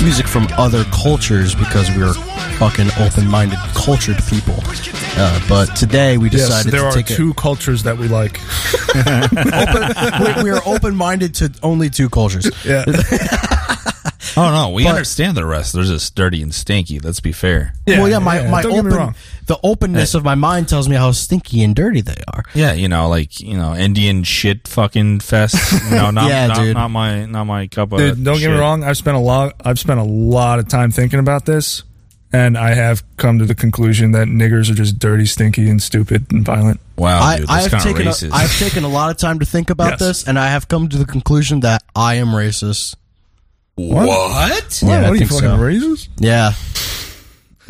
Speaker 2: music from other cultures because we're fucking open-minded, cultured people. Uh, but today, we
Speaker 1: Yes,
Speaker 2: decided
Speaker 1: there
Speaker 2: to
Speaker 1: are
Speaker 2: take a-
Speaker 1: two cultures that we like.
Speaker 2: we, we are open-minded to only two cultures.
Speaker 1: Yeah.
Speaker 4: Oh no, we
Speaker 2: But-
Speaker 4: understand the rest. They're just dirty and stinky. Let's be fair.
Speaker 2: well, yeah, my, my
Speaker 1: Don't get me
Speaker 2: open
Speaker 1: wrong.
Speaker 2: the openness of my mind tells me how stinky and dirty they are.
Speaker 4: Yeah, you know, like you know, Indian shit fucking fest. No, not
Speaker 2: Yeah,
Speaker 4: not,
Speaker 2: dude.
Speaker 4: not my not my cup of.
Speaker 1: Dude, don't get me
Speaker 4: shit.
Speaker 1: wrong. I've spent a lot. I've spent a lot of time thinking about this, and I have come to the conclusion that niggers are just dirty, stinky, and stupid and violent.
Speaker 4: Wow,
Speaker 2: I,
Speaker 4: dude,
Speaker 2: I
Speaker 4: that's
Speaker 2: have
Speaker 4: kind of
Speaker 2: taken a,
Speaker 4: racist.
Speaker 2: I've taken a lot of time to think about
Speaker 1: Yes.
Speaker 2: this, and I have come to the conclusion that I am racist.
Speaker 4: what?
Speaker 2: Yeah, I
Speaker 1: what are you
Speaker 2: think
Speaker 1: fucking
Speaker 2: so.
Speaker 1: racist?
Speaker 2: Yeah,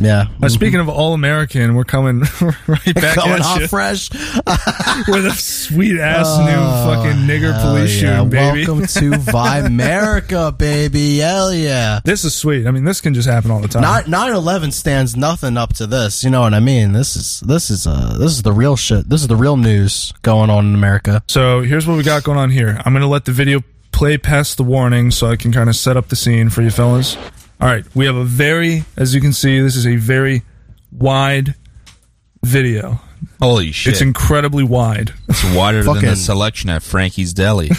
Speaker 2: yeah.
Speaker 1: Now, Uh, speaking of all American, we're coming right back
Speaker 2: Coming
Speaker 1: at
Speaker 2: off
Speaker 1: you
Speaker 2: fresh.
Speaker 1: with a sweet ass new fucking nigger
Speaker 2: Oh, Hell
Speaker 1: police
Speaker 2: yeah.
Speaker 1: shooting, baby.
Speaker 2: Welcome to Vimerica, baby. Hell yeah.
Speaker 1: This is sweet. I mean, this can just happen all the time.
Speaker 2: Not 9/11 stands nothing up to this. You know what I mean? This is this is uh this is the real shit. This is the real news going on in America.
Speaker 1: So here's what we got going on here. I'm going to let the video play past the warning so I can kind of set up the scene for you fellas. All right, we have a very, as you can see, this is a very wide video.
Speaker 4: Holy shit!
Speaker 1: It's incredibly wide.
Speaker 4: It's wider than
Speaker 2: Fucking-
Speaker 4: the selection at Frankie's Deli.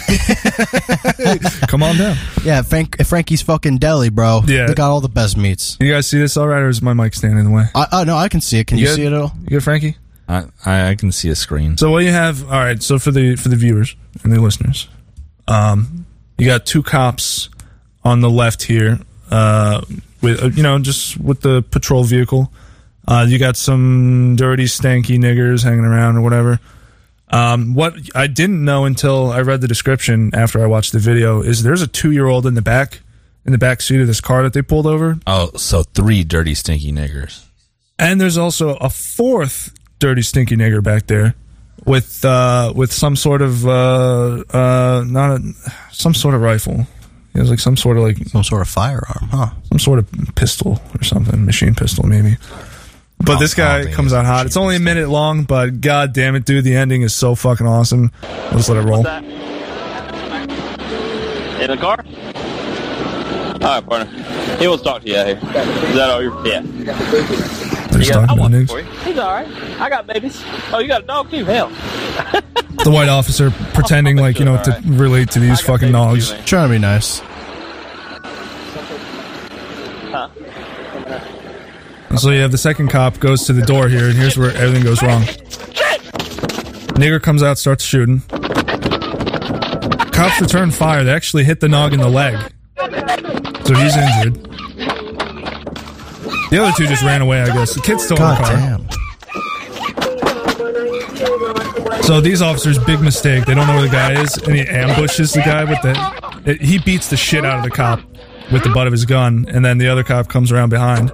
Speaker 1: Come on down.
Speaker 2: Yeah, Frank, Frankie's fucking deli, bro.
Speaker 1: Yeah.
Speaker 2: They got all the best meats.
Speaker 1: You guys see this all right, or is my mic standing in the way?
Speaker 2: I, I no, I can see it. Can you
Speaker 1: good?
Speaker 2: see it at all?
Speaker 1: You good, Frankie?
Speaker 4: I, I I can see a
Speaker 8: Mm-hmm.
Speaker 4: screen.
Speaker 1: So what you have? All right. So for the for the viewers and the listeners, um, you got two cops on the left here, uh, with uh, you know just with the patrol vehicle. Uh, you got some dirty, stanky niggers hanging around or whatever. Um, what I didn't know until I read the description after I watched the video is there's a two year old in the back in the back seat of this car that they pulled over,
Speaker 4: Oh, so three dirty stinky niggers.
Speaker 1: and there's also a fourth dirty stinky nigger back there with uh with some sort of uh uh not a some sort of rifle. It was like some sort of like
Speaker 2: Some sort of firearm, huh?
Speaker 1: some sort of pistol or something, machine pistol maybe. But
Speaker 4: Oh,
Speaker 1: this
Speaker 4: I don't
Speaker 1: guy
Speaker 4: think
Speaker 1: comes
Speaker 4: it's
Speaker 1: out
Speaker 4: a
Speaker 1: hot.
Speaker 4: machine
Speaker 1: It's only a
Speaker 4: pistol.
Speaker 1: minute long, but god damn it, dude, the ending is so fucking awesome. Let's let it roll.
Speaker 11: In the car? All right, partner. He wants to talk to you out here. Is that all you're? Yeah.
Speaker 1: There's
Speaker 11: I
Speaker 1: Duncan
Speaker 11: want it
Speaker 1: Innings.
Speaker 11: for you. He's all right. I got babies. Oh, you got a dog too? Hell.
Speaker 1: The white officer pretending like you know what to relate to these fucking dogs.
Speaker 2: Trying to be nice.
Speaker 1: And so yeah, the second cop goes to the door here, and here's where everything goes wrong. Nigger comes out, starts shooting. Cops return fire. They actually hit the nog in the leg, so he's injured. The other two just ran away, I guess. The kid's still in
Speaker 2: God
Speaker 1: the car.
Speaker 2: damn.
Speaker 1: So these officers, big mistake. They don't know where the guy is, and he ambushes the guy with the. It, he beats the shit out of the cop with the butt of his gun, and then the other cop comes around behind.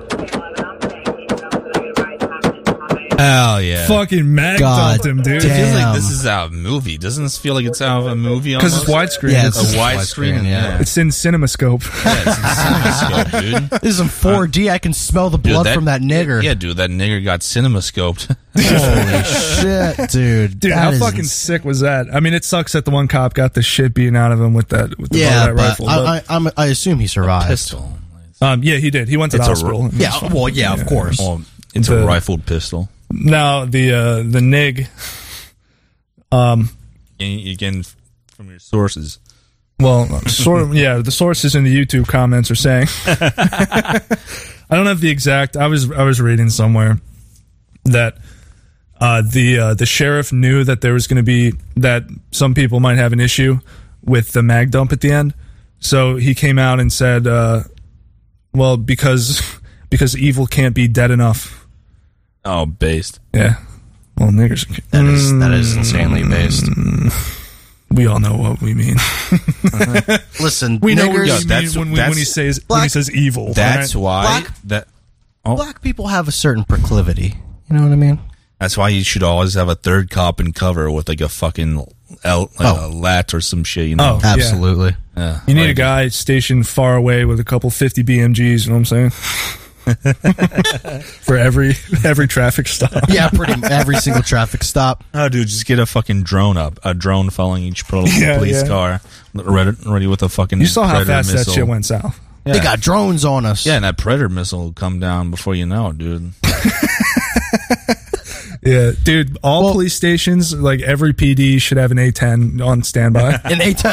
Speaker 4: Hell yeah.
Speaker 1: Fucking mag
Speaker 2: God
Speaker 1: dumped him, dude.
Speaker 4: It feels
Speaker 2: Damn.
Speaker 4: like this is out of a movie. Doesn't this feel like it's out of a movie?
Speaker 1: Because it's
Speaker 4: almost?
Speaker 1: widescreen.
Speaker 2: Yeah,
Speaker 1: it's,
Speaker 2: it's-
Speaker 4: a widescreen.
Speaker 2: widescreen, yeah.
Speaker 4: Yeah,
Speaker 1: it's in CinemaScope.
Speaker 4: yeah it's in CinemaScope, dude.
Speaker 2: This is in 4D. I can smell the
Speaker 4: Dude,
Speaker 2: blood from that nigger.
Speaker 4: Yeah, dude, that nigger got CinemaScoped.
Speaker 2: Holy shit, dude.
Speaker 1: Dude,
Speaker 2: That
Speaker 1: how
Speaker 2: is
Speaker 1: fucking
Speaker 2: ins-
Speaker 1: sick was that? I mean, it sucks that the one cop got the shit beaten out of him with that with the
Speaker 2: Yeah,
Speaker 1: butt of that
Speaker 2: but
Speaker 1: rifle.
Speaker 2: I, I, I'm, I assume he survived.
Speaker 4: pistol.
Speaker 1: but, um, yeah, he did. He went to the
Speaker 4: It's a
Speaker 1: hospital.
Speaker 4: ro-
Speaker 2: Yeah, well, yeah, of course.
Speaker 8: Oh.
Speaker 4: Well, Oh, it's
Speaker 1: The-
Speaker 4: a rifled pistol.
Speaker 1: Now the uh, the nig.
Speaker 4: Again- Again, from your sources.
Speaker 1: Well, sort of. Yeah, the sources in the YouTube comments are saying. I don't have the exact. I was I was reading somewhere that uh, the uh, the sheriff knew that there was going to be that some people might have an issue with the mag dump at the end, so he came out and said, uh, "Well, because because evil can't be dead enough."
Speaker 4: Oh, based.
Speaker 1: Yeah. Well, niggers. Mm.
Speaker 2: That is, that is insanely based.
Speaker 1: We all know what we mean.
Speaker 2: Uh-huh. Listen,
Speaker 1: We know
Speaker 2: niggers,
Speaker 1: what
Speaker 4: Yeah,
Speaker 1: we mean
Speaker 4: that's-
Speaker 1: when, we, when
Speaker 4: that's-
Speaker 1: he says when he
Speaker 2: Black-
Speaker 1: says evil. alright?
Speaker 4: That's why
Speaker 2: Black-
Speaker 4: that. Oh,
Speaker 2: black people have a certain proclivity. You know what I mean?
Speaker 4: that's why you should always have a third cop in cover with like a fucking L, like
Speaker 2: Oh.
Speaker 4: a lat or some shit. You
Speaker 1: Oh,
Speaker 4: know.
Speaker 1: yeah.
Speaker 2: Absolutely.
Speaker 4: Yeah.
Speaker 1: You need a
Speaker 4: Like,
Speaker 1: guy stationed far away with a couple fifty BMGs. You know what I'm saying? For every every traffic stop.
Speaker 2: Yeah, pretty m- every single traffic stop.
Speaker 4: Oh, dude, just get a fucking drone up. A drone following each pro-
Speaker 1: Yeah,
Speaker 4: police
Speaker 1: yeah.
Speaker 4: car, ready, ready with a fucking.
Speaker 1: You saw how
Speaker 4: predator
Speaker 1: fast
Speaker 4: missile.
Speaker 1: that shit went south.
Speaker 2: They got drones on us.
Speaker 4: Yeah, and that predator missile will come down before you know, it, dude.
Speaker 1: Yeah, dude. All police stations, like every PD, should have an A10 on standby.
Speaker 2: And they t-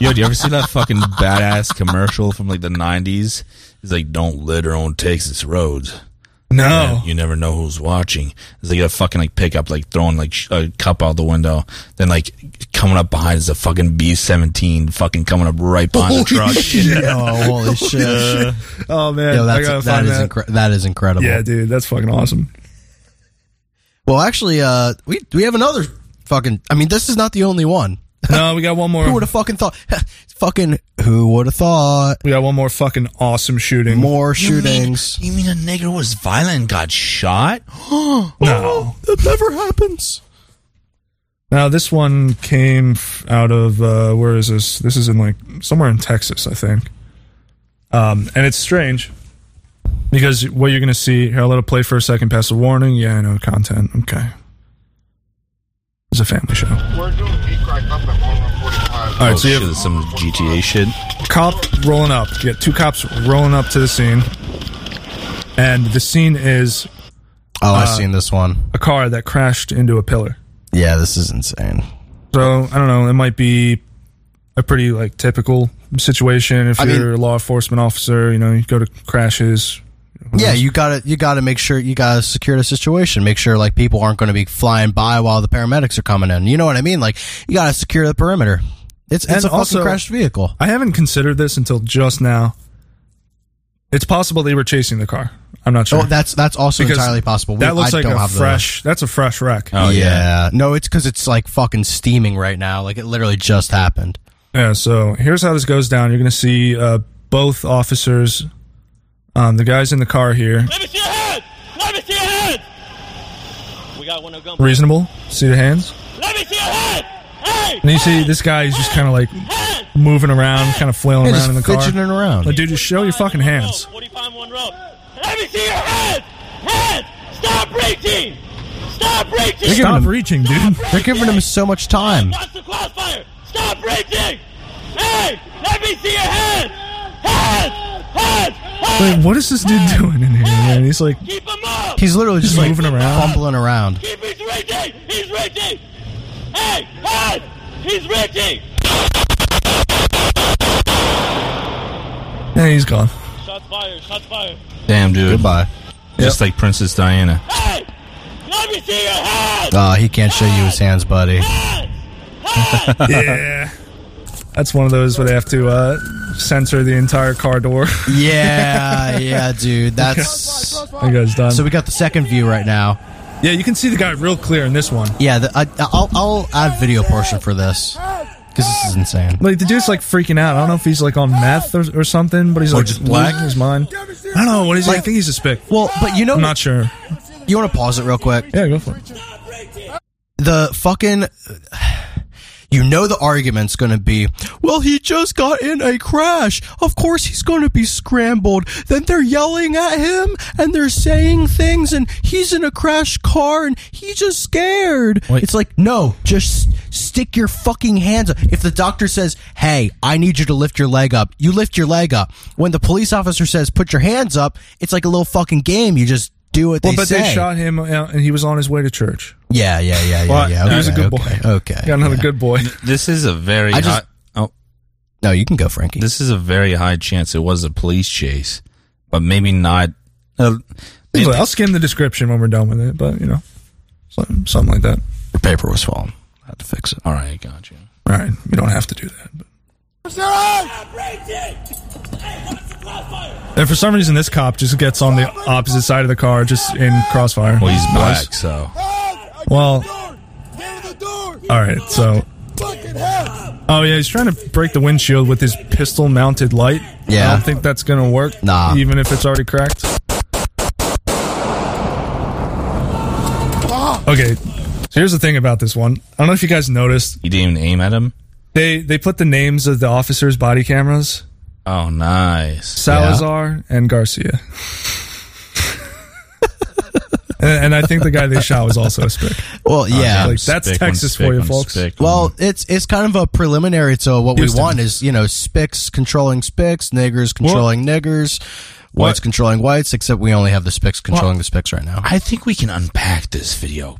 Speaker 4: Yo, do you ever see that fucking badass commercial from like the '90s? It's like, "Don't litter on Texas roads."
Speaker 1: no,
Speaker 4: You never know who's watching. It's like a fucking like pickup, like throwing like sh- a cup out the window. Then like coming up behind is a fucking B seventeen, fucking coming up right behind the truck.
Speaker 2: oh, holy shit.
Speaker 1: oh man,
Speaker 2: Yo,
Speaker 1: I gotta
Speaker 2: that's, that,
Speaker 1: find
Speaker 2: is
Speaker 1: that.
Speaker 2: incre- that is incredible.
Speaker 1: yeah, dude, that's fucking awesome.
Speaker 2: Well, actually, uh, we, we have another fucking. I mean, this is not the only one.
Speaker 1: No, we got one
Speaker 2: Who
Speaker 1: more.
Speaker 2: would have fucking thought? fucking, who would have thought?
Speaker 1: We got one more fucking awesome shooting.
Speaker 2: More shootings.
Speaker 4: You mean, you mean a nigger was violent and got shot?
Speaker 1: No,
Speaker 2: That never happens.
Speaker 1: now this one came f- out of uh, where is this? This is in like somewhere in Texas, I think. Um, and it's strange because what you're going to see here, I'll let it play for a second, pass a warning. Yeah, I know content. Okay. It's a family show. All right, so you
Speaker 4: Oh, shit,
Speaker 1: have
Speaker 4: some GTA shit.
Speaker 1: a cop rolling up. You got two cops rolling up to the scene. And the scene is
Speaker 2: Oh, I've seen this one.
Speaker 1: a car that crashed into a pillar.
Speaker 2: Yeah, this is insane.
Speaker 1: So I don't know. It might be a pretty like typical situation if
Speaker 2: I mean-
Speaker 1: you're a law enforcement officer. You know, you go to crashes.
Speaker 2: Yeah, you gotta you gotta make sure you gotta secure the situation. Make sure like people aren't gonna be flying by while the paramedics are coming in. You know what I mean? Like you gotta secure the perimeter. It's
Speaker 1: And
Speaker 2: it's a
Speaker 1: also-
Speaker 2: fucking crashed vehicle.
Speaker 1: I haven't considered this until just now. It's possible they were chasing the car. I'm not sure.
Speaker 2: Oh, that's that's also
Speaker 1: Because
Speaker 2: entirely possible. We-
Speaker 1: that looks
Speaker 2: I
Speaker 1: like
Speaker 2: don't
Speaker 1: a
Speaker 2: have the-
Speaker 1: fresh. That's a fresh wreck.
Speaker 4: Oh
Speaker 2: yeah. no, it's because it's like fucking steaming right now. Like it literally just happened.
Speaker 1: Yeah, so here's how this goes down. You're going to see uh, both officers, um, the guys in the car here.
Speaker 11: Let me see your head. Let me see your head. We got one no gun.
Speaker 1: Reasonable. See the hands?
Speaker 11: Let me see your head. Hey.
Speaker 1: And you see this guy is just kind of like moving around, kind of flailing
Speaker 2: Yeah,
Speaker 1: around
Speaker 2: just
Speaker 1: in the car.
Speaker 2: fidgeting around.
Speaker 1: Like, dude, just show your fucking hands.
Speaker 11: one rope. Let me see your head. Head. Stop reaching. Stop reaching.
Speaker 1: Stop
Speaker 2: giving him-
Speaker 1: reaching, dude.
Speaker 2: They're giving him so much time.
Speaker 11: Watch the crossfire. Stop reaching. Hey. Let me see your head. Heads! Heads! Heads!
Speaker 1: Like, what is this dude doing in here, man? He's like
Speaker 11: Keep him up!
Speaker 2: He's literally just,
Speaker 1: Just
Speaker 2: like
Speaker 1: moving around.
Speaker 2: fumbling around.
Speaker 11: Keep, he's Ricky! He's Ricky! Hey! Heads! He's Ricky!
Speaker 1: Yeah, he's gone.
Speaker 11: Shots fired! Shots fired!
Speaker 2: Damn, dude. Goodbye.
Speaker 4: Just like Princess Diana.
Speaker 11: Hey! Let me see your head!
Speaker 2: Oh, he can't show you his hands, buddy.
Speaker 11: Heads! Heads!
Speaker 1: Yeah. That's one of those where they have to uh, censor the entire car door.
Speaker 2: Yeah, yeah, dude. That's
Speaker 1: that guy's done.
Speaker 2: so we got the second view right now.
Speaker 1: yeah, you can see the guy real clear in this one.
Speaker 2: Yeah, the, I, I'll I'll add video portion for this because this is insane.
Speaker 1: Like the dude's like freaking out. I don't know if he's like on meth or, or something, but he's like
Speaker 4: just black?
Speaker 1: losing his mind. I don't know what is. he? I think he's a spick.
Speaker 2: Well, but you know,
Speaker 1: I'm not sure.
Speaker 2: you want to pause it real quick.
Speaker 1: Yeah, go for it.
Speaker 2: the fucking you know the argument's going to be well he just got in a crash of course he's going to be scrambled then they're yelling at him and they're saying things and he's in a crash car and he's just scared it's like no just stick your fucking hands up if the doctor says hey i need you to lift your leg up you lift your leg up when the police officer says put your hands up it's like a little fucking game you just do what
Speaker 1: Well,
Speaker 2: they
Speaker 1: but
Speaker 2: say.
Speaker 1: they shot him uh, and he was on his way to church.
Speaker 2: Yeah, yeah, yeah, yeah,
Speaker 4: Well,
Speaker 2: yeah.
Speaker 4: he was
Speaker 1: a good
Speaker 2: okay,
Speaker 1: boy.
Speaker 2: Okay.
Speaker 1: Got another good boy.
Speaker 4: This is a very
Speaker 2: I just-
Speaker 4: high, oh,
Speaker 2: No, you can go, Frankie.
Speaker 4: this is a very high chance it was a police chase, but maybe not. Uh, they-
Speaker 1: I'll skim the description when we're done with it, but you know, something, something like that.
Speaker 2: Your paper was falling.
Speaker 4: I had to fix it. All right, I got you.
Speaker 1: All right, we don't have to do that. But.
Speaker 11: Stop Ricky! Hey, watch the crossfire!
Speaker 1: And for some reason, this cop just gets on the opposite side of the car, just in crossfire.
Speaker 4: Well, he's black,
Speaker 1: Nice.
Speaker 4: so
Speaker 1: Well, all right. So, oh yeah, he's trying to break the windshield with his pistol-mounted light.
Speaker 2: Yeah.
Speaker 1: I don't think that's gonna work.
Speaker 2: Nah.
Speaker 1: even if it's already cracked. Okay, so here's the thing about this one. I don't know if you guys noticed.
Speaker 4: you didn't even aim at him.
Speaker 1: They they put the names of the officers' body cameras,
Speaker 4: Oh, nice.
Speaker 1: Salazar and Garcia. and, and I think the guy they shot was also a spick.
Speaker 2: Well, yeah.
Speaker 1: Oh, Like, that's
Speaker 4: Spick on
Speaker 1: Texas
Speaker 4: spick
Speaker 1: for you,
Speaker 4: on
Speaker 1: folks.
Speaker 4: spick on-
Speaker 2: well, it's it's kind of a preliminary to what
Speaker 1: Houston.
Speaker 2: we want is you know spics controlling spics, niggers controlling niggers, whites
Speaker 4: What?
Speaker 2: controlling whites. Except we only have the spics controlling the spics right now.
Speaker 4: I think we can unpack this video.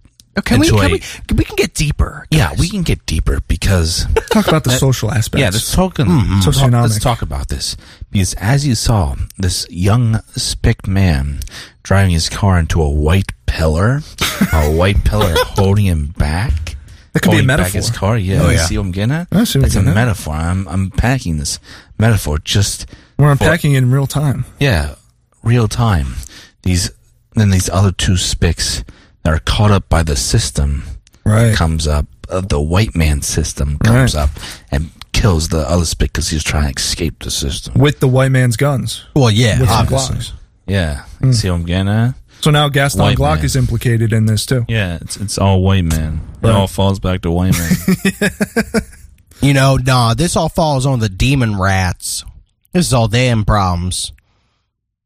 Speaker 2: Can we,
Speaker 4: into
Speaker 2: can
Speaker 4: a-
Speaker 2: we? can- We can get deeper.
Speaker 4: Yeah,
Speaker 2: guys.
Speaker 4: we can get deeper because
Speaker 1: Talk about the social aspects.
Speaker 4: yeah, let's talk.
Speaker 1: Mm-hmm.
Speaker 4: let's talk- Let's talk about this because as you saw, this young spick man driving his car into a white pillar, a white pillar holding him back. That
Speaker 1: could be a
Speaker 4: Back
Speaker 1: metaphor.
Speaker 4: his car, yeah.
Speaker 2: Oh,
Speaker 4: you
Speaker 2: yeah.
Speaker 4: see what I'm getting at?
Speaker 1: I see what
Speaker 4: it's
Speaker 1: you're
Speaker 4: a
Speaker 1: getting at.
Speaker 4: metaphor. I'm I'm unpacking this metaphor just
Speaker 1: We're unpacking it in real time.
Speaker 4: yeah, real time. These then these other two spicks that are caught up by the system
Speaker 1: Right.
Speaker 4: comes up. Uh, the white man system comes
Speaker 1: Right.
Speaker 4: up and kills the other spick because he's trying to escape the system.
Speaker 1: With the white man's guns.
Speaker 2: Well, yeah,
Speaker 1: With some
Speaker 2: obviously.
Speaker 1: Glocks.
Speaker 4: Yeah, you see what I'm getting at?
Speaker 1: So now Gaston
Speaker 4: White
Speaker 1: Glock
Speaker 4: man.
Speaker 1: is implicated in this too.
Speaker 4: Yeah, it's it's all white man. It all falls back to white man.
Speaker 2: You know, nah. This all falls on the demon rats. This is all them problems.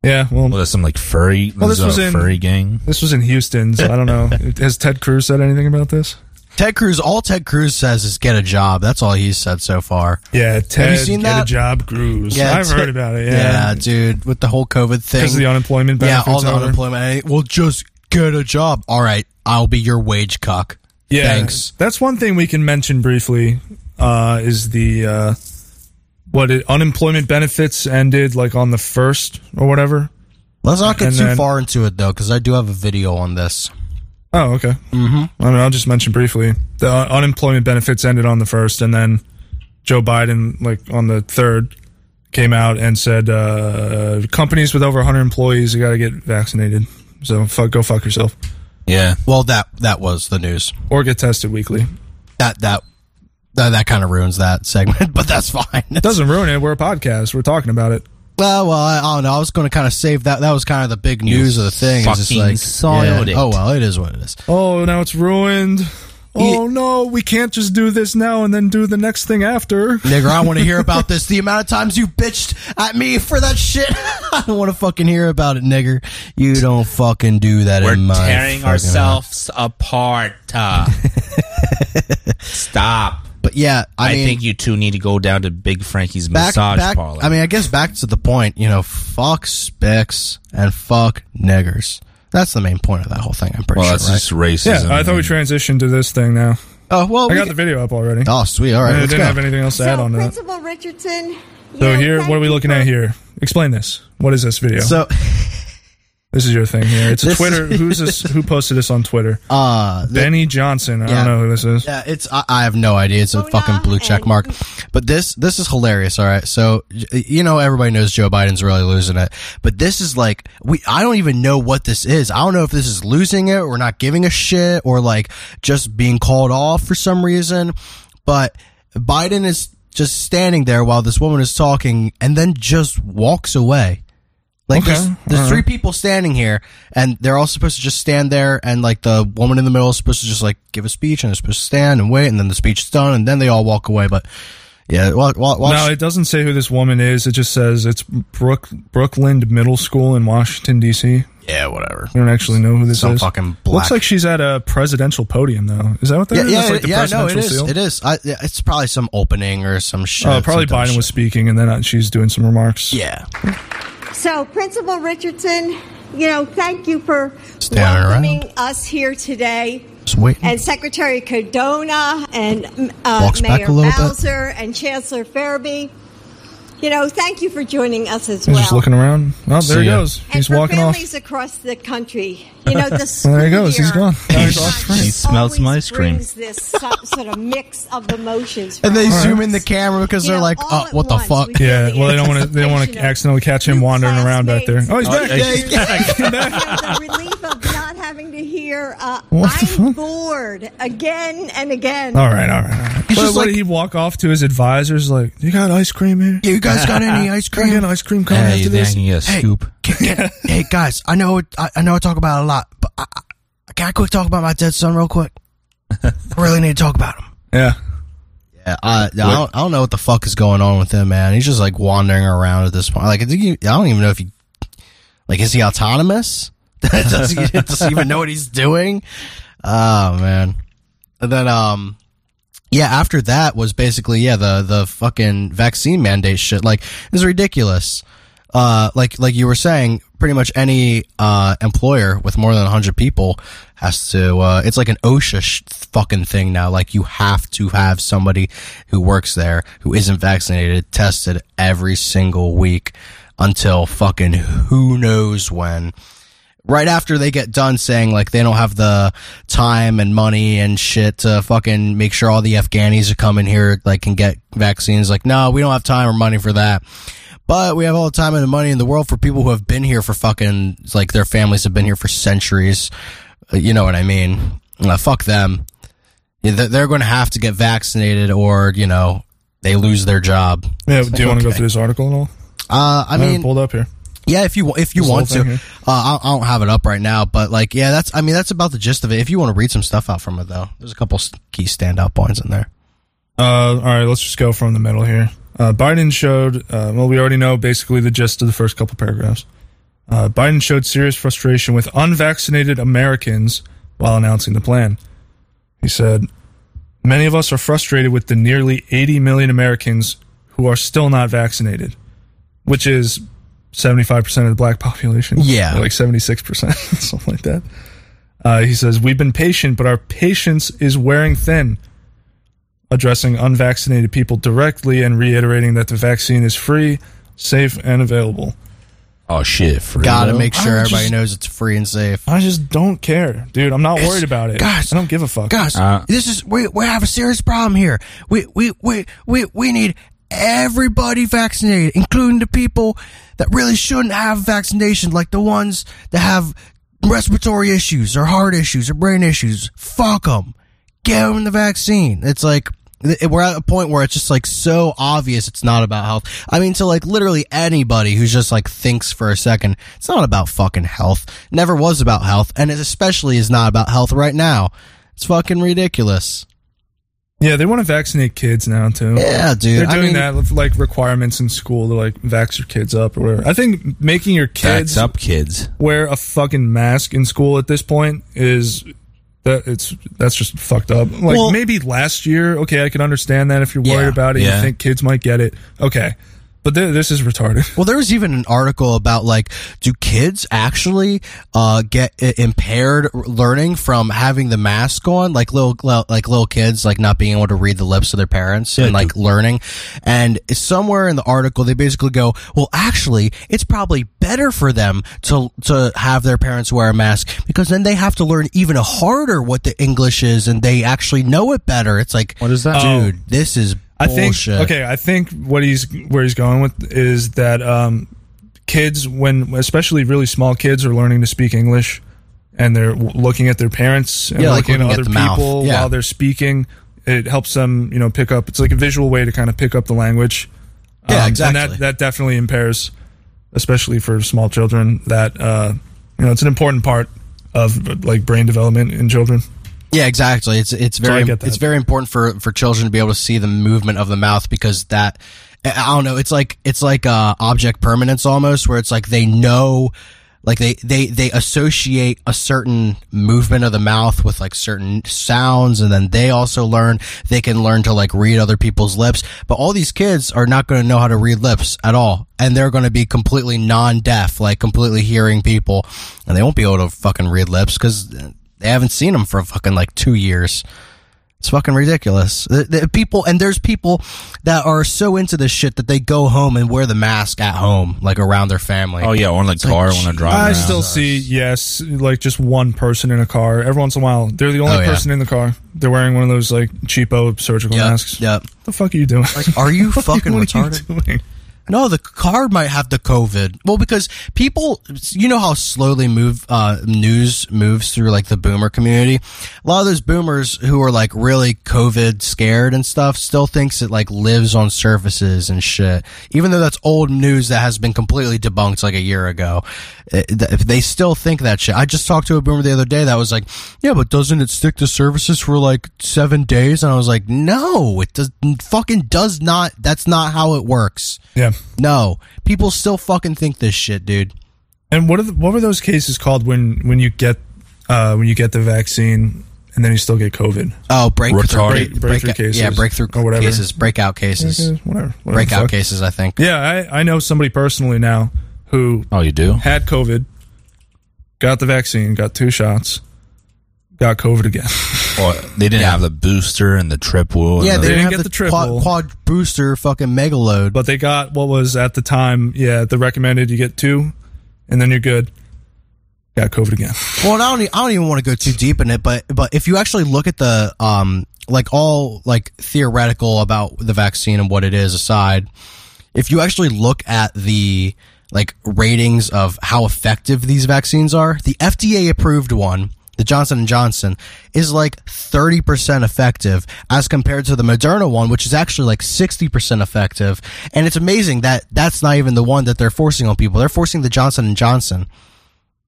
Speaker 1: Yeah, well,
Speaker 4: well, there's some like furry.
Speaker 1: Well, this
Speaker 4: there's
Speaker 1: was
Speaker 4: a
Speaker 1: in-
Speaker 4: furry gang.
Speaker 1: this was in Houston, so I don't know. Has Ted Cruz said anything about this?
Speaker 2: Ted Cruz. All Ted Cruz says is get a job. That's all he's said so far.
Speaker 1: Yeah, Ted,
Speaker 2: seen
Speaker 1: get a
Speaker 2: that?
Speaker 1: job, Cruz. I've
Speaker 2: it's-
Speaker 1: heard about it. Yeah,
Speaker 2: dude, with the whole COVID thing,
Speaker 1: because of the unemployment
Speaker 2: yeah,
Speaker 1: benefits.
Speaker 2: all the
Speaker 1: and
Speaker 2: unemployment. Hey, Well, just get a job. All right, I'll be your wage cuck.
Speaker 1: Yeah,
Speaker 2: Thanks.
Speaker 1: That's one thing we can mention briefly. Uh, is the uh, what it, unemployment benefits ended like on the first or whatever?
Speaker 2: Let's not get
Speaker 1: And
Speaker 2: too
Speaker 1: then-
Speaker 2: far into it though, because I do have a video on this.
Speaker 1: Oh, okay. Mm-hmm. I mean, I'll just mention briefly the uh, unemployment benefits ended on the first, and then Joe Biden, like on the third, came out and said uh, companies with over 100 employees, you got to get vaccinated. So fuck, go fuck yourself,
Speaker 4: Yeah,
Speaker 2: Well, that that was the news.
Speaker 1: or get tested weekly.
Speaker 2: That that that, that kind of ruins that segment, but that's fine.
Speaker 1: Doesn't ruin it. We're a podcast. We're talking about it.
Speaker 2: well, well, I, I don't know. I was going to kind of save that. That was kind of the big news of the thing. It's just
Speaker 4: fucking
Speaker 2: like,
Speaker 4: soiled it.
Speaker 2: oh well, it is what it is.
Speaker 1: Oh, now it's ruined. Oh no, we can't just do this now and then do the next thing after.
Speaker 2: Nigger, I want to hear about this. The amount of times you bitched at me for that shit, I don't want to fucking hear about it, nigger. You don't fucking do that
Speaker 4: we're
Speaker 2: in my
Speaker 4: tearing
Speaker 2: fucking-
Speaker 4: ourselves apart. Stop.
Speaker 2: But yeah, I,
Speaker 4: I,
Speaker 2: mean,
Speaker 4: think you two need to go down to Big Frankie's
Speaker 2: back,
Speaker 4: massage
Speaker 2: back,
Speaker 4: parlor.
Speaker 2: I mean, I guess back to the point, you know, fuck spics and fuck niggers. That's the main point of that whole thing. I'm pretty
Speaker 4: well,
Speaker 2: sure,
Speaker 4: that's
Speaker 2: right?
Speaker 4: just racism.
Speaker 1: Yeah, I thought we transitioned to this thing now.
Speaker 2: oh well, we
Speaker 1: I got the
Speaker 2: can-
Speaker 1: video up already.
Speaker 2: oh sweet, all right,
Speaker 1: I
Speaker 2: let's
Speaker 1: didn't
Speaker 2: go.
Speaker 1: have anything else to add on to that.
Speaker 12: Principal Richardson. you
Speaker 1: So
Speaker 12: know,
Speaker 1: here,
Speaker 12: thank
Speaker 1: what are we
Speaker 12: you
Speaker 1: looking
Speaker 12: for-
Speaker 1: at here? Explain this. What is this video?
Speaker 2: so,
Speaker 1: this is your thing here. It's a
Speaker 2: This-
Speaker 1: Twitter. Who's this? Who posted this on Twitter?
Speaker 2: uh,
Speaker 1: Benny Johnson. I
Speaker 2: yeah.
Speaker 1: don't know who this is.
Speaker 2: Yeah, it's I, I have no idea. It's a fucking blue check mark. But this this is hilarious. All right, so y- you know everybody knows Joe Biden's really losing it, but this is like we I don't even know what this is. I don't know if this is losing it or not giving a shit or like just being called off for some reason. But Biden is just standing there while this woman is talking, and then just walks away. Like
Speaker 1: Okay,
Speaker 2: there's, there's three people standing here, and they're all supposed to just stand there, and like the woman in the middle is supposed to just like give a speech, and they're supposed to stand and wait, and then the speech is done, and then they all walk away. But yeah, wa- wa- watch.
Speaker 1: No, it doesn't say who this woman is. It just says it's Brook Brooklyn Middle School in Washington D.C.
Speaker 2: yeah, whatever.
Speaker 1: I don't actually know who this
Speaker 2: Some
Speaker 1: is.
Speaker 2: fucking black-
Speaker 1: Looks like she's at a presidential podium, though. Is that what that
Speaker 2: Yeah,
Speaker 1: is?
Speaker 2: yeah,
Speaker 1: That's like the
Speaker 2: yeah. No, it
Speaker 1: presidential
Speaker 2: is.
Speaker 1: seal?
Speaker 2: It is. I, yeah, it's probably some opening or some shit.
Speaker 1: Uh, probably
Speaker 2: some dumb
Speaker 1: Biden was
Speaker 2: shit.
Speaker 1: speaking, and then uh, she's doing some remarks.
Speaker 2: Yeah,
Speaker 12: So, Principal Richardson, you know, thank you for
Speaker 2: Standing around.
Speaker 12: welcoming us here today.
Speaker 2: just waiting.
Speaker 12: And Secretary Cardona and uh,
Speaker 2: Walks back
Speaker 12: Mayor
Speaker 2: a little bit.
Speaker 12: Bowser and Chancellor Fairby. You know, thank you for joining us as
Speaker 1: He's
Speaker 12: well.
Speaker 1: just looking around. Oh, there
Speaker 2: See
Speaker 1: he
Speaker 2: ya.
Speaker 1: goes.
Speaker 12: and
Speaker 1: He's
Speaker 12: for
Speaker 1: walking off.
Speaker 12: families across the country, you know, the school
Speaker 1: Well, there he goes.
Speaker 12: year
Speaker 1: He's gone. Now he's off
Speaker 12: just
Speaker 1: screen.
Speaker 4: He smells some
Speaker 12: always
Speaker 4: ice cream.
Speaker 12: brings This so- sort of mix of emotions.
Speaker 2: and they
Speaker 12: for us.
Speaker 2: zoom in the camera because
Speaker 12: You
Speaker 2: they're
Speaker 12: know,
Speaker 2: like,
Speaker 12: all
Speaker 2: "Oh,
Speaker 12: at
Speaker 2: what the
Speaker 12: once,
Speaker 2: fuck?"
Speaker 12: we feel
Speaker 1: Yeah,
Speaker 12: the
Speaker 1: well, they don't want to. They don't want to
Speaker 12: anticipation of
Speaker 1: accidentally catch him
Speaker 12: new
Speaker 1: wandering around back there.
Speaker 12: classmates.
Speaker 1: Oh, he's back.
Speaker 4: yeah,
Speaker 12: There's,
Speaker 1: Yeah, he's back.
Speaker 12: you know, the relief of not having to hear uh,
Speaker 1: What the
Speaker 12: "I'm
Speaker 1: fuck?
Speaker 12: bored" again and again.
Speaker 1: All right, all right. All right.
Speaker 2: He's
Speaker 1: Well,
Speaker 2: just
Speaker 1: what
Speaker 2: like-
Speaker 1: did he walk off to his advisors like? You got ice cream here?
Speaker 2: Yeah, you guys got any ice
Speaker 1: Can I
Speaker 2: cream?
Speaker 1: get an ice cream cone
Speaker 4: Hey,
Speaker 1: after
Speaker 4: then
Speaker 1: this?
Speaker 4: you get a scoop.
Speaker 2: Can- can- hey guys, I know it- I, I know I talk about it a lot, but I, I, can I quick talk about my dead son real quick? I really need to talk about him.
Speaker 1: Yeah.
Speaker 2: Yeah, I, I, don't, I don't know what the fuck is going on with him, man. He's just like wandering around at this point. Like, I think he, I don't even know if he, like, is he autonomous? does, he, does he even know what he's doing? Oh man. And then, um, yeah, after that was basically yeah the the fucking vaccine mandate shit. Like, it's ridiculous. Uh, like like you were saying, pretty much any uh employer with more than hundred people has to. Uh, it's like an OSHA sh- fucking thing now. Like you have to have somebody who works there who isn't vaccinated tested every single week until fucking who knows when right after they get done saying like they don't have the time and money and shit to fucking make sure all the Afghanis are coming here like can get vaccines. Like, no, we don't have time or money for that. But we have all the time and the money in the world for people who have been here for fucking like their families have been here for centuries. Uh, You know what I mean? Uh, fuck them. Yeah, they- They're going to have to get vaccinated or you know they lose their job.
Speaker 1: Yeah. Do you want to go through this article and all?
Speaker 2: Uh, I
Speaker 1: I have it
Speaker 2: mean,
Speaker 1: pulled up here.
Speaker 2: yeah, if you if you
Speaker 1: This
Speaker 2: want
Speaker 1: whole
Speaker 2: to,
Speaker 1: thing
Speaker 2: uh,
Speaker 1: here.
Speaker 2: I, I don't have it up right now, but like, yeah, that's I mean that's about the gist of it. If you want to read some stuff out from it though, there's a couple s- key standout points in there.
Speaker 1: Uh, all right, let's just go from the middle here. Uh, Biden showed, uh, well, we already know basically the gist of the first couple paragraphs. Uh, Biden showed serious frustration with unvaccinated Americans while announcing the plan. He said, Many of us are frustrated with the nearly 80 million Americans who are still not vaccinated, which is 75% of the black population.
Speaker 2: Yeah.
Speaker 1: Or like 76%, something like that. Uh, he says, We've been patient, but our patience is wearing thin addressing unvaccinated people directly and reiterating that the vaccine is free, safe, and available.
Speaker 4: Oh shit! For
Speaker 2: Got to
Speaker 4: real?
Speaker 2: make
Speaker 1: I
Speaker 2: sure
Speaker 1: would
Speaker 2: everybody
Speaker 1: just-
Speaker 2: knows it's free and safe.
Speaker 1: I just don't care, dude. I'm not worried about it.
Speaker 2: guys,
Speaker 1: I don't give a fuck.
Speaker 2: Guys,
Speaker 4: Uh,
Speaker 2: this is we we have a serious problem here. We we we we we need everybody vaccinated, including the people that really shouldn't have vaccination, like the ones that have respiratory issues or heart issues or brain issues. Fuck them. Get them the vaccine. It's like. th- We're at a point where it's just like so obvious it's not about health. I mean, to like literally anybody who's just like thinks for a second, it's not about fucking health. Never was about health, and it especially is not about health right now. It's fucking ridiculous.
Speaker 1: Yeah, they want to vaccinate kids now too.
Speaker 2: Yeah, dude.
Speaker 1: They're
Speaker 2: I
Speaker 1: doing
Speaker 2: mean-
Speaker 1: that with like requirements in school to like vax your kids up or whatever. I think making your
Speaker 4: Backs
Speaker 1: kids
Speaker 4: up, kids.
Speaker 1: wear a fucking mask in school at this point is That it's that's just fucked up. Like
Speaker 4: Well-
Speaker 1: maybe last year, okay, I can understand that if you're worried
Speaker 2: Yeah.
Speaker 1: about it,
Speaker 2: Yeah.
Speaker 1: you think kids might get it, okay. But th- this is retarded.
Speaker 2: Well, there was even an article about like, do kids actually uh, get i- impaired learning from having the mask on? Like little, li- like little kids, like not being able to read the lips of their parents and like learning. And somewhere in the article, they basically go, well, actually, it's probably better for them to to have their parents wear a mask because then they have to learn even harder what the English is, and they actually know it better. It's like, what is
Speaker 1: that?
Speaker 2: dude?
Speaker 1: Oh.
Speaker 2: This is
Speaker 1: I
Speaker 2: bullshit.
Speaker 1: think okay. I think what he's where he's going with is that um, kids, when especially really small kids, are learning to speak English, and they're w- looking at their parents and
Speaker 2: Yeah, like
Speaker 1: looking,
Speaker 2: looking at
Speaker 1: at other
Speaker 2: the mouth.
Speaker 1: people
Speaker 2: Yeah.
Speaker 1: while they're speaking. It helps them, you know, pick up. It's like a visual way to kind of pick up the language. Um,
Speaker 2: Yeah,
Speaker 1: And
Speaker 2: exactly.
Speaker 1: that that definitely impairs, especially for small children. That uh, you know, it's an important part of like brain development in children.
Speaker 2: Yeah, exactly. It's it's
Speaker 1: I
Speaker 2: very
Speaker 1: get that.
Speaker 2: it's very important for for children to be able to see the movement of the mouth because that I I don't know. It's like it's like uh, object permanence almost, where it's like they know. Like they, they, they associate a certain movement of the mouth with like certain sounds and then they also learn they can learn to like read other people's lips. But all these kids are not going to know how to read lips at all. And they're going to be completely non deaf, like completely hearing people. And they won't be able to fucking read lips because they haven't seen him for fucking like two years. It's fucking ridiculous. The, the people and there's people that are so into this shit that they go home and wear the mask at home, like around their family.
Speaker 4: Oh, yeah, or in the
Speaker 2: It's like,
Speaker 4: car when they're
Speaker 2: gee.
Speaker 4: driving
Speaker 1: I still see yes, like just one person in a car every once in a while. They're the only
Speaker 2: Oh, yeah.
Speaker 1: person in the car. They're wearing one of those like cheapo surgical
Speaker 2: Yep,
Speaker 1: masks.
Speaker 2: Yep.
Speaker 1: What the fuck are you doing?
Speaker 2: Like, are you fucking
Speaker 1: What are you
Speaker 2: retarded?
Speaker 1: doing?
Speaker 2: No, the car might have the COVID. Well, because people, you know how slowly move uh, news moves through like the boomer community. A lot of those boomers who are like really COVID scared and stuff still thinks it like lives on surfaces and shit. Even though that's old news that has been completely debunked like a year ago, It- th- they still think that shit. I just talked to a boomer the other day that was like, "Yeah, but doesn't it stick to surfaces for like seven days?" And I was like, "No, it does fucking does not. That's not how it works."
Speaker 1: Yeah.
Speaker 2: No, people still fucking think this shit, dude.
Speaker 1: And what are the, what were those cases called when when you get uh, when you get the vaccine and then you still get COVID?
Speaker 2: Oh, break,
Speaker 1: Retarded. Break- breakthrough
Speaker 2: breakout- Yeah,
Speaker 1: cases
Speaker 2: breakthrough
Speaker 1: or whatever.
Speaker 2: cases, breakout cases,
Speaker 1: Breakout- whatever, whatever the
Speaker 2: breakout
Speaker 1: fuck.
Speaker 2: cases. I think.
Speaker 1: Yeah, I, I know somebody personally now who
Speaker 4: Oh, you do?
Speaker 1: had COVID, got the vaccine, got two shots, got COVID again.
Speaker 4: Or they didn't have the booster and the triple. and
Speaker 2: Oh, Yeah, they,
Speaker 4: the-
Speaker 2: didn't have
Speaker 1: get
Speaker 2: the,
Speaker 1: the triple.
Speaker 2: quad, quad booster fucking mega load.
Speaker 1: but they got what was at the time, yeah, the recommended you get two, and then you're good. Got COVID again.
Speaker 2: Well, and I don't. e- I don't even want to go too deep in it, but but if you actually look at the um like all like theoretical about the vaccine and what it is aside, if you actually look at the like ratings of how effective these vaccines are, the FDA approved one, the Johnson and Johnson, is like thirty percent effective as compared to the Moderna one, which is actually like sixty percent effective. And it's amazing that that's not even the one that they're forcing on people. They're forcing the Johnson and Johnson.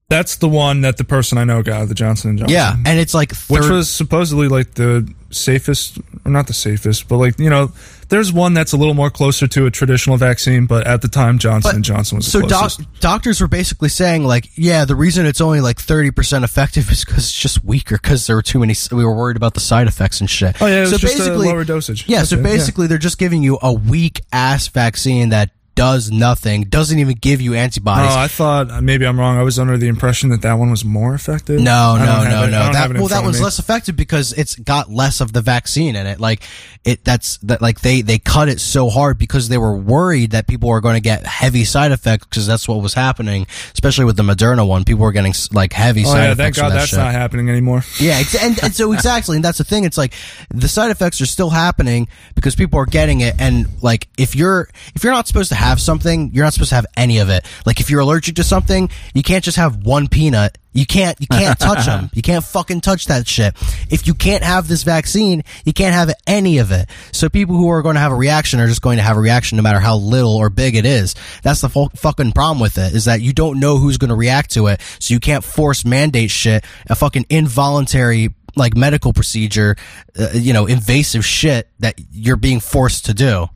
Speaker 1: That's the one that the person I know got, the Johnson and Johnson.
Speaker 2: Yeah, and it's like
Speaker 1: which
Speaker 2: 30
Speaker 1: was supposedly like the safest, or not the safest, but like you know, there's one that's a little more closer to a traditional vaccine, but at the time Johnson and Johnson was the
Speaker 2: so doc-
Speaker 1: closest.
Speaker 2: doctors were basically saying like yeah the reason it's only like 30% effective is because it's just weaker because there were too many we were worried about the side effects and shit
Speaker 1: Oh, yeah, it was just a lower dosage.
Speaker 2: yeah
Speaker 1: That's
Speaker 2: so
Speaker 1: it, yeah.
Speaker 2: basically they're just giving you a weak ass vaccine that does nothing doesn't even give you antibodies
Speaker 1: Oh, I thought maybe I'm wrong. I was under the impression that that one was more effective.
Speaker 2: No,
Speaker 1: I don't
Speaker 2: no,
Speaker 1: have
Speaker 2: no,
Speaker 1: it- I
Speaker 2: no.
Speaker 1: don't have
Speaker 2: That
Speaker 1: it in
Speaker 2: well, that
Speaker 1: front of
Speaker 2: one's
Speaker 1: me.
Speaker 2: less effective because it's got less of the vaccine in it. Like it, that's that. Like they they cut it so hard because they were worried that people were going to get heavy side effects because that's what was happening, especially with the Moderna one. People were getting s- like heavy
Speaker 1: Oh
Speaker 2: side
Speaker 1: yeah,
Speaker 2: effects.
Speaker 1: thank
Speaker 2: from
Speaker 1: God
Speaker 2: that
Speaker 1: that's
Speaker 2: shit.
Speaker 1: not happening anymore.
Speaker 2: Yeah, ex- and, and so exactly, and that's the thing. It's like the side effects are still happening because people are getting it, and like if you're if you're not supposed to have something, you're not supposed to have any of it. Like if you're allergic to something, you can't just have one peanut. You can't you can't touch them. You can't fucking touch that shit. If you can't have this vaccine, you can't have any of it. So people who are going to have a reaction are just going to have a reaction no matter how little or big it is. That's the fu- fucking problem with it is that you don't know who's going to react to it. So you can't force mandate shit, a fucking involuntary like medical procedure, uh, you know, invasive shit that you're being forced to do.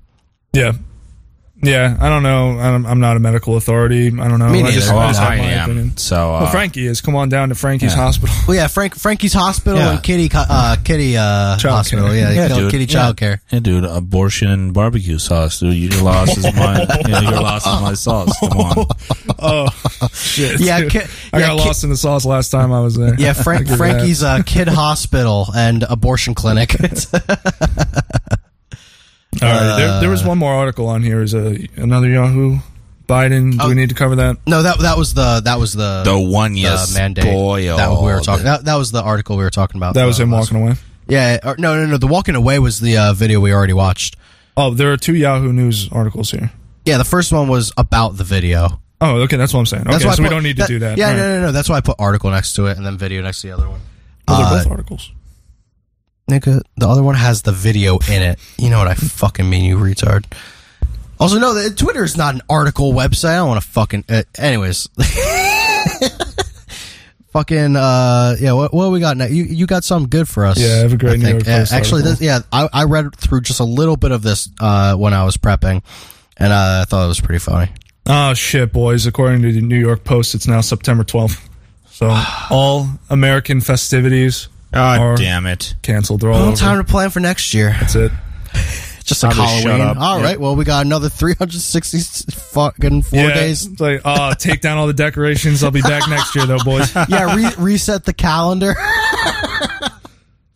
Speaker 1: Yeah. Yeah, I don't know. I'm, I'm not a medical authority. I don't know.
Speaker 2: Me
Speaker 1: I just,
Speaker 4: Oh,
Speaker 2: neither. Oh,
Speaker 1: I just
Speaker 2: Well,
Speaker 1: have
Speaker 2: I
Speaker 1: my
Speaker 2: am,
Speaker 1: opinion.
Speaker 4: so,
Speaker 1: well,
Speaker 4: uh,
Speaker 1: Frankie is. Come on down to Frankie's hospital.
Speaker 2: Well, yeah, Frank Frankie's hospital
Speaker 4: Yeah.
Speaker 2: and Kitty co- uh, Kitty uh, hospital. Yeah, they call it Kitty child care.
Speaker 4: Yeah. dude, abortion and barbecue sauce, dude. You lost is my, you know, your loss is my sauce. Come on.
Speaker 1: Oh shit!
Speaker 2: Yeah,
Speaker 1: dude.
Speaker 2: Ki-
Speaker 1: I
Speaker 2: yeah,
Speaker 1: got
Speaker 2: Ki-
Speaker 1: lost in the sauce last time I was there.
Speaker 2: Yeah,
Speaker 1: I'll
Speaker 2: Frank,
Speaker 1: give you
Speaker 2: Frankie's
Speaker 1: that.
Speaker 2: uh, kid hospital and abortion clinic.
Speaker 1: All right, there, there was one more article on here. Is a another Yahoo Biden?
Speaker 2: Oh.
Speaker 1: Do we need to cover that?
Speaker 2: No, that that was the that was the
Speaker 1: The one you
Speaker 2: mandate that we
Speaker 4: oh,
Speaker 2: were talking. That, that was the article we were talking about.
Speaker 1: That was
Speaker 2: uh,
Speaker 1: him
Speaker 2: last
Speaker 1: walking
Speaker 2: week.
Speaker 1: away.
Speaker 2: Yeah, or, no, no, no. The walking away was the uh, video we already watched.
Speaker 1: Oh, there are two Yahoo News articles here.
Speaker 2: Yeah, the first one was about the video.
Speaker 1: Oh, okay, that's what I'm saying. Okay,
Speaker 2: That's why I
Speaker 1: so we
Speaker 2: put-
Speaker 1: don't need to do that.
Speaker 2: Yeah,
Speaker 1: All
Speaker 2: no,
Speaker 1: right.
Speaker 2: no, no. That's why I put article next to it and then video next to the other one.
Speaker 1: Well, Oh, they're both
Speaker 2: Uh,
Speaker 1: articles.
Speaker 2: Nigga, the other one has the video in it. You know what I fucking mean, you retard. Also, no, the, Twitter is not an article website. I don't want to fucking. Uh, anyways, fucking. Uh, yeah, what, what we got now? You you got something good for us?
Speaker 1: Yeah, I have a great New York
Speaker 2: Yeah,
Speaker 1: Post
Speaker 2: actually, this, yeah, I, I read through just a little bit of this uh, when I was prepping, and uh, I thought it was pretty funny.
Speaker 1: Oh shit, boys! According to the New York Post, it's now September 12th. So all American festivities are
Speaker 4: damn it
Speaker 1: canceled. They're all
Speaker 2: Well,
Speaker 1: over.
Speaker 2: time to plan for next year.
Speaker 1: That's it.
Speaker 2: Just like Halloween. All right. Well, we got another 360 fucking four
Speaker 1: yeah,
Speaker 2: days.
Speaker 1: It's like, oh, take down all the decorations. I'll be back next year, though, boys.
Speaker 2: yeah, re- reset the calendar.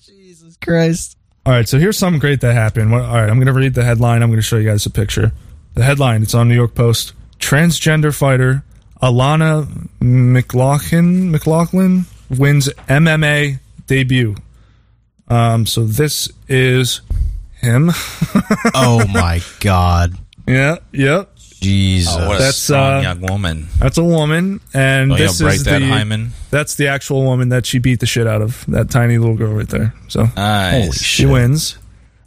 Speaker 2: Jesus Christ.
Speaker 1: All right, so here's something great that happened. What- All right, I'm going to read the headline. I'm going to show you guys a picture. The headline, it's on New York Post. Transgender fighter Alana McLaughlin, McLaughlin wins MMA debut. Um, so this is him.
Speaker 2: Oh my God.
Speaker 1: yeah, yep.
Speaker 2: Jesus.
Speaker 4: Oh, what a
Speaker 1: That's,
Speaker 4: strong
Speaker 1: uh,
Speaker 4: young woman.
Speaker 1: That's a woman, and
Speaker 4: Oh, yeah,
Speaker 1: this
Speaker 4: break
Speaker 1: is
Speaker 4: that
Speaker 1: the
Speaker 4: hymen.
Speaker 1: that's the actual woman that she beat the shit out of. That tiny little girl right there. So
Speaker 4: Nice. Holy
Speaker 1: she wins.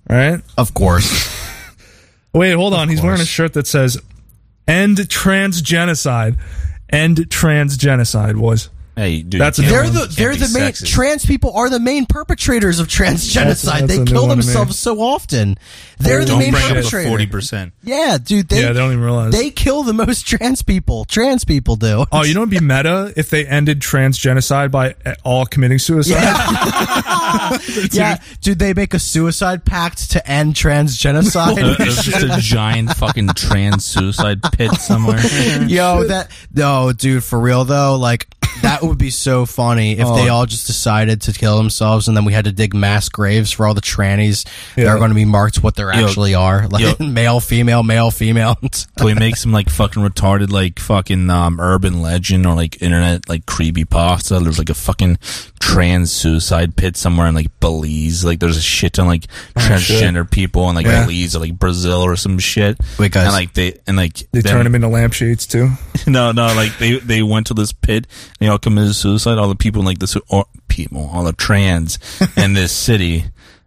Speaker 1: All right.
Speaker 2: Of course.
Speaker 1: Wait, hold on. He's wearing a shirt that says "End Trans Genocide." End Trans Genocide was.
Speaker 4: Hey, dude,
Speaker 1: That's
Speaker 4: you
Speaker 1: a
Speaker 4: can't-
Speaker 2: They're
Speaker 1: Everyone
Speaker 2: the they're
Speaker 4: can't
Speaker 2: the
Speaker 4: be
Speaker 2: main
Speaker 4: sexist.
Speaker 2: trans people are the main perpetrators of transgenocide.
Speaker 1: That's- that's
Speaker 2: they
Speaker 1: a new
Speaker 2: kill
Speaker 1: one to me.
Speaker 2: themselves so often. They're the
Speaker 4: Don't
Speaker 2: main
Speaker 4: bring it up to
Speaker 2: perpetrators.
Speaker 4: forty percent.
Speaker 2: Yeah, dude. They,
Speaker 1: yeah, they don't even realize.
Speaker 2: they kill the most trans people. Trans people do.
Speaker 1: oh, you know what'd be meta if they ended trans genocide by uh, all committing suicide?
Speaker 2: yeah, dude. They make a suicide pact to end trans genocide.
Speaker 4: It's just a giant fucking trans suicide pit somewhere.
Speaker 2: Yo, that no, dude, for real though, like that would be so funny if
Speaker 1: Oh.
Speaker 2: they all just decided to kill themselves and then we had to dig mass graves for all the trannies that
Speaker 1: Yeah.
Speaker 2: are going to be marked what they are actually are, like male, female, male, female.
Speaker 4: Can we make some like fucking retarded like fucking um, urban legend or like internet like creepy pasta? There's like a fucking trans suicide pit somewhere in like Belize. Like there's a shit ton like
Speaker 2: Oh,
Speaker 4: transgender people in like
Speaker 1: Yeah.
Speaker 4: Belize or like Brazil or some shit.
Speaker 2: Wait, guys.
Speaker 4: and like they and like
Speaker 1: They
Speaker 4: then-
Speaker 1: turn them into lampshades too.
Speaker 4: No, no, like they they went to this pit. They all committed suicide. All the people in like this or people, all the trans in this city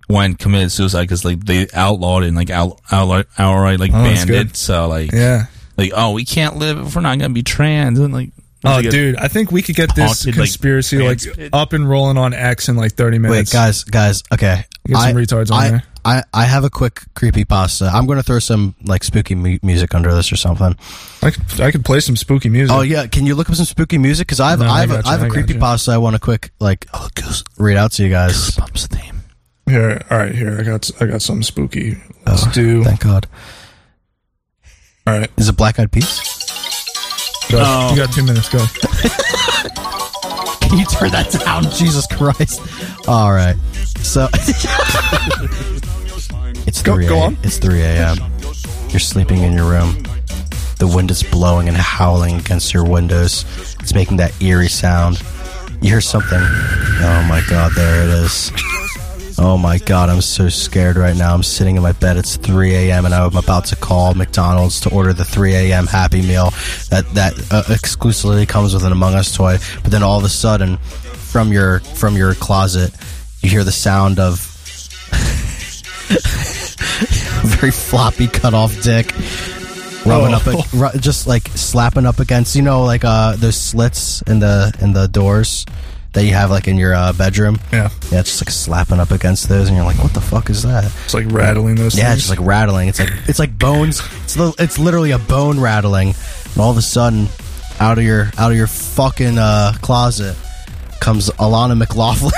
Speaker 4: went committed suicide because like they outlawed it and like out, outright, outright like
Speaker 1: Oh, that's
Speaker 4: banned it.
Speaker 1: good.
Speaker 4: So like
Speaker 1: Yeah.
Speaker 4: like oh we can't live if we're not gonna be trans and like
Speaker 1: Oh,
Speaker 4: like,
Speaker 1: dude, I think we could get this
Speaker 4: haunted, like,
Speaker 1: conspiracy like,
Speaker 4: trans pit.
Speaker 1: up and rolling on X in like 30
Speaker 2: Wait,
Speaker 1: minutes.
Speaker 2: guys, guys, okay.
Speaker 1: Get some retards on
Speaker 2: I,
Speaker 1: there.
Speaker 2: I, I have a quick creepy pasta. I'm going to throw some like spooky mu- music under this or something.
Speaker 1: I could, I could play some spooky music.
Speaker 2: Oh yeah, can you look up some spooky music? Because I have
Speaker 1: No,
Speaker 2: I
Speaker 1: I
Speaker 2: have a,
Speaker 1: gotcha,
Speaker 2: I have a
Speaker 1: I gotcha.
Speaker 2: creepy pasta. I want to quick like
Speaker 4: oh goose
Speaker 2: read out to you guys.
Speaker 4: bumps theme.
Speaker 1: Here, all right, here I got I got something spooky. Let's do.
Speaker 2: Oh, Thank God.
Speaker 1: All right,
Speaker 2: Is it Black Eyed Peas?
Speaker 1: go. you got two minutes. Go.
Speaker 2: Can you turn that down? Jesus Christ. All right. So. it's 3
Speaker 1: go
Speaker 2: a-
Speaker 1: on.
Speaker 2: It's 3 a.m. You're sleeping in your room. The wind is blowing and howling against your windows. It's making that eerie sound. You hear something. Oh my god, there it is. Oh my god, I'm so scared right now. I'm sitting in my bed. It's 3 a.m. and I'm about to call McDonald's to order the 3 a.m. Happy Meal that that uh, exclusively comes with an Among Us toy. But then all of a sudden, from your from your closet, you hear the sound of a very floppy cut off dick. Rubbing up, a, ru- just like slapping up against, you know, like uh, those slits in the in the doors that you have like in your uh, bedroom.
Speaker 1: Yeah.
Speaker 2: Yeah, it's just like slapping up against those, and you're like, "What the fuck is that?"
Speaker 1: It's like rattling those.
Speaker 2: Yeah,
Speaker 1: things.
Speaker 2: it's just like rattling. It's like it's like bones. It's li- it's literally a bone rattling, and all of a sudden, out of your out of your fucking uh, closet comes Alana McLaughlin.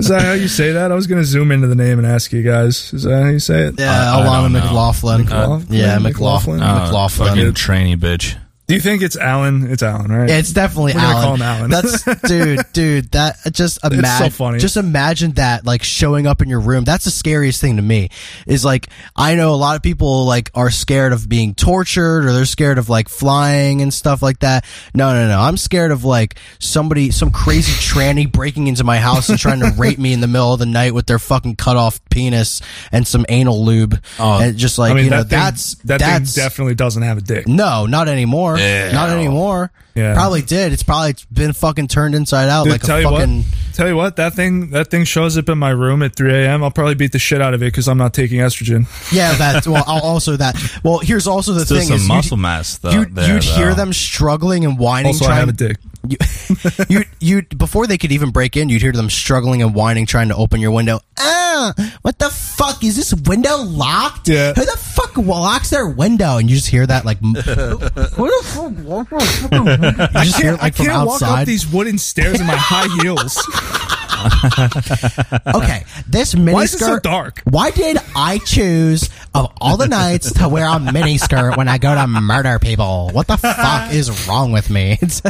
Speaker 1: Is that how you say that? I was gonna zoom into the name and ask you guys. Is that how you say it?
Speaker 2: Yeah,
Speaker 4: I
Speaker 2: Alana
Speaker 4: don't know.
Speaker 2: McLaughlin.
Speaker 1: McLaughlin?
Speaker 2: Uh, Yeah, McLaughlin. Oh,
Speaker 1: McLaughlin.
Speaker 4: Uh,
Speaker 2: McLaughlin.
Speaker 4: Fucking trainee bitch.
Speaker 1: Do you think it's Alan? It's Alan, right?
Speaker 2: Yeah, it's definitely
Speaker 1: We're gonna
Speaker 2: Alan.
Speaker 1: call him Alan.
Speaker 2: That's dude, dude. That uh, just imagine.
Speaker 1: so funny.
Speaker 2: Just imagine that, like showing up in your room. That's the scariest thing to me. Is like I know a lot of people like are scared of being tortured or they're scared of like flying and stuff like that. No, no, no. I'm scared of like somebody, some crazy tranny breaking into my house and trying to rape me in the middle of the night with their fucking cut off penis and some anal lube.
Speaker 4: Oh.
Speaker 2: and just like
Speaker 1: I mean,
Speaker 2: you
Speaker 1: that
Speaker 2: know,
Speaker 1: thing,
Speaker 2: that's
Speaker 1: that
Speaker 2: that's
Speaker 1: thing definitely doesn't have a dick.
Speaker 2: no, not anymore. Not anymore.
Speaker 1: Yeah.
Speaker 2: Probably did. It's probably been fucking turned inside out
Speaker 1: Dude,
Speaker 2: like
Speaker 1: tell
Speaker 2: a
Speaker 1: you
Speaker 2: fucking.
Speaker 1: what, tell you what, that thing that thing shows up in my room at 3 a.m. I'll probably beat the shit out of it because I'm not taking estrogen.
Speaker 2: Yeah, that. Well, I'll also that. Well, here's also the
Speaker 8: Still
Speaker 2: thing
Speaker 8: some
Speaker 2: is
Speaker 8: muscle
Speaker 2: you'd,
Speaker 8: mass though.
Speaker 2: you'd,
Speaker 8: there,
Speaker 2: you'd hear
Speaker 8: though.
Speaker 2: them struggling and whining.
Speaker 1: Also, I
Speaker 2: trying,
Speaker 1: have a dick.
Speaker 2: You, you, you, before they could even break in, you'd hear them struggling and whining, trying to open your window. Ah, what the fuck is this window locked?
Speaker 1: Yeah.
Speaker 2: Who the fuck locks their window? And you just hear that like, m- who the fuck locks their fucking window? You
Speaker 1: I
Speaker 2: just hear it,
Speaker 1: can't, I
Speaker 2: like, from
Speaker 1: can't walk up
Speaker 2: outside.
Speaker 1: these wooden stairs in my high heels.
Speaker 2: Okay, this miniskirt.
Speaker 1: Why is it so dark?
Speaker 2: Why did I choose of all the nights to wear a miniskirt when I go to murder people? What the fuck is wrong with me? It's-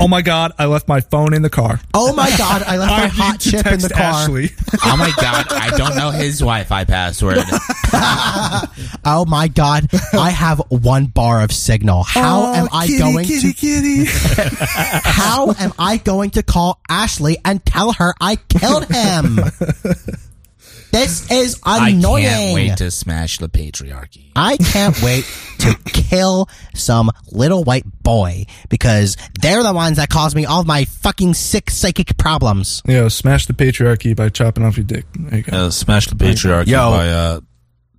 Speaker 1: Oh my god, I left my phone in the car.
Speaker 2: oh my god, I left my
Speaker 1: I
Speaker 2: hot
Speaker 1: need to
Speaker 2: chip in the
Speaker 1: text
Speaker 2: car.
Speaker 1: Ashley.
Speaker 8: Oh my god, I don't know his Wi-Fi password.
Speaker 2: Oh my god, I have one bar of signal.
Speaker 1: Oh,
Speaker 2: How Oh, am I going to? How am I going to call Ashley and tell her I killed him? this is
Speaker 8: I
Speaker 2: annoying.
Speaker 8: can't wait to smash the patriarchy.
Speaker 2: I can't wait to kill some little white boy because they're the ones that caused me all of my fucking sick psychic problems.
Speaker 1: Yeah, smash the patriarchy by chopping off your dick. There you go.
Speaker 4: Uh, smash the patriarchy
Speaker 2: Yo.
Speaker 4: by uh,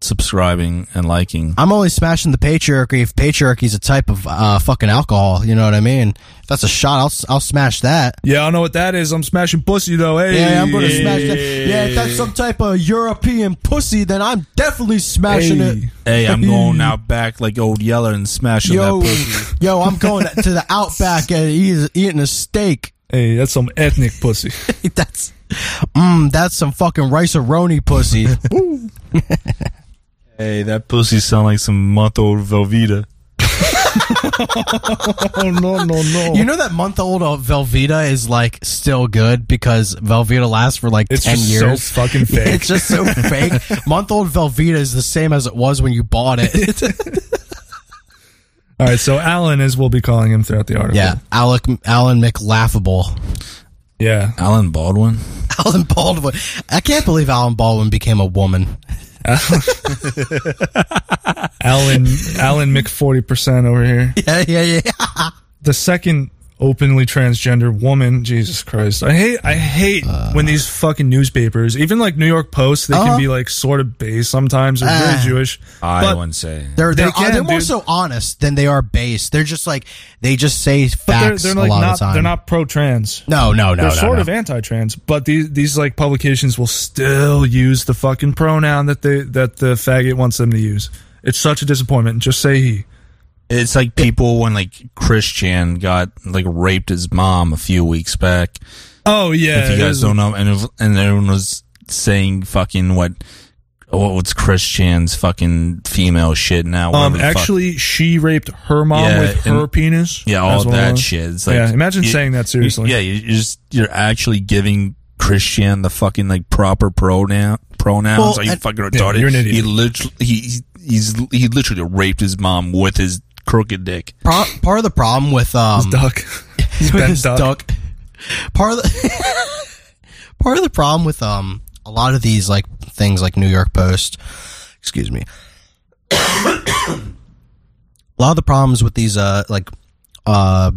Speaker 4: subscribing and liking.
Speaker 2: I'm only smashing the patriarchy if patriarchy's a type of uh, fucking alcohol. You know what I mean? If that's a shot, I'll s- I'll smash that.
Speaker 1: Yeah, I don't know what that is. I'm smashing pussy though. Hey,
Speaker 2: Yeah, I'm gonna smash that. Yeah, if that's some type of European pussy, then I'm definitely smashing it.
Speaker 1: Hey.
Speaker 4: Hey, I'm going out back like old Yeller and smashing
Speaker 2: Yo,
Speaker 4: that pussy.
Speaker 2: yo, I'm going to the outback and eat, eating a steak.
Speaker 1: hey, that's some ethnic pussy.
Speaker 2: that's mm, that's some fucking rice roni pussy.
Speaker 4: Hey, that pussy sound like some month old Velveeta.
Speaker 1: oh no, no, no.
Speaker 2: you know that month old of Velveeta is like still good because Velveeta lasts for like
Speaker 1: It's
Speaker 2: ten
Speaker 1: just
Speaker 2: years.
Speaker 1: so fucking fake.
Speaker 2: it's just so fake. Month old Velveeta is the same as it was when you bought it.
Speaker 1: All right, so Alan is we'll be calling him throughout the article.
Speaker 2: yeah, Alec Alan McLaughable.
Speaker 1: yeah.
Speaker 2: Uh.
Speaker 4: Alan Baldwin?
Speaker 2: Alan Baldwin. I can't believe Alan Baldwin became a woman.
Speaker 1: Alan, Alan Mick, forty percent over here.
Speaker 2: Yeah, yeah, yeah.
Speaker 1: The second openly transgender woman. Jesus Christ, I hate, I hate when these fucking newspapers, even like New York Post, they
Speaker 2: Uh. Uh-huh.
Speaker 1: can be like sort of based sometimes. They're
Speaker 2: Ah.
Speaker 1: very Jewish.
Speaker 8: I
Speaker 1: but
Speaker 8: wouldn't say.
Speaker 2: They're
Speaker 1: They
Speaker 2: they're,
Speaker 1: can,
Speaker 2: they're more
Speaker 1: dude.
Speaker 2: so honest than they are base. They're just like they just say
Speaker 1: but they're,
Speaker 2: facts
Speaker 1: they're
Speaker 2: a
Speaker 1: like
Speaker 2: lot of
Speaker 1: not,
Speaker 2: the time.
Speaker 1: they're not pro-trans.
Speaker 2: No, no, no,
Speaker 1: they're
Speaker 2: no,
Speaker 1: sort
Speaker 2: no.
Speaker 1: of anti-trans, but these these like publications will still use the fucking pronoun that they that the faggot wants them to use. It's such a disappointment. Just say he.
Speaker 4: It's like people when like Christian got like raped his mom a few weeks back.
Speaker 1: Oh yeah,
Speaker 4: if you
Speaker 1: it
Speaker 4: guys
Speaker 1: is-
Speaker 4: don't know, and if, and everyone was saying fucking what, what what's Christian's fucking female shit now?
Speaker 1: Um,
Speaker 4: whatever the fuck.
Speaker 1: actually, she raped her mom
Speaker 4: Yeah,
Speaker 1: with
Speaker 4: and-
Speaker 1: her penis.
Speaker 4: yeah, all
Speaker 1: That's what it
Speaker 4: that
Speaker 1: was.
Speaker 4: shit. It's like,
Speaker 1: yeah, imagine
Speaker 4: you-
Speaker 1: saying that
Speaker 4: you-
Speaker 1: seriously.
Speaker 4: yeah, you just you're actually giving Christian the fucking like proper pronoun pronouns.
Speaker 2: Well,
Speaker 4: Are you
Speaker 2: and-
Speaker 4: fucking
Speaker 1: Yeah,
Speaker 4: retarded?
Speaker 1: you're an idiot.
Speaker 4: He literally he he's he literally raped his mom with his crooked dick.
Speaker 2: Pro- part of the problem with um
Speaker 1: duck. He's been
Speaker 2: It's
Speaker 1: duck.
Speaker 2: duck. Part of the part of the problem with um a lot of these like things like New York Post, excuse me. a lot of the problems with these uh like uh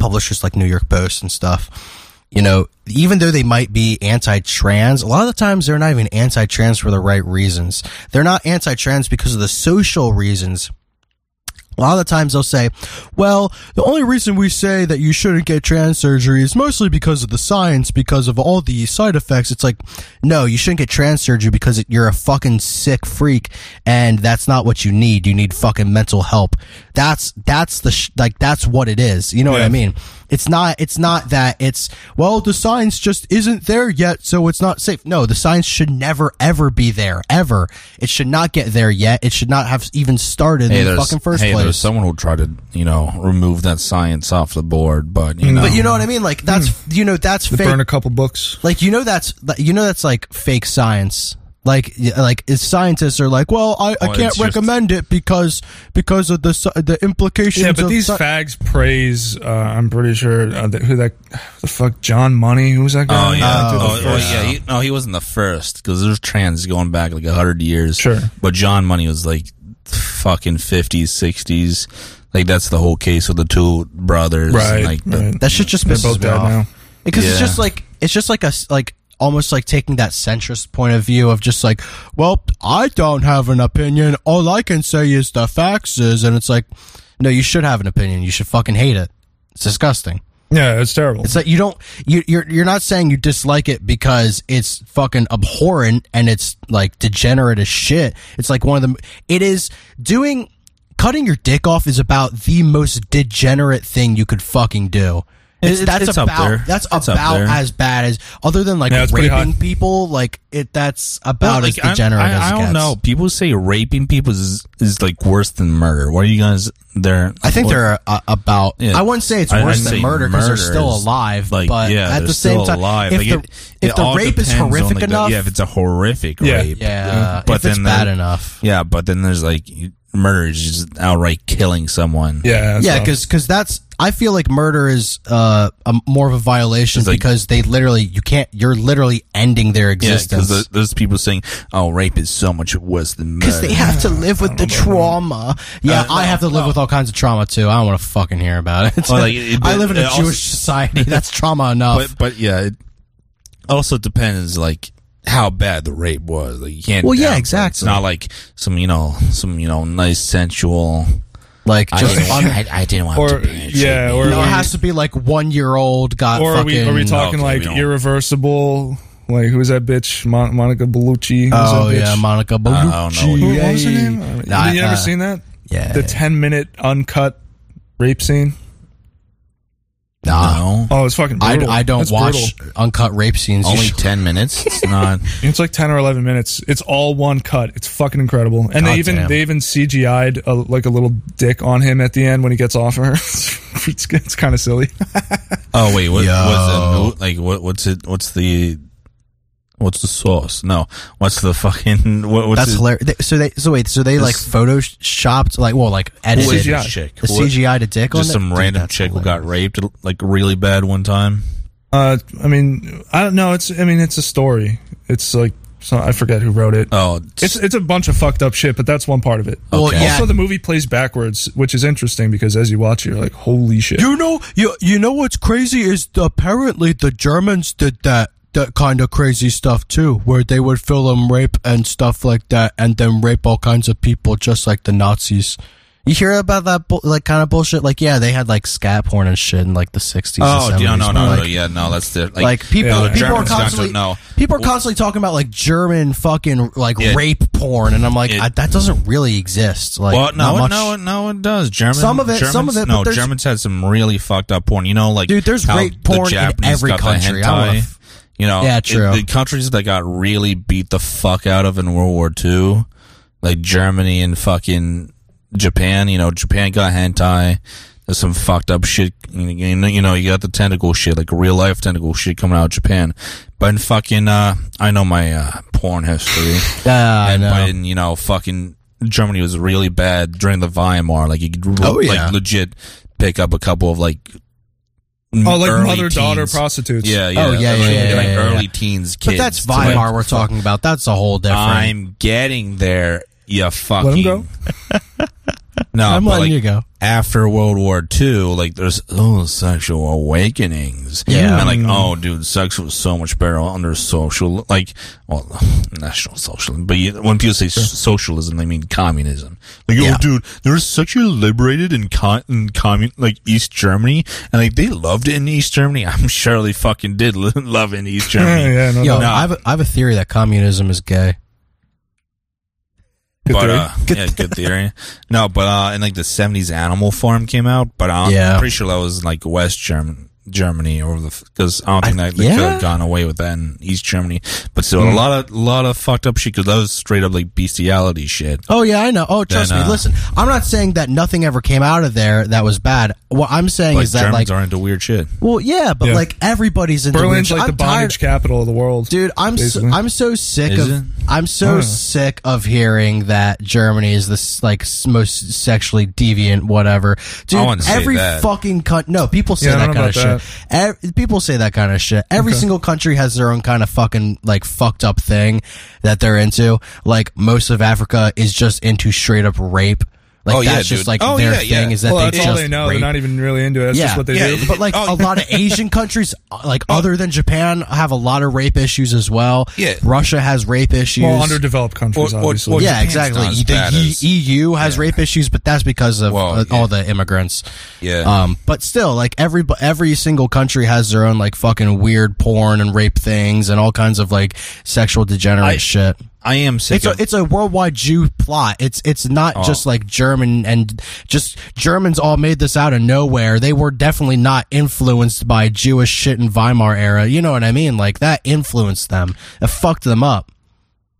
Speaker 2: publishers like New York Post and stuff, you know, even though they might be anti-trans, a lot of the times they're not even anti-trans for the right reasons. They're not anti-trans because of the social reasons A lot of the times they'll say, well, the only reason we say that you shouldn't get trans surgery is mostly because of the science, because of all the side effects. It's like, no, you shouldn't get trans surgery because it- you're a fucking sick freak and that's not what you need. You need fucking mental help. That's, that's the, sh- like, that's what it is. You know what
Speaker 13: Yeah.
Speaker 2: I mean? It's not, it's not that it's, well, the science just isn't there yet, so it's not safe. No, the science should never, ever be there, ever. It should not get there yet. It should not have even started in the
Speaker 4: there's-
Speaker 2: fucking first
Speaker 4: hey,
Speaker 2: place.
Speaker 4: there's someone who tried to, you know, remove that science off the board, but you know,
Speaker 2: But you know what I mean? Like that's you know that's
Speaker 4: They
Speaker 2: fake.
Speaker 4: burn a
Speaker 1: couple books.
Speaker 2: Like you know that's like, you know that's like fake science. Like y- like it's scientists are like, well, I, I
Speaker 1: Oh,
Speaker 2: can't
Speaker 1: it's just-
Speaker 2: recommend it because because of the sci- the implications.
Speaker 1: Yeah, but
Speaker 2: of
Speaker 1: these
Speaker 2: sci-
Speaker 1: fags praise. Uh, I'm pretty sure uh, that, who that the fuck John Money. Who was that guy?
Speaker 4: Oh yeah,
Speaker 1: Dude, the
Speaker 4: oh, oh,
Speaker 1: first-
Speaker 4: yeah. He, no, he wasn't the first because there's trans going back like hundred years. Sure, but John Money was like fucking fifties, sixties. Like that's the whole case with the two brothers.
Speaker 1: Right,
Speaker 4: like
Speaker 1: right.
Speaker 2: that shit just pisses me off. Because it's
Speaker 4: Yeah.
Speaker 2: just like it's just like a s- like almost like taking that centrist point of view of just like, well, I don't have an opinion. All I can say is the facts is, and it's like, no, you should have an opinion. You should fucking hate it. It's disgusting.
Speaker 1: Yeah, it's terrible.
Speaker 2: It's like you don't you you're you're not saying you dislike it because it's fucking abhorrent and it's like degenerate as shit. It's like one of the it is doing cutting your dick off is about the most degenerate thing you could fucking do.
Speaker 4: It's-
Speaker 2: It's- that's
Speaker 4: it's up
Speaker 2: about
Speaker 4: there.
Speaker 2: that's
Speaker 4: It's up
Speaker 2: about
Speaker 4: there.
Speaker 2: as bad as other than like
Speaker 4: Yeah, it's pretty
Speaker 2: raping
Speaker 4: high.
Speaker 2: people. Like it that's
Speaker 4: Well,
Speaker 2: about
Speaker 4: like,
Speaker 2: as degenerate
Speaker 4: I, I,
Speaker 2: as
Speaker 4: I
Speaker 2: it
Speaker 4: don't
Speaker 2: gets.
Speaker 4: know. People say raping people is is like worse than murder. Why are you guys there?
Speaker 2: I think they're uh, about.
Speaker 4: Yeah.
Speaker 2: I wouldn't say it's
Speaker 4: I-
Speaker 2: worse
Speaker 4: I'd
Speaker 2: than
Speaker 4: say
Speaker 2: murder because they're
Speaker 4: murder
Speaker 2: still
Speaker 4: is,
Speaker 2: alive.
Speaker 4: like,
Speaker 2: but
Speaker 4: yeah,
Speaker 2: at
Speaker 4: they're
Speaker 2: the same
Speaker 4: still
Speaker 2: time,
Speaker 4: alive.
Speaker 2: if
Speaker 4: Like,
Speaker 2: the,
Speaker 4: it-
Speaker 2: if
Speaker 4: it
Speaker 2: the
Speaker 4: all
Speaker 2: rape is
Speaker 4: depends on,
Speaker 2: horrific
Speaker 4: like, the-
Speaker 2: enough,
Speaker 4: yeah, if it's a horrific
Speaker 2: Yeah.
Speaker 4: rape,
Speaker 2: Yeah,
Speaker 4: But
Speaker 2: if
Speaker 4: then
Speaker 2: it's
Speaker 4: there-
Speaker 2: bad enough.
Speaker 4: yeah. But then there's like murder is just outright killing someone.
Speaker 2: yeah, because that's I feel like murder is uh a, more of a violation because they literally you can't you're literally ending their
Speaker 4: Yeah, 'cause
Speaker 2: existence
Speaker 4: the- there's people saying, "Oh, rape is so much worse than murder."
Speaker 2: because they have to live with the trauma. Yeah,
Speaker 4: Uh,
Speaker 2: I have to live with all kinds of trauma too. I don't want to fucking hear about it.
Speaker 4: Well, like, it-
Speaker 2: I live in a
Speaker 4: it
Speaker 2: Jewish
Speaker 4: also-
Speaker 2: society. That's trauma enough.
Speaker 4: but but yeah, it also depends like how bad the rape was. Like you can't.
Speaker 2: Well, yeah,
Speaker 4: downplay it. It's
Speaker 2: exactly.
Speaker 4: not like some you know some you know nice sensual.
Speaker 2: Like
Speaker 4: I
Speaker 2: just
Speaker 4: didn't,
Speaker 2: un-
Speaker 4: I, I didn't want
Speaker 1: Or-
Speaker 4: to be.
Speaker 1: yeah, or
Speaker 2: no,
Speaker 1: are
Speaker 2: it
Speaker 1: we-
Speaker 2: has to be like one year old got
Speaker 1: or are
Speaker 2: fucking.
Speaker 1: we are we talking like irreversible? Like who's that bitch? Mon- Monica Bellucci. Who's
Speaker 2: Oh,
Speaker 1: that bitch?
Speaker 2: yeah, Monica Bellucci.
Speaker 1: Who- What was her name?
Speaker 2: Nah,
Speaker 1: Have you ever
Speaker 2: uh,
Speaker 1: seen that?
Speaker 2: yeah.
Speaker 1: The ten minute uncut rape scene.
Speaker 2: Nah.
Speaker 1: Oh, it's fucking.
Speaker 2: I,
Speaker 1: Brutal.
Speaker 2: I don't
Speaker 1: It's
Speaker 2: watch
Speaker 1: brutal.
Speaker 2: uncut rape scenes. You
Speaker 1: Only
Speaker 2: should-
Speaker 4: 10 minutes. It's not.
Speaker 1: It's like ten or eleven minutes. It's all one cut. It's fucking incredible.
Speaker 2: God
Speaker 1: And they even
Speaker 2: damn.
Speaker 1: they even CGI'd a, like a little dick on him at the end when he gets off of her. it's it's kind of silly.
Speaker 4: Oh wait, what,
Speaker 1: Yo.
Speaker 4: what's it? Like what? What's it? What's the? What's the sauce? No, what's the fucking? What, what's
Speaker 2: That's
Speaker 4: it?
Speaker 2: hilarious. They- So they so wait so they like
Speaker 4: This-
Speaker 2: photoshopped like well like edited
Speaker 4: Who is this chick?
Speaker 2: the
Speaker 4: What-
Speaker 2: CGI to dick on
Speaker 4: Just
Speaker 2: it?
Speaker 4: some
Speaker 2: Dude,
Speaker 4: random
Speaker 2: that's
Speaker 4: chick who got raped like really bad one time.
Speaker 1: Uh, I mean, I don't know. It's I mean, it's a story. It's like so I forget who wrote it.
Speaker 4: Oh,
Speaker 1: it's it's a bunch of fucked up shit, but that's one part of it.
Speaker 2: Well, Okay. yeah.
Speaker 1: Also, the movie plays backwards, which is interesting because as you watch, it, you're like, holy shit.
Speaker 2: You know, you you know what's crazy is apparently the Germans did that that kind of crazy stuff too, where they would film rape and stuff like that, and then rape all kinds of people, just like the Nazis. You hear about that bu- like kind of bullshit? Like, yeah, they had like scat porn and shit in like the sixties.
Speaker 4: Oh, yeah, no, no,
Speaker 2: like,
Speaker 4: no, yeah, no, that's the
Speaker 2: Like, people,
Speaker 4: no, the
Speaker 2: people are
Speaker 4: Germans got to-
Speaker 2: constantly
Speaker 4: no.
Speaker 2: people are constantly talking about like German fucking like
Speaker 4: Yeah.
Speaker 2: rape porn, and I'm like, I, that doesn't really exist. Like,
Speaker 4: well,
Speaker 2: not
Speaker 4: no,
Speaker 2: much.
Speaker 4: no, no, it does. German,
Speaker 2: Some of it-
Speaker 4: Germans,
Speaker 2: some of it, but
Speaker 4: No,
Speaker 2: there's-
Speaker 4: Germans had some really fucked up porn. You know, like
Speaker 2: Dude, there's
Speaker 4: how
Speaker 2: rape
Speaker 4: the
Speaker 2: porn in
Speaker 4: Japanese
Speaker 2: every
Speaker 4: got the
Speaker 2: country. I
Speaker 4: hentai,
Speaker 2: wanna f-
Speaker 4: you know,
Speaker 2: Yeah,
Speaker 4: it-
Speaker 2: true.
Speaker 4: the countries that got really beat the fuck out of in World War II, like Germany and fucking Japan. You know, Japan got hentai. There's some fucked up shit. You know, you know, you got the tentacle shit, like real life tentacle shit coming out of Japan. But in fucking, uh, I know my uh, porn history.
Speaker 2: Yeah, I
Speaker 4: and
Speaker 2: know.
Speaker 4: But in, you know, fucking Germany was really bad during the Weimar. Like you could,
Speaker 2: Oh, yeah.
Speaker 4: like legit pick up a couple of like.
Speaker 1: Oh, like
Speaker 4: early
Speaker 1: mother-daughter
Speaker 4: teens.
Speaker 1: prostitutes.
Speaker 4: Yeah, yeah.
Speaker 2: Oh, yeah, yeah,
Speaker 4: Like,
Speaker 2: yeah, yeah,
Speaker 4: like
Speaker 2: yeah,
Speaker 4: early
Speaker 2: yeah.
Speaker 4: teens kids.
Speaker 2: But that's
Speaker 4: Like,
Speaker 2: Weimar we're talking about. That's a whole different.
Speaker 4: I'm getting there. Yeah, fucking.
Speaker 1: go.
Speaker 4: no,
Speaker 2: I'm
Speaker 4: but,
Speaker 2: letting
Speaker 4: like,
Speaker 2: you go.
Speaker 4: After World War II, like there's those sexual awakenings.
Speaker 2: Yeah. Mm.
Speaker 4: and like oh, dude, sex was so much better under social, like well, national socialism. But you, when people say s socialism, they mean communism. Like
Speaker 2: Yeah.
Speaker 4: oh, dude, there was sexual liberated in con in commun like East Germany, and like they loved it in East Germany. I'm sure they fucking did lo- love it in East Germany.
Speaker 1: Yeah, no
Speaker 2: Yo,
Speaker 4: doubt.
Speaker 2: I, have a, I have a theory that communism is gay.
Speaker 1: Good
Speaker 4: but
Speaker 1: theory.
Speaker 4: uh, yeah, good theory. No, but uh, in like the seventies, Animal Farm came out. But I'm
Speaker 2: Yeah.
Speaker 4: pretty sure that was in, like West German Germany or the because I don't think that they
Speaker 2: yeah. Hmm.
Speaker 4: could have gone away with that in East Germany. But still, a lot of lot of fucked up shit because that was straight up like bestiality shit.
Speaker 2: Oh yeah, I know. Oh, trust
Speaker 4: Then,
Speaker 2: me.
Speaker 4: uh,
Speaker 2: Listen, I'm not saying that nothing ever came out of there that was bad. What I'm saying
Speaker 4: Like
Speaker 2: is that
Speaker 4: Germans
Speaker 2: like,
Speaker 4: are into weird shit.
Speaker 2: well, yeah, but
Speaker 1: Yeah.
Speaker 2: like everybody's into
Speaker 1: Berlin's
Speaker 2: weird shit.
Speaker 1: like the
Speaker 2: I'm tired-
Speaker 1: bondage capital of the world,
Speaker 2: Dude, I'm so,
Speaker 1: basically.
Speaker 2: I'm so sick
Speaker 4: Is
Speaker 2: of
Speaker 4: it?
Speaker 2: I'm so sick of hearing that Germany is this like s- most sexually deviant whatever. Dude,
Speaker 4: I wouldn't say
Speaker 2: every
Speaker 4: that.
Speaker 2: fucking cunt. No, people say
Speaker 1: Yeah, I
Speaker 2: that
Speaker 1: don't
Speaker 2: kind of
Speaker 1: know about
Speaker 2: shit. Ev- people say that kind of shit. Every single country has their own kind of fucking like fucked up thing that they're into. Like most of Africa is just into straight up rape. Like
Speaker 4: Oh,
Speaker 2: that's
Speaker 4: yeah,
Speaker 2: just
Speaker 4: dude.
Speaker 2: like
Speaker 4: Oh,
Speaker 2: their
Speaker 4: yeah, yeah.
Speaker 2: thing is that
Speaker 1: well,
Speaker 2: they
Speaker 1: that's
Speaker 2: just
Speaker 1: all they know.
Speaker 2: rape.
Speaker 1: They're not even really into it. That's just what they do.
Speaker 2: But like a
Speaker 4: Oh.
Speaker 2: lot of Asian countries, uh, like other than Japan, have a lot of rape issues as well.
Speaker 4: Yeah.
Speaker 2: Russia has rape issues.
Speaker 1: Well, underdeveloped countries,
Speaker 4: Or- or-
Speaker 1: obviously.
Speaker 4: or-
Speaker 2: yeah,
Speaker 4: Japan's
Speaker 2: exactly.
Speaker 4: not as bad
Speaker 2: The E-
Speaker 4: as-
Speaker 2: EU has rape issues, but that's because of
Speaker 4: Well,
Speaker 2: uh,
Speaker 4: yeah.
Speaker 2: all the immigrants.
Speaker 4: Yeah.
Speaker 2: Um, but still, like every every single country has their own like fucking weird porn and rape things and all kinds of like sexual degenerate
Speaker 4: I-
Speaker 2: shit.
Speaker 4: I am sick.
Speaker 2: It's a,
Speaker 4: of,
Speaker 2: it's a worldwide Jew plot. It's it's not
Speaker 4: Oh.
Speaker 2: just like German and just Germans all made this out of nowhere. They were definitely not influenced by Jewish shit in Weimar era. You know what I mean? Like that influenced them. It fucked them up.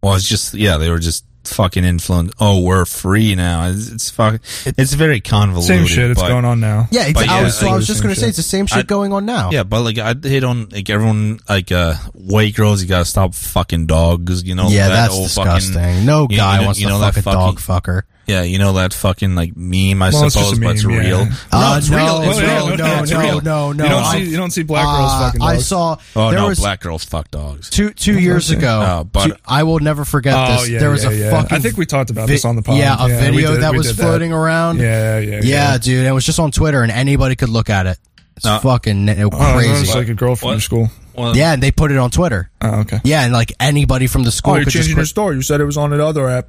Speaker 4: Well, it's just yeah, they were just fucking influenced. Oh, we're free now. It's, it's fucking. It's very convoluted.
Speaker 1: Same shit. It's
Speaker 4: but-
Speaker 1: going on now.
Speaker 2: Yeah,
Speaker 4: But
Speaker 2: exactly. I
Speaker 4: yeah,
Speaker 2: was, so
Speaker 4: like-
Speaker 2: I was just
Speaker 1: same
Speaker 2: gonna say
Speaker 1: shit.
Speaker 2: it's the same shit
Speaker 4: I-
Speaker 2: going on now.
Speaker 4: Yeah, but like I hit on like everyone like uh white girls. You gotta stop fucking dogs. You know.
Speaker 2: yeah,
Speaker 4: that
Speaker 2: that's
Speaker 4: old
Speaker 2: disgusting.
Speaker 4: Fucking,
Speaker 2: no
Speaker 4: you-
Speaker 2: guy
Speaker 4: you know-
Speaker 2: wants
Speaker 4: you
Speaker 2: to
Speaker 4: know
Speaker 2: fuck
Speaker 4: that
Speaker 2: a dog fucker.
Speaker 4: Yeah, you know that fucking like meme. I
Speaker 1: Well, it's just
Speaker 4: suppose,
Speaker 1: a
Speaker 4: but it's
Speaker 1: meme, yeah.
Speaker 4: real.
Speaker 2: Uh,
Speaker 4: no, it's real. It's
Speaker 1: no,
Speaker 4: real.
Speaker 1: no,
Speaker 4: Yeah,
Speaker 1: no,
Speaker 4: it's
Speaker 1: no,
Speaker 4: real.
Speaker 2: no, no.
Speaker 1: you don't
Speaker 2: I-
Speaker 1: see you don't see black girls
Speaker 2: Uh,
Speaker 1: fucking.
Speaker 2: I
Speaker 1: dogs.
Speaker 2: saw
Speaker 4: Oh
Speaker 2: there
Speaker 4: no,
Speaker 2: was
Speaker 4: black girls fuck dogs.
Speaker 2: two two years ago.
Speaker 4: No, but-
Speaker 2: two- I will never forget
Speaker 1: Oh,
Speaker 2: this.
Speaker 1: yeah,
Speaker 2: there was
Speaker 1: yeah,
Speaker 2: a
Speaker 1: yeah.
Speaker 2: fucking.
Speaker 1: I think we talked about this on the pod.
Speaker 2: Yeah, a
Speaker 1: Yeah, we
Speaker 2: video
Speaker 1: did-
Speaker 2: that
Speaker 1: we
Speaker 2: was
Speaker 1: did that.
Speaker 2: floating around.
Speaker 1: Yeah, yeah,
Speaker 2: yeah,
Speaker 1: yeah.
Speaker 2: dude. It was just on Twitter, and anybody could look at it. It's
Speaker 4: No.
Speaker 2: fucking n-
Speaker 1: Oh, it
Speaker 2: crazy.
Speaker 1: was like a girl from
Speaker 4: What?
Speaker 1: school.
Speaker 4: Well,
Speaker 2: yeah, and they put it on Twitter.
Speaker 1: Oh, okay.
Speaker 2: Yeah, and like anybody from the school
Speaker 1: Oh, you're
Speaker 2: could just.
Speaker 1: changing your
Speaker 2: Put,
Speaker 1: story. You said it was on another app.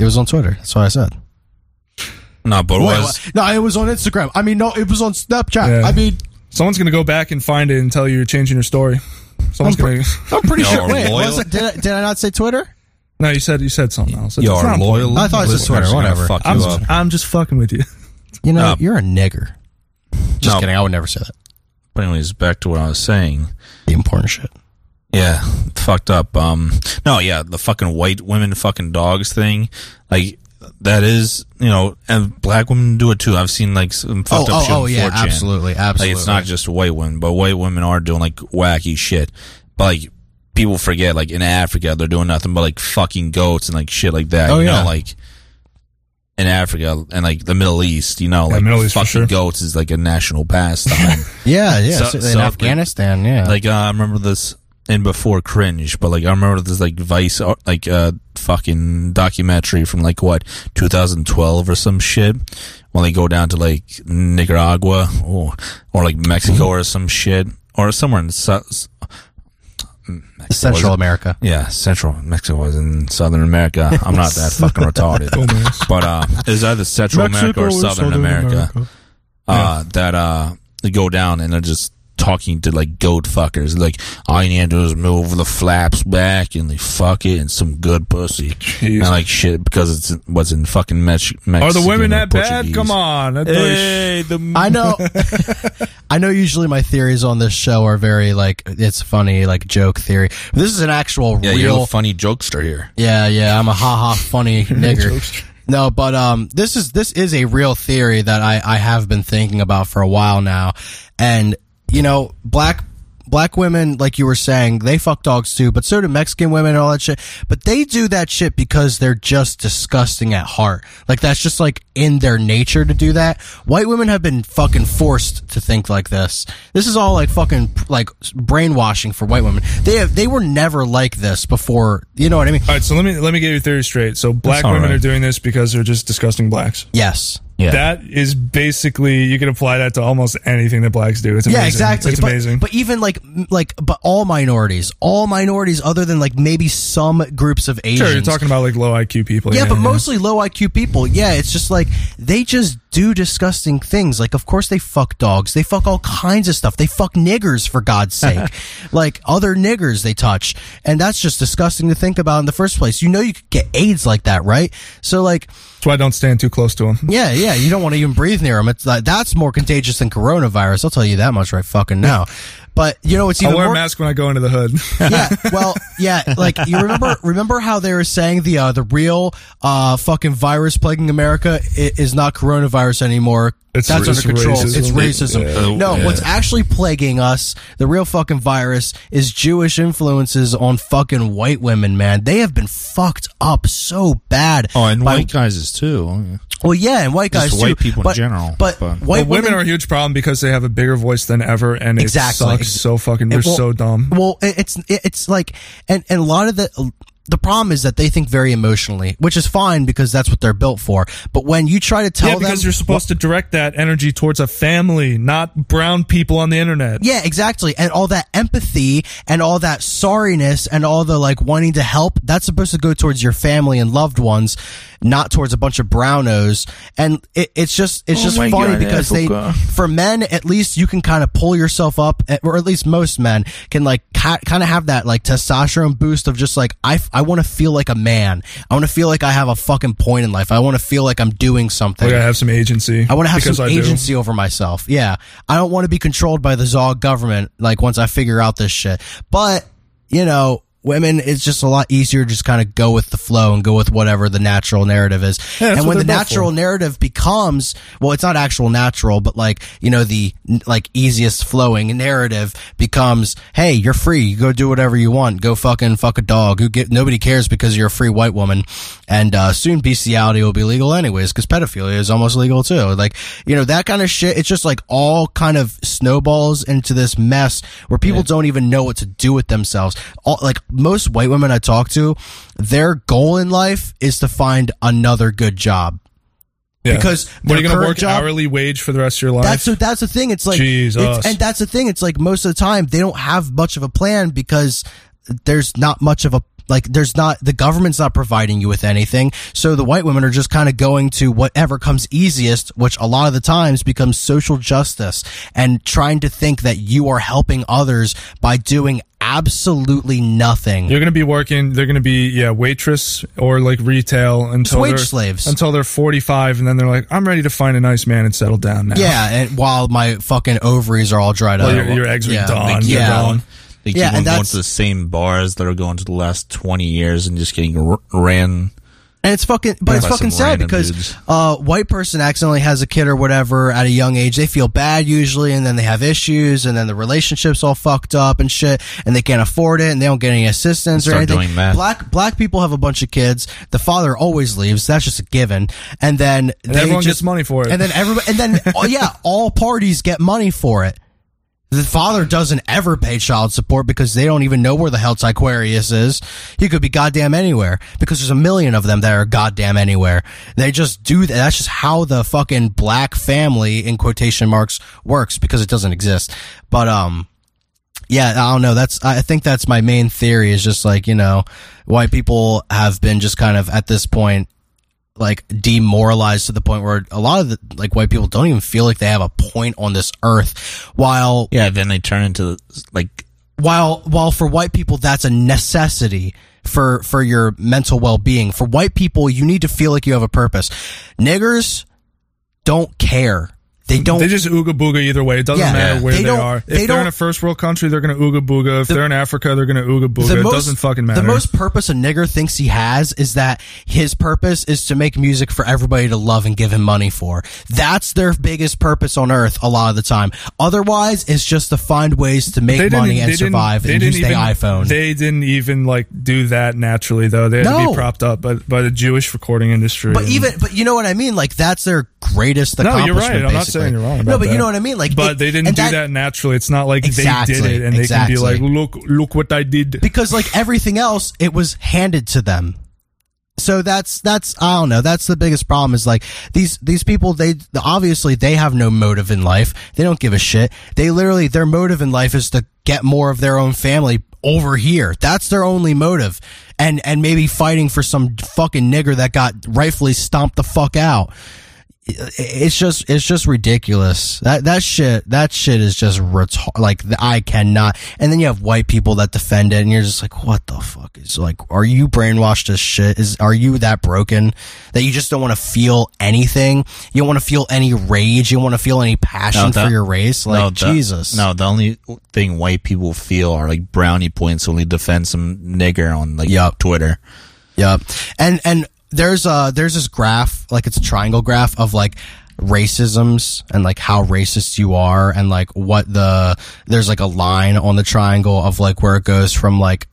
Speaker 2: it was on Twitter. That's what I said.
Speaker 4: No, but it
Speaker 2: Wait,
Speaker 4: was
Speaker 2: what? no, it was on Instagram. I mean, no, it was on Snapchat.
Speaker 1: Yeah.
Speaker 2: I mean,
Speaker 1: Someone's gonna go back and find it and tell you you're changing your story. Someone's gonna.
Speaker 2: I'm pretty
Speaker 4: Yo,
Speaker 2: sure.
Speaker 4: are
Speaker 2: Wait,
Speaker 4: loyal?
Speaker 2: was it, did, I, did I not say Twitter?
Speaker 1: No, you said you said something else.
Speaker 4: you
Speaker 1: It's
Speaker 4: are
Speaker 1: not
Speaker 4: loyal.
Speaker 1: important.
Speaker 2: I thought it was just Twitter,
Speaker 4: Listeners gonna
Speaker 2: whatever.
Speaker 4: Fuck
Speaker 1: I'm
Speaker 4: you
Speaker 1: just,
Speaker 4: up.
Speaker 1: I'm just fucking with you.
Speaker 2: You know,
Speaker 4: Um,
Speaker 2: you're a nigger. Just
Speaker 4: No.
Speaker 2: kidding. I would never say that.
Speaker 4: But anyways, back to what I was saying.
Speaker 2: The important shit.
Speaker 4: Yeah, fucked up. Um, no, yeah, the fucking white women fucking dogs thing, like that is, you know, and black women do it too. I've seen like some
Speaker 2: Oh,
Speaker 4: fucked up
Speaker 2: oh,
Speaker 4: shit.
Speaker 2: oh,
Speaker 4: on
Speaker 2: yeah,
Speaker 4: 4chan.
Speaker 2: absolutely,
Speaker 4: Like
Speaker 2: absolutely.
Speaker 4: it's not just white women, but white women are doing like wacky shit. But like people forget, like in Africa, they're doing nothing but like fucking goats and like shit like that.
Speaker 2: Oh,
Speaker 4: you
Speaker 2: yeah.
Speaker 4: know, like in Africa and like the Middle East, you know, like
Speaker 1: Middle East for sure.
Speaker 4: fucking goats is like a national pastime.
Speaker 2: Yeah, yeah.
Speaker 4: So-
Speaker 2: so- in
Speaker 4: so-
Speaker 2: Afghanistan, yeah.
Speaker 4: Like uh, I remember this in before cringe, but like I remember this like Vice uh, like uh fucking documentary from like what 2012 or some shit. When they go down to like Nicaragua or or like Mexico or some shit or somewhere in Sou-
Speaker 2: Central America.
Speaker 4: yeah Central Mexico is in Southern America. I'm not that fucking retarded, but uh, it was either Central America or Southern, America uh, that uh, they go down and they're just talking to like goat fuckers. Like all you need to do is move the flaps back and they fuck it and some good pussy and like shit because it's what's in fucking Mex- Mexico.
Speaker 1: Are the women that bad? Come on. I thought you-
Speaker 2: I know. I know. Usually, my theories on this show are very like it's funny, like joke theory. This is an actual
Speaker 4: Yeah, you're
Speaker 2: real.
Speaker 4: a funny jokester here.
Speaker 2: yeah, yeah. I'm a ha ha funny nigger. No, but um, this is this is a real theory that I I have been thinking about for a while now, and you know, black black women, like you were saying, they fuck dogs too, but so do Mexican women and all that shit. But they do that shit because they're just disgusting at heart. Like that's just like in their nature to do that. White women have been fucking forced to think like this. This is all like fucking like brainwashing for white women. They have they were never like this before. You know what I mean?
Speaker 1: All right, so let me let me get your theory straight. So black
Speaker 2: all
Speaker 1: women
Speaker 2: right.
Speaker 1: are doing this because they're just disgusting blacks.
Speaker 2: Yes.
Speaker 1: That is basically you can apply that to almost anything that blacks do. It's amazing.
Speaker 2: Yeah, exactly.
Speaker 1: It's
Speaker 2: but,
Speaker 1: amazing.
Speaker 2: But even like m- like but all minorities, all minorities other than like maybe some groups of Asians.
Speaker 1: sure, you're talking about like low IQ people.
Speaker 2: yeah, but mostly low IQ people. Yeah, it's just like they just do disgusting things. Like, of course they fuck dogs. They fuck all kinds of stuff. They fuck niggers for God's sake. like other niggers they touch, and that's just disgusting to think about in the first place. You know you could get AIDS like that, right? So like,
Speaker 1: that's why I don't stand too close to them.
Speaker 2: Yeah, yeah. You don't want to even breathe near them. It's like that's more contagious than coronavirus. I'll tell you that much right fucking now. But you know what's
Speaker 1: I
Speaker 2: even
Speaker 1: wear
Speaker 2: more
Speaker 1: a mask when I go into the hood.
Speaker 2: yeah. Well, yeah. Like you remember, remember how they were saying the uh, the real uh, fucking virus plaguing America i- is not coronavirus anymore.
Speaker 1: It's
Speaker 2: That's under
Speaker 1: ra- it's
Speaker 2: control.
Speaker 1: racism.
Speaker 2: It's racism.
Speaker 1: Yeah.
Speaker 2: No,
Speaker 1: Yeah.
Speaker 2: what's actually plaguing us, the real fucking virus, is Jewish influences on fucking white women. Man, they have been fucked up so bad.
Speaker 4: Oh, and
Speaker 2: by-
Speaker 4: white guys is too.
Speaker 2: Well, yeah, and white
Speaker 4: Just
Speaker 2: guys
Speaker 4: white
Speaker 2: too,
Speaker 4: people in
Speaker 2: but-
Speaker 4: general,
Speaker 2: But,
Speaker 4: but-
Speaker 2: white
Speaker 1: But women,
Speaker 2: women
Speaker 1: are a huge problem because they have a bigger voice than ever, and it
Speaker 2: Exactly.
Speaker 1: sucks so fucking. They're
Speaker 2: Well-
Speaker 1: so dumb.
Speaker 2: Well, it- it's it- it's like, and and a lot of the the problem is that they think very emotionally, which is fine because that's what they're built for. But when you try to tell
Speaker 1: yeah, because
Speaker 2: them,
Speaker 1: you're supposed to direct that energy towards a family, not brown people on the internet.
Speaker 2: yeah, exactly, and all that empathy and all that sorriness and all the like wanting to help, that's supposed to go towards your family and loved ones, not towards a bunch of brownos. And it, it's just it's
Speaker 3: Oh
Speaker 2: just
Speaker 3: my
Speaker 2: funny
Speaker 3: God,
Speaker 2: because they
Speaker 3: Africa.
Speaker 2: for men at least you can kind of pull yourself up at- or at least most men can like ca- kind of have that like testosterone boost of just like i, f- I want to feel like a man i want to feel like i have a fucking point in life i want to feel like i'm doing something
Speaker 1: Like Oh, I have some agency.
Speaker 2: I want to have
Speaker 1: because
Speaker 2: some
Speaker 1: I do.
Speaker 2: agency over myself. Yeah. I don't want to be controlled by the Zog government, like, once I figure out this shit. But, you know, women, it's just a lot easier to just kind of go with the flow and go with whatever the natural narrative is.
Speaker 3: Yeah, that's
Speaker 2: and
Speaker 3: what
Speaker 2: when the
Speaker 3: they're built
Speaker 2: natural
Speaker 3: for.
Speaker 2: narrative becomes, well, it's not actual natural, but like, you know, the, like, easiest flowing narrative becomes, hey, you're free. You go do whatever you want. Go fucking fuck a dog. Who get, nobody cares because you're a free white woman. And, uh, soon bestiality will be legal anyways because pedophilia is almost legal too. Like, you know, that kind of shit. It's just like all kind of snowballs into this mess where people don't even know what to do with themselves. All, like most white women I talk to, their goal in life is to find another good job.
Speaker 1: Yeah.
Speaker 2: Because
Speaker 1: what are you
Speaker 2: their
Speaker 1: going to
Speaker 2: current
Speaker 1: work
Speaker 2: job-
Speaker 1: hourly wage for the rest of your life?
Speaker 2: that's so. That's the thing. It's like, it's,
Speaker 1: Jesus.
Speaker 2: and that's the thing. It's like most of the time they don't have much of a plan because there's not much of a like. There's not the government's not providing you with anything. So the white women are just kind of going to whatever comes easiest, which a lot of the times becomes social justice and trying to think that you are helping others by doing absolutely nothing.
Speaker 1: You're going to be working. They're going to be yeah, waitress or like retail until
Speaker 2: wage
Speaker 1: they're,
Speaker 2: slaves.
Speaker 1: until they're 45, and then they're like, I'm ready to find a nice man and settle down now.
Speaker 2: Yeah, and while my fucking ovaries are all dried
Speaker 1: Well,
Speaker 2: up,
Speaker 1: your- your eggs are
Speaker 2: yeah.
Speaker 1: done.
Speaker 2: Yeah.
Speaker 1: You're
Speaker 4: Down. They keep
Speaker 2: Yeah,
Speaker 4: on
Speaker 2: and
Speaker 4: going
Speaker 2: that's
Speaker 4: to the same bars that are going to the last twenty years and just getting r- ran.
Speaker 2: And it's fucking, but
Speaker 4: Yeah.
Speaker 2: it's
Speaker 4: By some
Speaker 2: fucking sad
Speaker 4: random
Speaker 2: because
Speaker 4: dudes.
Speaker 2: uh, white person accidentally has a kid or whatever at a young age. They feel bad usually, and then they have issues, and then the relationships all fucked up and shit, and they can't afford it, and they don't get any assistance or
Speaker 4: Start
Speaker 2: anything.
Speaker 4: doing meth.
Speaker 2: Black black people have a bunch of kids. The father always leaves. That's just a given. And then
Speaker 1: And
Speaker 2: they
Speaker 1: everyone
Speaker 2: just-
Speaker 1: gets money for it.
Speaker 2: And then everybody, and then oh, yeah, all parties get money for it. The father doesn't ever pay child support because they don't even know where the hell Aquarius is. He could be goddamn anywhere because there's a million of them that are goddamn anywhere. They just do that. That's just how the fucking black family in quotation marks works because it doesn't exist. But um, yeah, I don't know. That's I think that's my main theory is just like you know, white people have been just kind of at this point like demoralized to the point where a lot of the, like white people don't even feel like they have a point on this earth. While
Speaker 4: Yeah, then they turn into like
Speaker 2: while while for white people that's a necessity for for your mental well being. For white people, you need to feel like you have a purpose. Niggers don't care. They don't.
Speaker 1: They just ooga booga either way. It doesn't
Speaker 2: Yeah.
Speaker 1: matter where
Speaker 2: They
Speaker 1: they,
Speaker 2: don't-
Speaker 1: are. If
Speaker 2: they
Speaker 1: they are
Speaker 2: don't-
Speaker 1: in a first world country, they're going to ooga booga. If they're in Africa, they're going to ooga
Speaker 2: the
Speaker 1: booga. It
Speaker 2: most-
Speaker 1: doesn't fucking matter.
Speaker 2: The most purpose a nigger thinks he has is that his purpose is to make music for everybody to love and give him money for. That's their biggest purpose on earth a lot of the time. Otherwise, it's just to find ways to make money and
Speaker 1: they didn't-
Speaker 2: survive
Speaker 1: they
Speaker 2: and
Speaker 1: didn't
Speaker 2: use their
Speaker 1: even-
Speaker 2: iPhone.
Speaker 1: They didn't even like do that naturally though. They had to
Speaker 2: No.
Speaker 1: be propped up by, by the Jewish recording industry.
Speaker 2: but
Speaker 1: and-
Speaker 2: even, but you know what I mean? Like, that's their greatest
Speaker 1: no,
Speaker 2: accomplishment.
Speaker 1: you're right. I'm not
Speaker 2: basically.
Speaker 1: saying you're wrong.
Speaker 2: No, but
Speaker 1: about that.
Speaker 2: you know what I mean? Like,
Speaker 1: but
Speaker 2: it-
Speaker 1: they didn't
Speaker 2: and
Speaker 1: do
Speaker 2: that-
Speaker 1: that, naturally. It's not like they
Speaker 2: Exactly,
Speaker 1: did it and they
Speaker 2: exactly.
Speaker 1: can be like, look, look what I did.
Speaker 2: because like everything else it was handed to them so that's that's i don't know that's the biggest problem is like these these people they obviously they have no motive in life they don't give a shit they literally their motive in life is to get more of their own family over here that's their only motive and and maybe fighting for some fucking nigger that got rightfully stomped the fuck out I- it's just it's just ridiculous that that shit that shit is just retar- like the- i cannot and then you have white people that defend it and you're just like what the fuck is like are you brainwashed to shit is are you that broken that you just don't want to feel anything you don't want to feel any rage you don't want to feel any passion
Speaker 8: No,
Speaker 2: for
Speaker 8: the-
Speaker 2: your race like
Speaker 8: no, the-
Speaker 2: jesus
Speaker 8: No, the only thing white people feel are like brownie points when they defend some nigger on like Twitter.
Speaker 2: Yep. And and there's uh there's this graph, like it's a triangle graph of like racisms and like how racist you are and like what the there's like a line on the triangle of like where it goes from like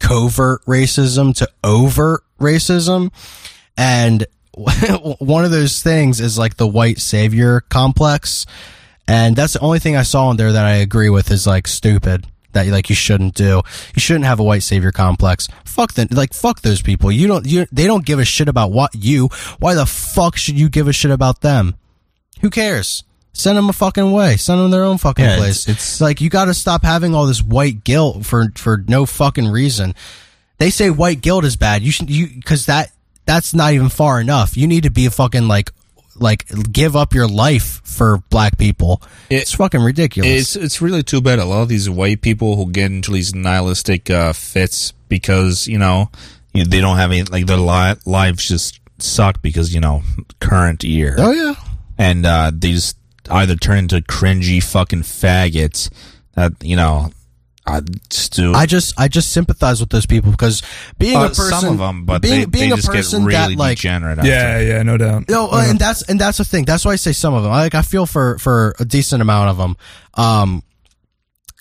Speaker 2: covert racism to overt racism and one of those things is like the white savior complex and that's the only thing i saw in there that i agree with is like stupid that like you shouldn't do you shouldn't have a white savior complex fuck them like fuck those people you don't you they don't give a shit about what you why the fuck should you give a shit about them who cares send them a fucking way send them their own fucking
Speaker 8: Yeah,
Speaker 2: place it's like you got to stop having all this white guilt for for no fucking reason they say white guilt is bad. You should you because that that's not even far enough. You need to be a fucking like like give up your life for black people. it's fucking ridiculous.
Speaker 4: It's it's really too bad. A lot of these white people who get into these nihilistic uh, fits because you know you, they don't have any like their li- lives just suck because you know current year.
Speaker 2: Oh yeah,
Speaker 4: and uh, they just either turn into cringy fucking faggots that you know. I just do.
Speaker 2: I just I just sympathize with those people because being
Speaker 4: Uh,
Speaker 2: a person
Speaker 4: some of them, but
Speaker 2: being,
Speaker 4: they-
Speaker 2: being
Speaker 4: they
Speaker 2: a
Speaker 4: just get
Speaker 2: person
Speaker 4: really
Speaker 2: that like
Speaker 4: degenerate after.
Speaker 1: yeah, yeah, no doubt.
Speaker 2: No, uh, and that's and that's the thing. That's why I say some of them. I, like I feel for for a decent amount of them, um,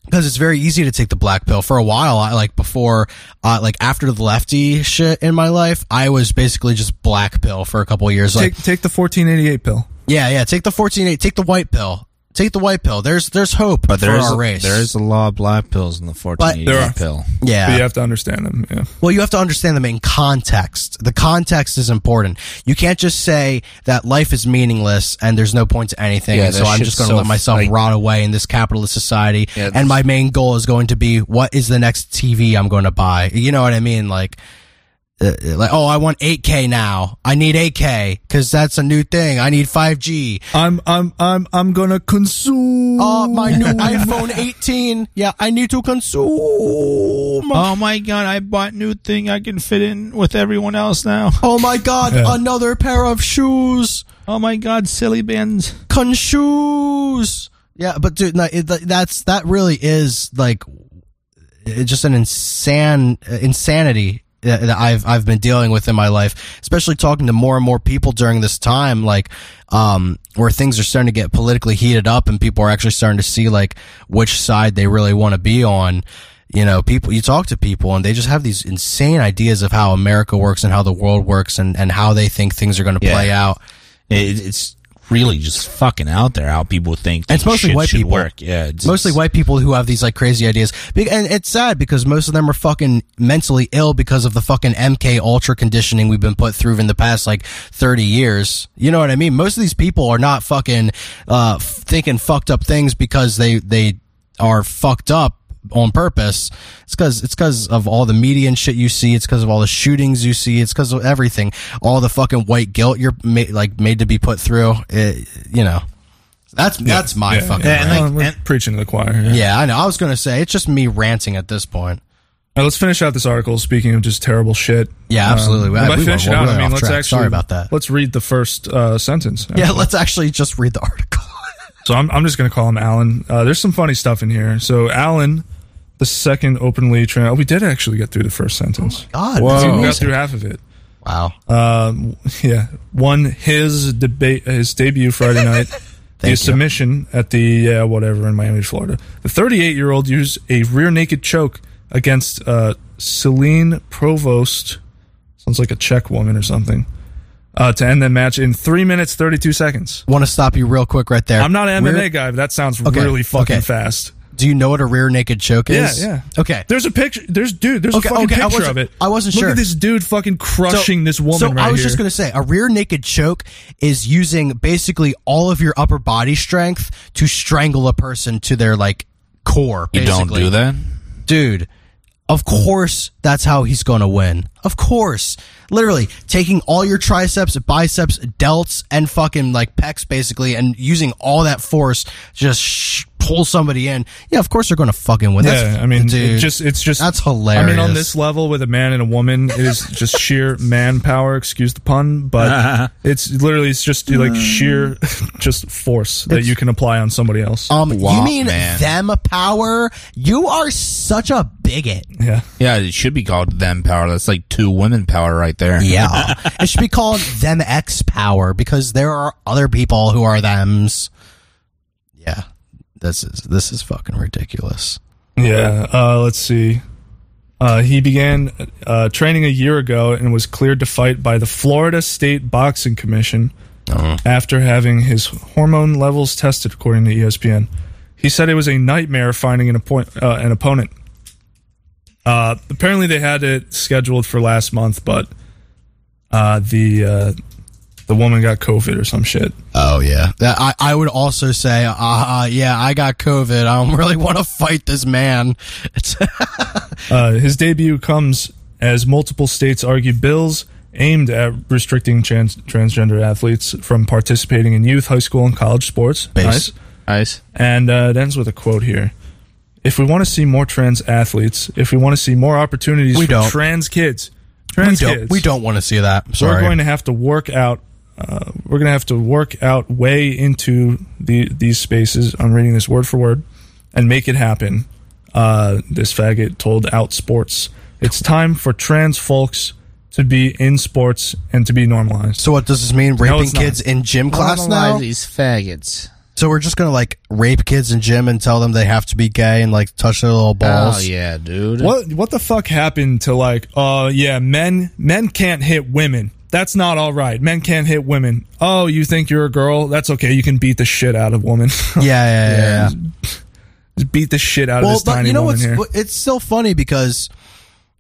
Speaker 2: because it's very easy to take the black pill. For a while, I like before, uh, like after the lefty shit in my life, I was basically just black pill for a couple of years. Like,
Speaker 1: Take take the 1488 pill.
Speaker 2: yeah, yeah, take the fourteen eight, take the white pill, take the white pill. There's there's hope
Speaker 4: but
Speaker 2: for
Speaker 4: there's
Speaker 2: our
Speaker 4: a,
Speaker 2: race.
Speaker 4: there's a lot of black pills in the fourteen
Speaker 1: There are.
Speaker 4: eighty pill.
Speaker 2: yeah,
Speaker 1: But you have to understand them. Yeah.
Speaker 2: Well, you have to understand them in context. The context is important. You can't just say that life is meaningless and there's no point to anything.
Speaker 4: Yeah,
Speaker 2: and so
Speaker 4: that
Speaker 2: I'm
Speaker 4: shit's
Speaker 2: just going to
Speaker 4: so,
Speaker 2: let myself
Speaker 4: like-
Speaker 2: rot away in this capitalist society.
Speaker 4: Yeah,
Speaker 2: and my main goal is going to be what is the next TV I'm going to buy? You know what I mean? Like, uh, uh, like oh, I want 8K now. I need 8K because that's a new thing. I need 5G.
Speaker 1: I'm I'm I'm I'm gonna consume.
Speaker 2: Oh, my new iPhone 18. Yeah, I need to consume.
Speaker 4: Oh my god! I bought new thing. I can fit in with everyone else now.
Speaker 2: Oh my God, another pair of shoes.
Speaker 4: Oh my god! Silly bands.
Speaker 2: Con shoes. Yeah, but dude, no, it, that's that really is like it's just an insane insanity that that I've I've been dealing with in my life, especially talking to more and more people during this time, like um, where things are starting to get politically heated up, and people are actually starting to see like which side they really want to be on. You know, people you talk to people, and they just have these insane ideas of how America works and how the world works, and and how they think things are going to play out.
Speaker 4: It, it's really just fucking out there how people think.
Speaker 2: And it's
Speaker 4: that
Speaker 2: mostly
Speaker 4: shit
Speaker 2: white
Speaker 4: should
Speaker 2: people.
Speaker 4: Work. Yeah, it's,
Speaker 2: mostly white people who have these like crazy ideas, Be- and it's sad because most of them are fucking mentally ill because of the fucking MK Ultra conditioning we've been put through in the past like thirty years. You know what I mean? Most of these people are not fucking uh, f- thinking fucked up things because they they are fucked up on purpose. It's because it's because of all the media and shit you see. It's because of all the shootings you see. It's because of everything. All the fucking white guilt you're ma- like made to be put through. It, you know. That's that's my
Speaker 1: yeah,
Speaker 2: fucking.
Speaker 1: yeah.
Speaker 2: rant.
Speaker 1: Well, Uh, we're preaching to the choir. Yeah.
Speaker 2: Yeah, I know. I was gonna say it's just me ranting at this point.
Speaker 1: Now, let's finish out this article. Speaking of just terrible shit.
Speaker 2: Yeah, absolutely.
Speaker 1: Um,
Speaker 2: We-
Speaker 1: and by
Speaker 2: we
Speaker 1: finish
Speaker 2: went-
Speaker 1: it out,
Speaker 2: we went
Speaker 1: I mean,
Speaker 2: off
Speaker 1: let's
Speaker 2: track.
Speaker 1: actually.
Speaker 2: Sorry about that.
Speaker 1: Let's read the first uh, sentence.
Speaker 2: Yeah, let's actually just read the article.
Speaker 1: So I'm, I'm just going to call him Alan. Uh, there's some funny stuff in here. So Alan, the second openly trans. Oh, we did actually get through the first sentence.
Speaker 2: God,
Speaker 1: Whoa.
Speaker 2: that's
Speaker 1: we got
Speaker 2: Oh, amazing.
Speaker 1: through half of it.
Speaker 2: Wow.
Speaker 1: Um, yeah, won his debate, his debut Friday night.
Speaker 2: Thank you.
Speaker 1: his submission at the uh, whatever in Miami, Florida. The 38 year old used a rear naked choke against uh, Celine Provost. Sounds like a Czech woman or something. Uh, to end the match in three minutes thirty-two seconds.
Speaker 2: Want to stop you real quick right there.
Speaker 1: I'm not an MMA
Speaker 2: Rear-
Speaker 1: guy, but that sounds
Speaker 2: Okay,
Speaker 1: really fucking
Speaker 2: okay.
Speaker 1: fast.
Speaker 2: Do you know what a rear naked choke
Speaker 1: Yeah,
Speaker 2: is?
Speaker 1: yeah.
Speaker 2: Okay.
Speaker 1: There's a picture. There's dude. There's
Speaker 2: Okay,
Speaker 1: a fucking
Speaker 2: okay, I
Speaker 1: picture
Speaker 2: wasn't-
Speaker 1: of it.
Speaker 2: I wasn't
Speaker 1: Look
Speaker 2: sure.
Speaker 1: at this dude fucking crushing this woman.
Speaker 2: So
Speaker 1: right
Speaker 2: I was
Speaker 1: here.
Speaker 2: just gonna say, a rear naked choke is using basically all of your upper body strength to strangle a person to their like core.
Speaker 8: You don't
Speaker 2: basically.
Speaker 8: do that?
Speaker 2: dude. Of course, that's how he's gonna win. Of course, literally taking all your triceps, biceps, delts, and fucking like pecs, basically, and using all that force to just sh- pull somebody in. Yeah, of course they're gonna fucking win.
Speaker 1: Yeah,
Speaker 2: that's,
Speaker 1: I mean,
Speaker 2: dude,
Speaker 1: it just it's just
Speaker 2: that's hilarious.
Speaker 1: I mean, on this level with a man and a woman, it is just sheer manpower. Excuse the pun, but it's literally it's just like sheer
Speaker 2: Mm.
Speaker 1: just force that you can apply on somebody else.
Speaker 2: Um, you
Speaker 8: Womp
Speaker 2: mean
Speaker 8: man.
Speaker 2: them power? You are such a bigot.
Speaker 1: yeah,
Speaker 8: Yeah, it should be called them power. That's like two women power right there.
Speaker 2: Yeah, it should be called them X power because there are other people who are them's. Yeah, this is this is fucking ridiculous.
Speaker 1: yeah. Uh, let's see. Uh, he began uh, training a year ago and was cleared to fight by the Florida State Boxing Commission after having his hormone levels tested, according to E ESPN. He said it was a nightmare finding an, appoint- uh, an opponent. Uh, apparently, they had it scheduled for last month, but uh, the uh, the woman got COVID or some shit.
Speaker 2: Oh yeah, that, I I would also say, uh, uh, yeah, I got COVID. I don't really want to fight this man. It's
Speaker 1: Uh, his debut comes as multiple states argue bills aimed at restricting trans- transgender athletes from participating in youth, high school, and college sports. Nice.
Speaker 8: Nice.
Speaker 1: And uh, it ends with a quote here. If we want to see more trans athletes, if we want to see more opportunities
Speaker 2: We
Speaker 1: for
Speaker 2: don't.
Speaker 1: trans kids,
Speaker 2: we
Speaker 1: trans
Speaker 2: don't
Speaker 1: kids,
Speaker 2: we don't want to see that. I'm sorry.
Speaker 1: we're going to have to work out. Uh, we're going to have to work out way into the these spaces. I'm reading this word for word, and make it happen. Uh, this faggot told Out Sports. It's time for trans folks to be in sports and to be normalized.
Speaker 2: so what does this mean? Raping
Speaker 1: it's not.
Speaker 2: kids in gym class now?
Speaker 8: these faggots.
Speaker 2: So we're just gonna like rape kids in gym and tell them they have to be gay and like touch their little balls.
Speaker 8: Oh yeah, dude.
Speaker 1: What what the fuck happened to like? Oh yeah, men men can't hit women. That's not all right. Men can't hit women. Oh, you think you're a girl? That's okay. You can beat the shit out of women.
Speaker 2: Yeah, yeah, yeah. yeah.
Speaker 1: Just beat the shit out of
Speaker 2: Well,
Speaker 1: this
Speaker 2: but
Speaker 1: tiny
Speaker 2: you know
Speaker 1: woman
Speaker 2: what's
Speaker 1: here.
Speaker 2: what- it's still funny because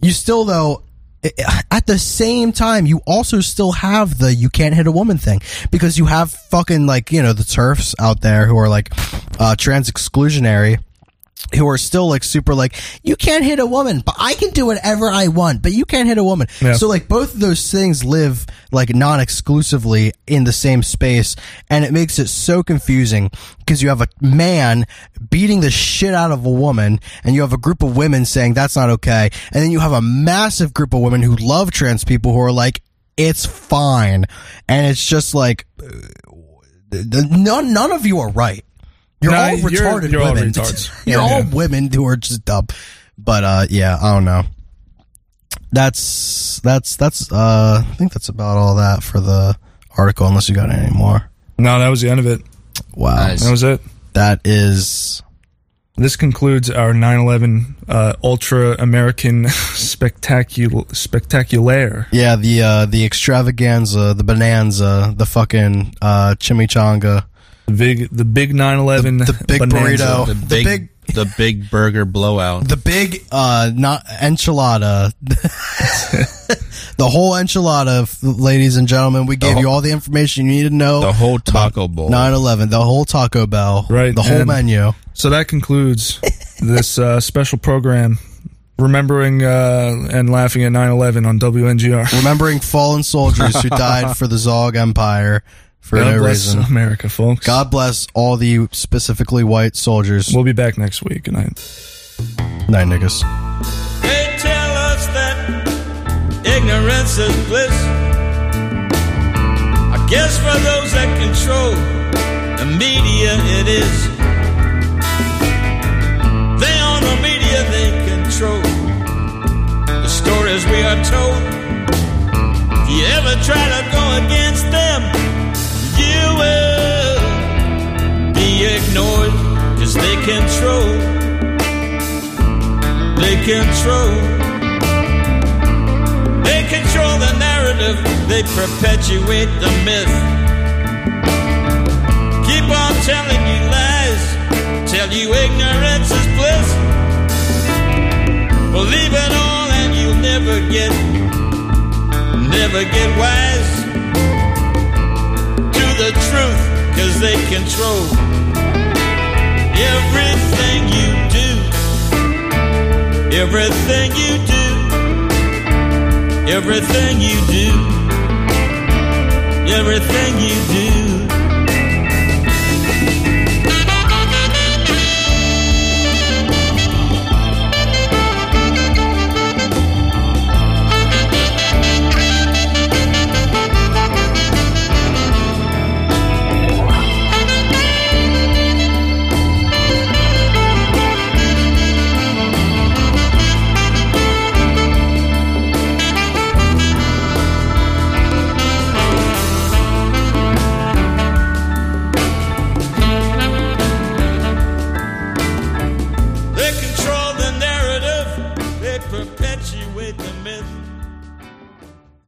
Speaker 2: you still though i- i- at the same time you also still have the you can't hit a woman thing because you have fucking like you know the turfs out there who are like uh, trans exclusionary who are still like super like you can't hit a woman but i can do whatever i want but you can't hit a woman
Speaker 1: Yeah.
Speaker 2: so like both of those things live like non-exclusively in the same space and it makes it so confusing because you have a man beating the shit out of a woman and you have a group of women saying that's not okay and then you have a massive group of women who love trans people who are like it's fine and it's just like uh, th- th- none, none of you are right you're
Speaker 1: No,
Speaker 2: all
Speaker 1: you're-
Speaker 2: retarded
Speaker 1: you're all
Speaker 2: women.
Speaker 1: retards.
Speaker 2: you're
Speaker 1: Yeah.
Speaker 2: all
Speaker 1: Yeah.
Speaker 2: women who are just dumb. But uh, yeah, I don't know. That's that's that's. Uh, I think that's about all that for the article. Unless you got any more.
Speaker 1: No, that was the end of it.
Speaker 2: Wow,
Speaker 1: That was it.
Speaker 2: that is
Speaker 1: This concludes our 9/11 uh, ultra American spectacular spectacular.
Speaker 2: yeah the uh, the extravaganza, the bonanza, the fucking uh, chimichanga,
Speaker 1: The big the big 9/11
Speaker 2: the big
Speaker 1: bonanza.
Speaker 2: burrito, the,
Speaker 8: big,
Speaker 2: big.
Speaker 8: the big burger blowout.
Speaker 2: The big uh not enchilada the whole enchilada f- ladies and gentlemen we gave you all the information you need to know
Speaker 8: The whole taco bowl.
Speaker 2: 9-11 the whole taco bell
Speaker 1: Right,
Speaker 2: the whole
Speaker 1: and-
Speaker 2: menu
Speaker 1: So that concludes this uh, special program remembering uh, and laughing at 9/11 on WNGR.
Speaker 2: remembering fallen soldiers who died for the zog empire for
Speaker 1: God
Speaker 2: no
Speaker 1: bless
Speaker 2: reason
Speaker 1: America, folks.
Speaker 2: god bless all the specifically white soldiers
Speaker 1: We'll be back next week. Good night.
Speaker 2: night niggas
Speaker 3: They tell us that ignorance is bliss. I guess for those that control the media
Speaker 13: media it is. They own the media they control. The stories we are told. If you ever try to go against them, you will be ignored. Cause they control. They control. They control the narrative. They perpetuate the myth. Keep on telling you lies. Tell you ignorance is bliss. Believe it all and you'll never get, never get wise to the truth. Cause they control everything you do. Everything you do. Everything you do. Everything you do.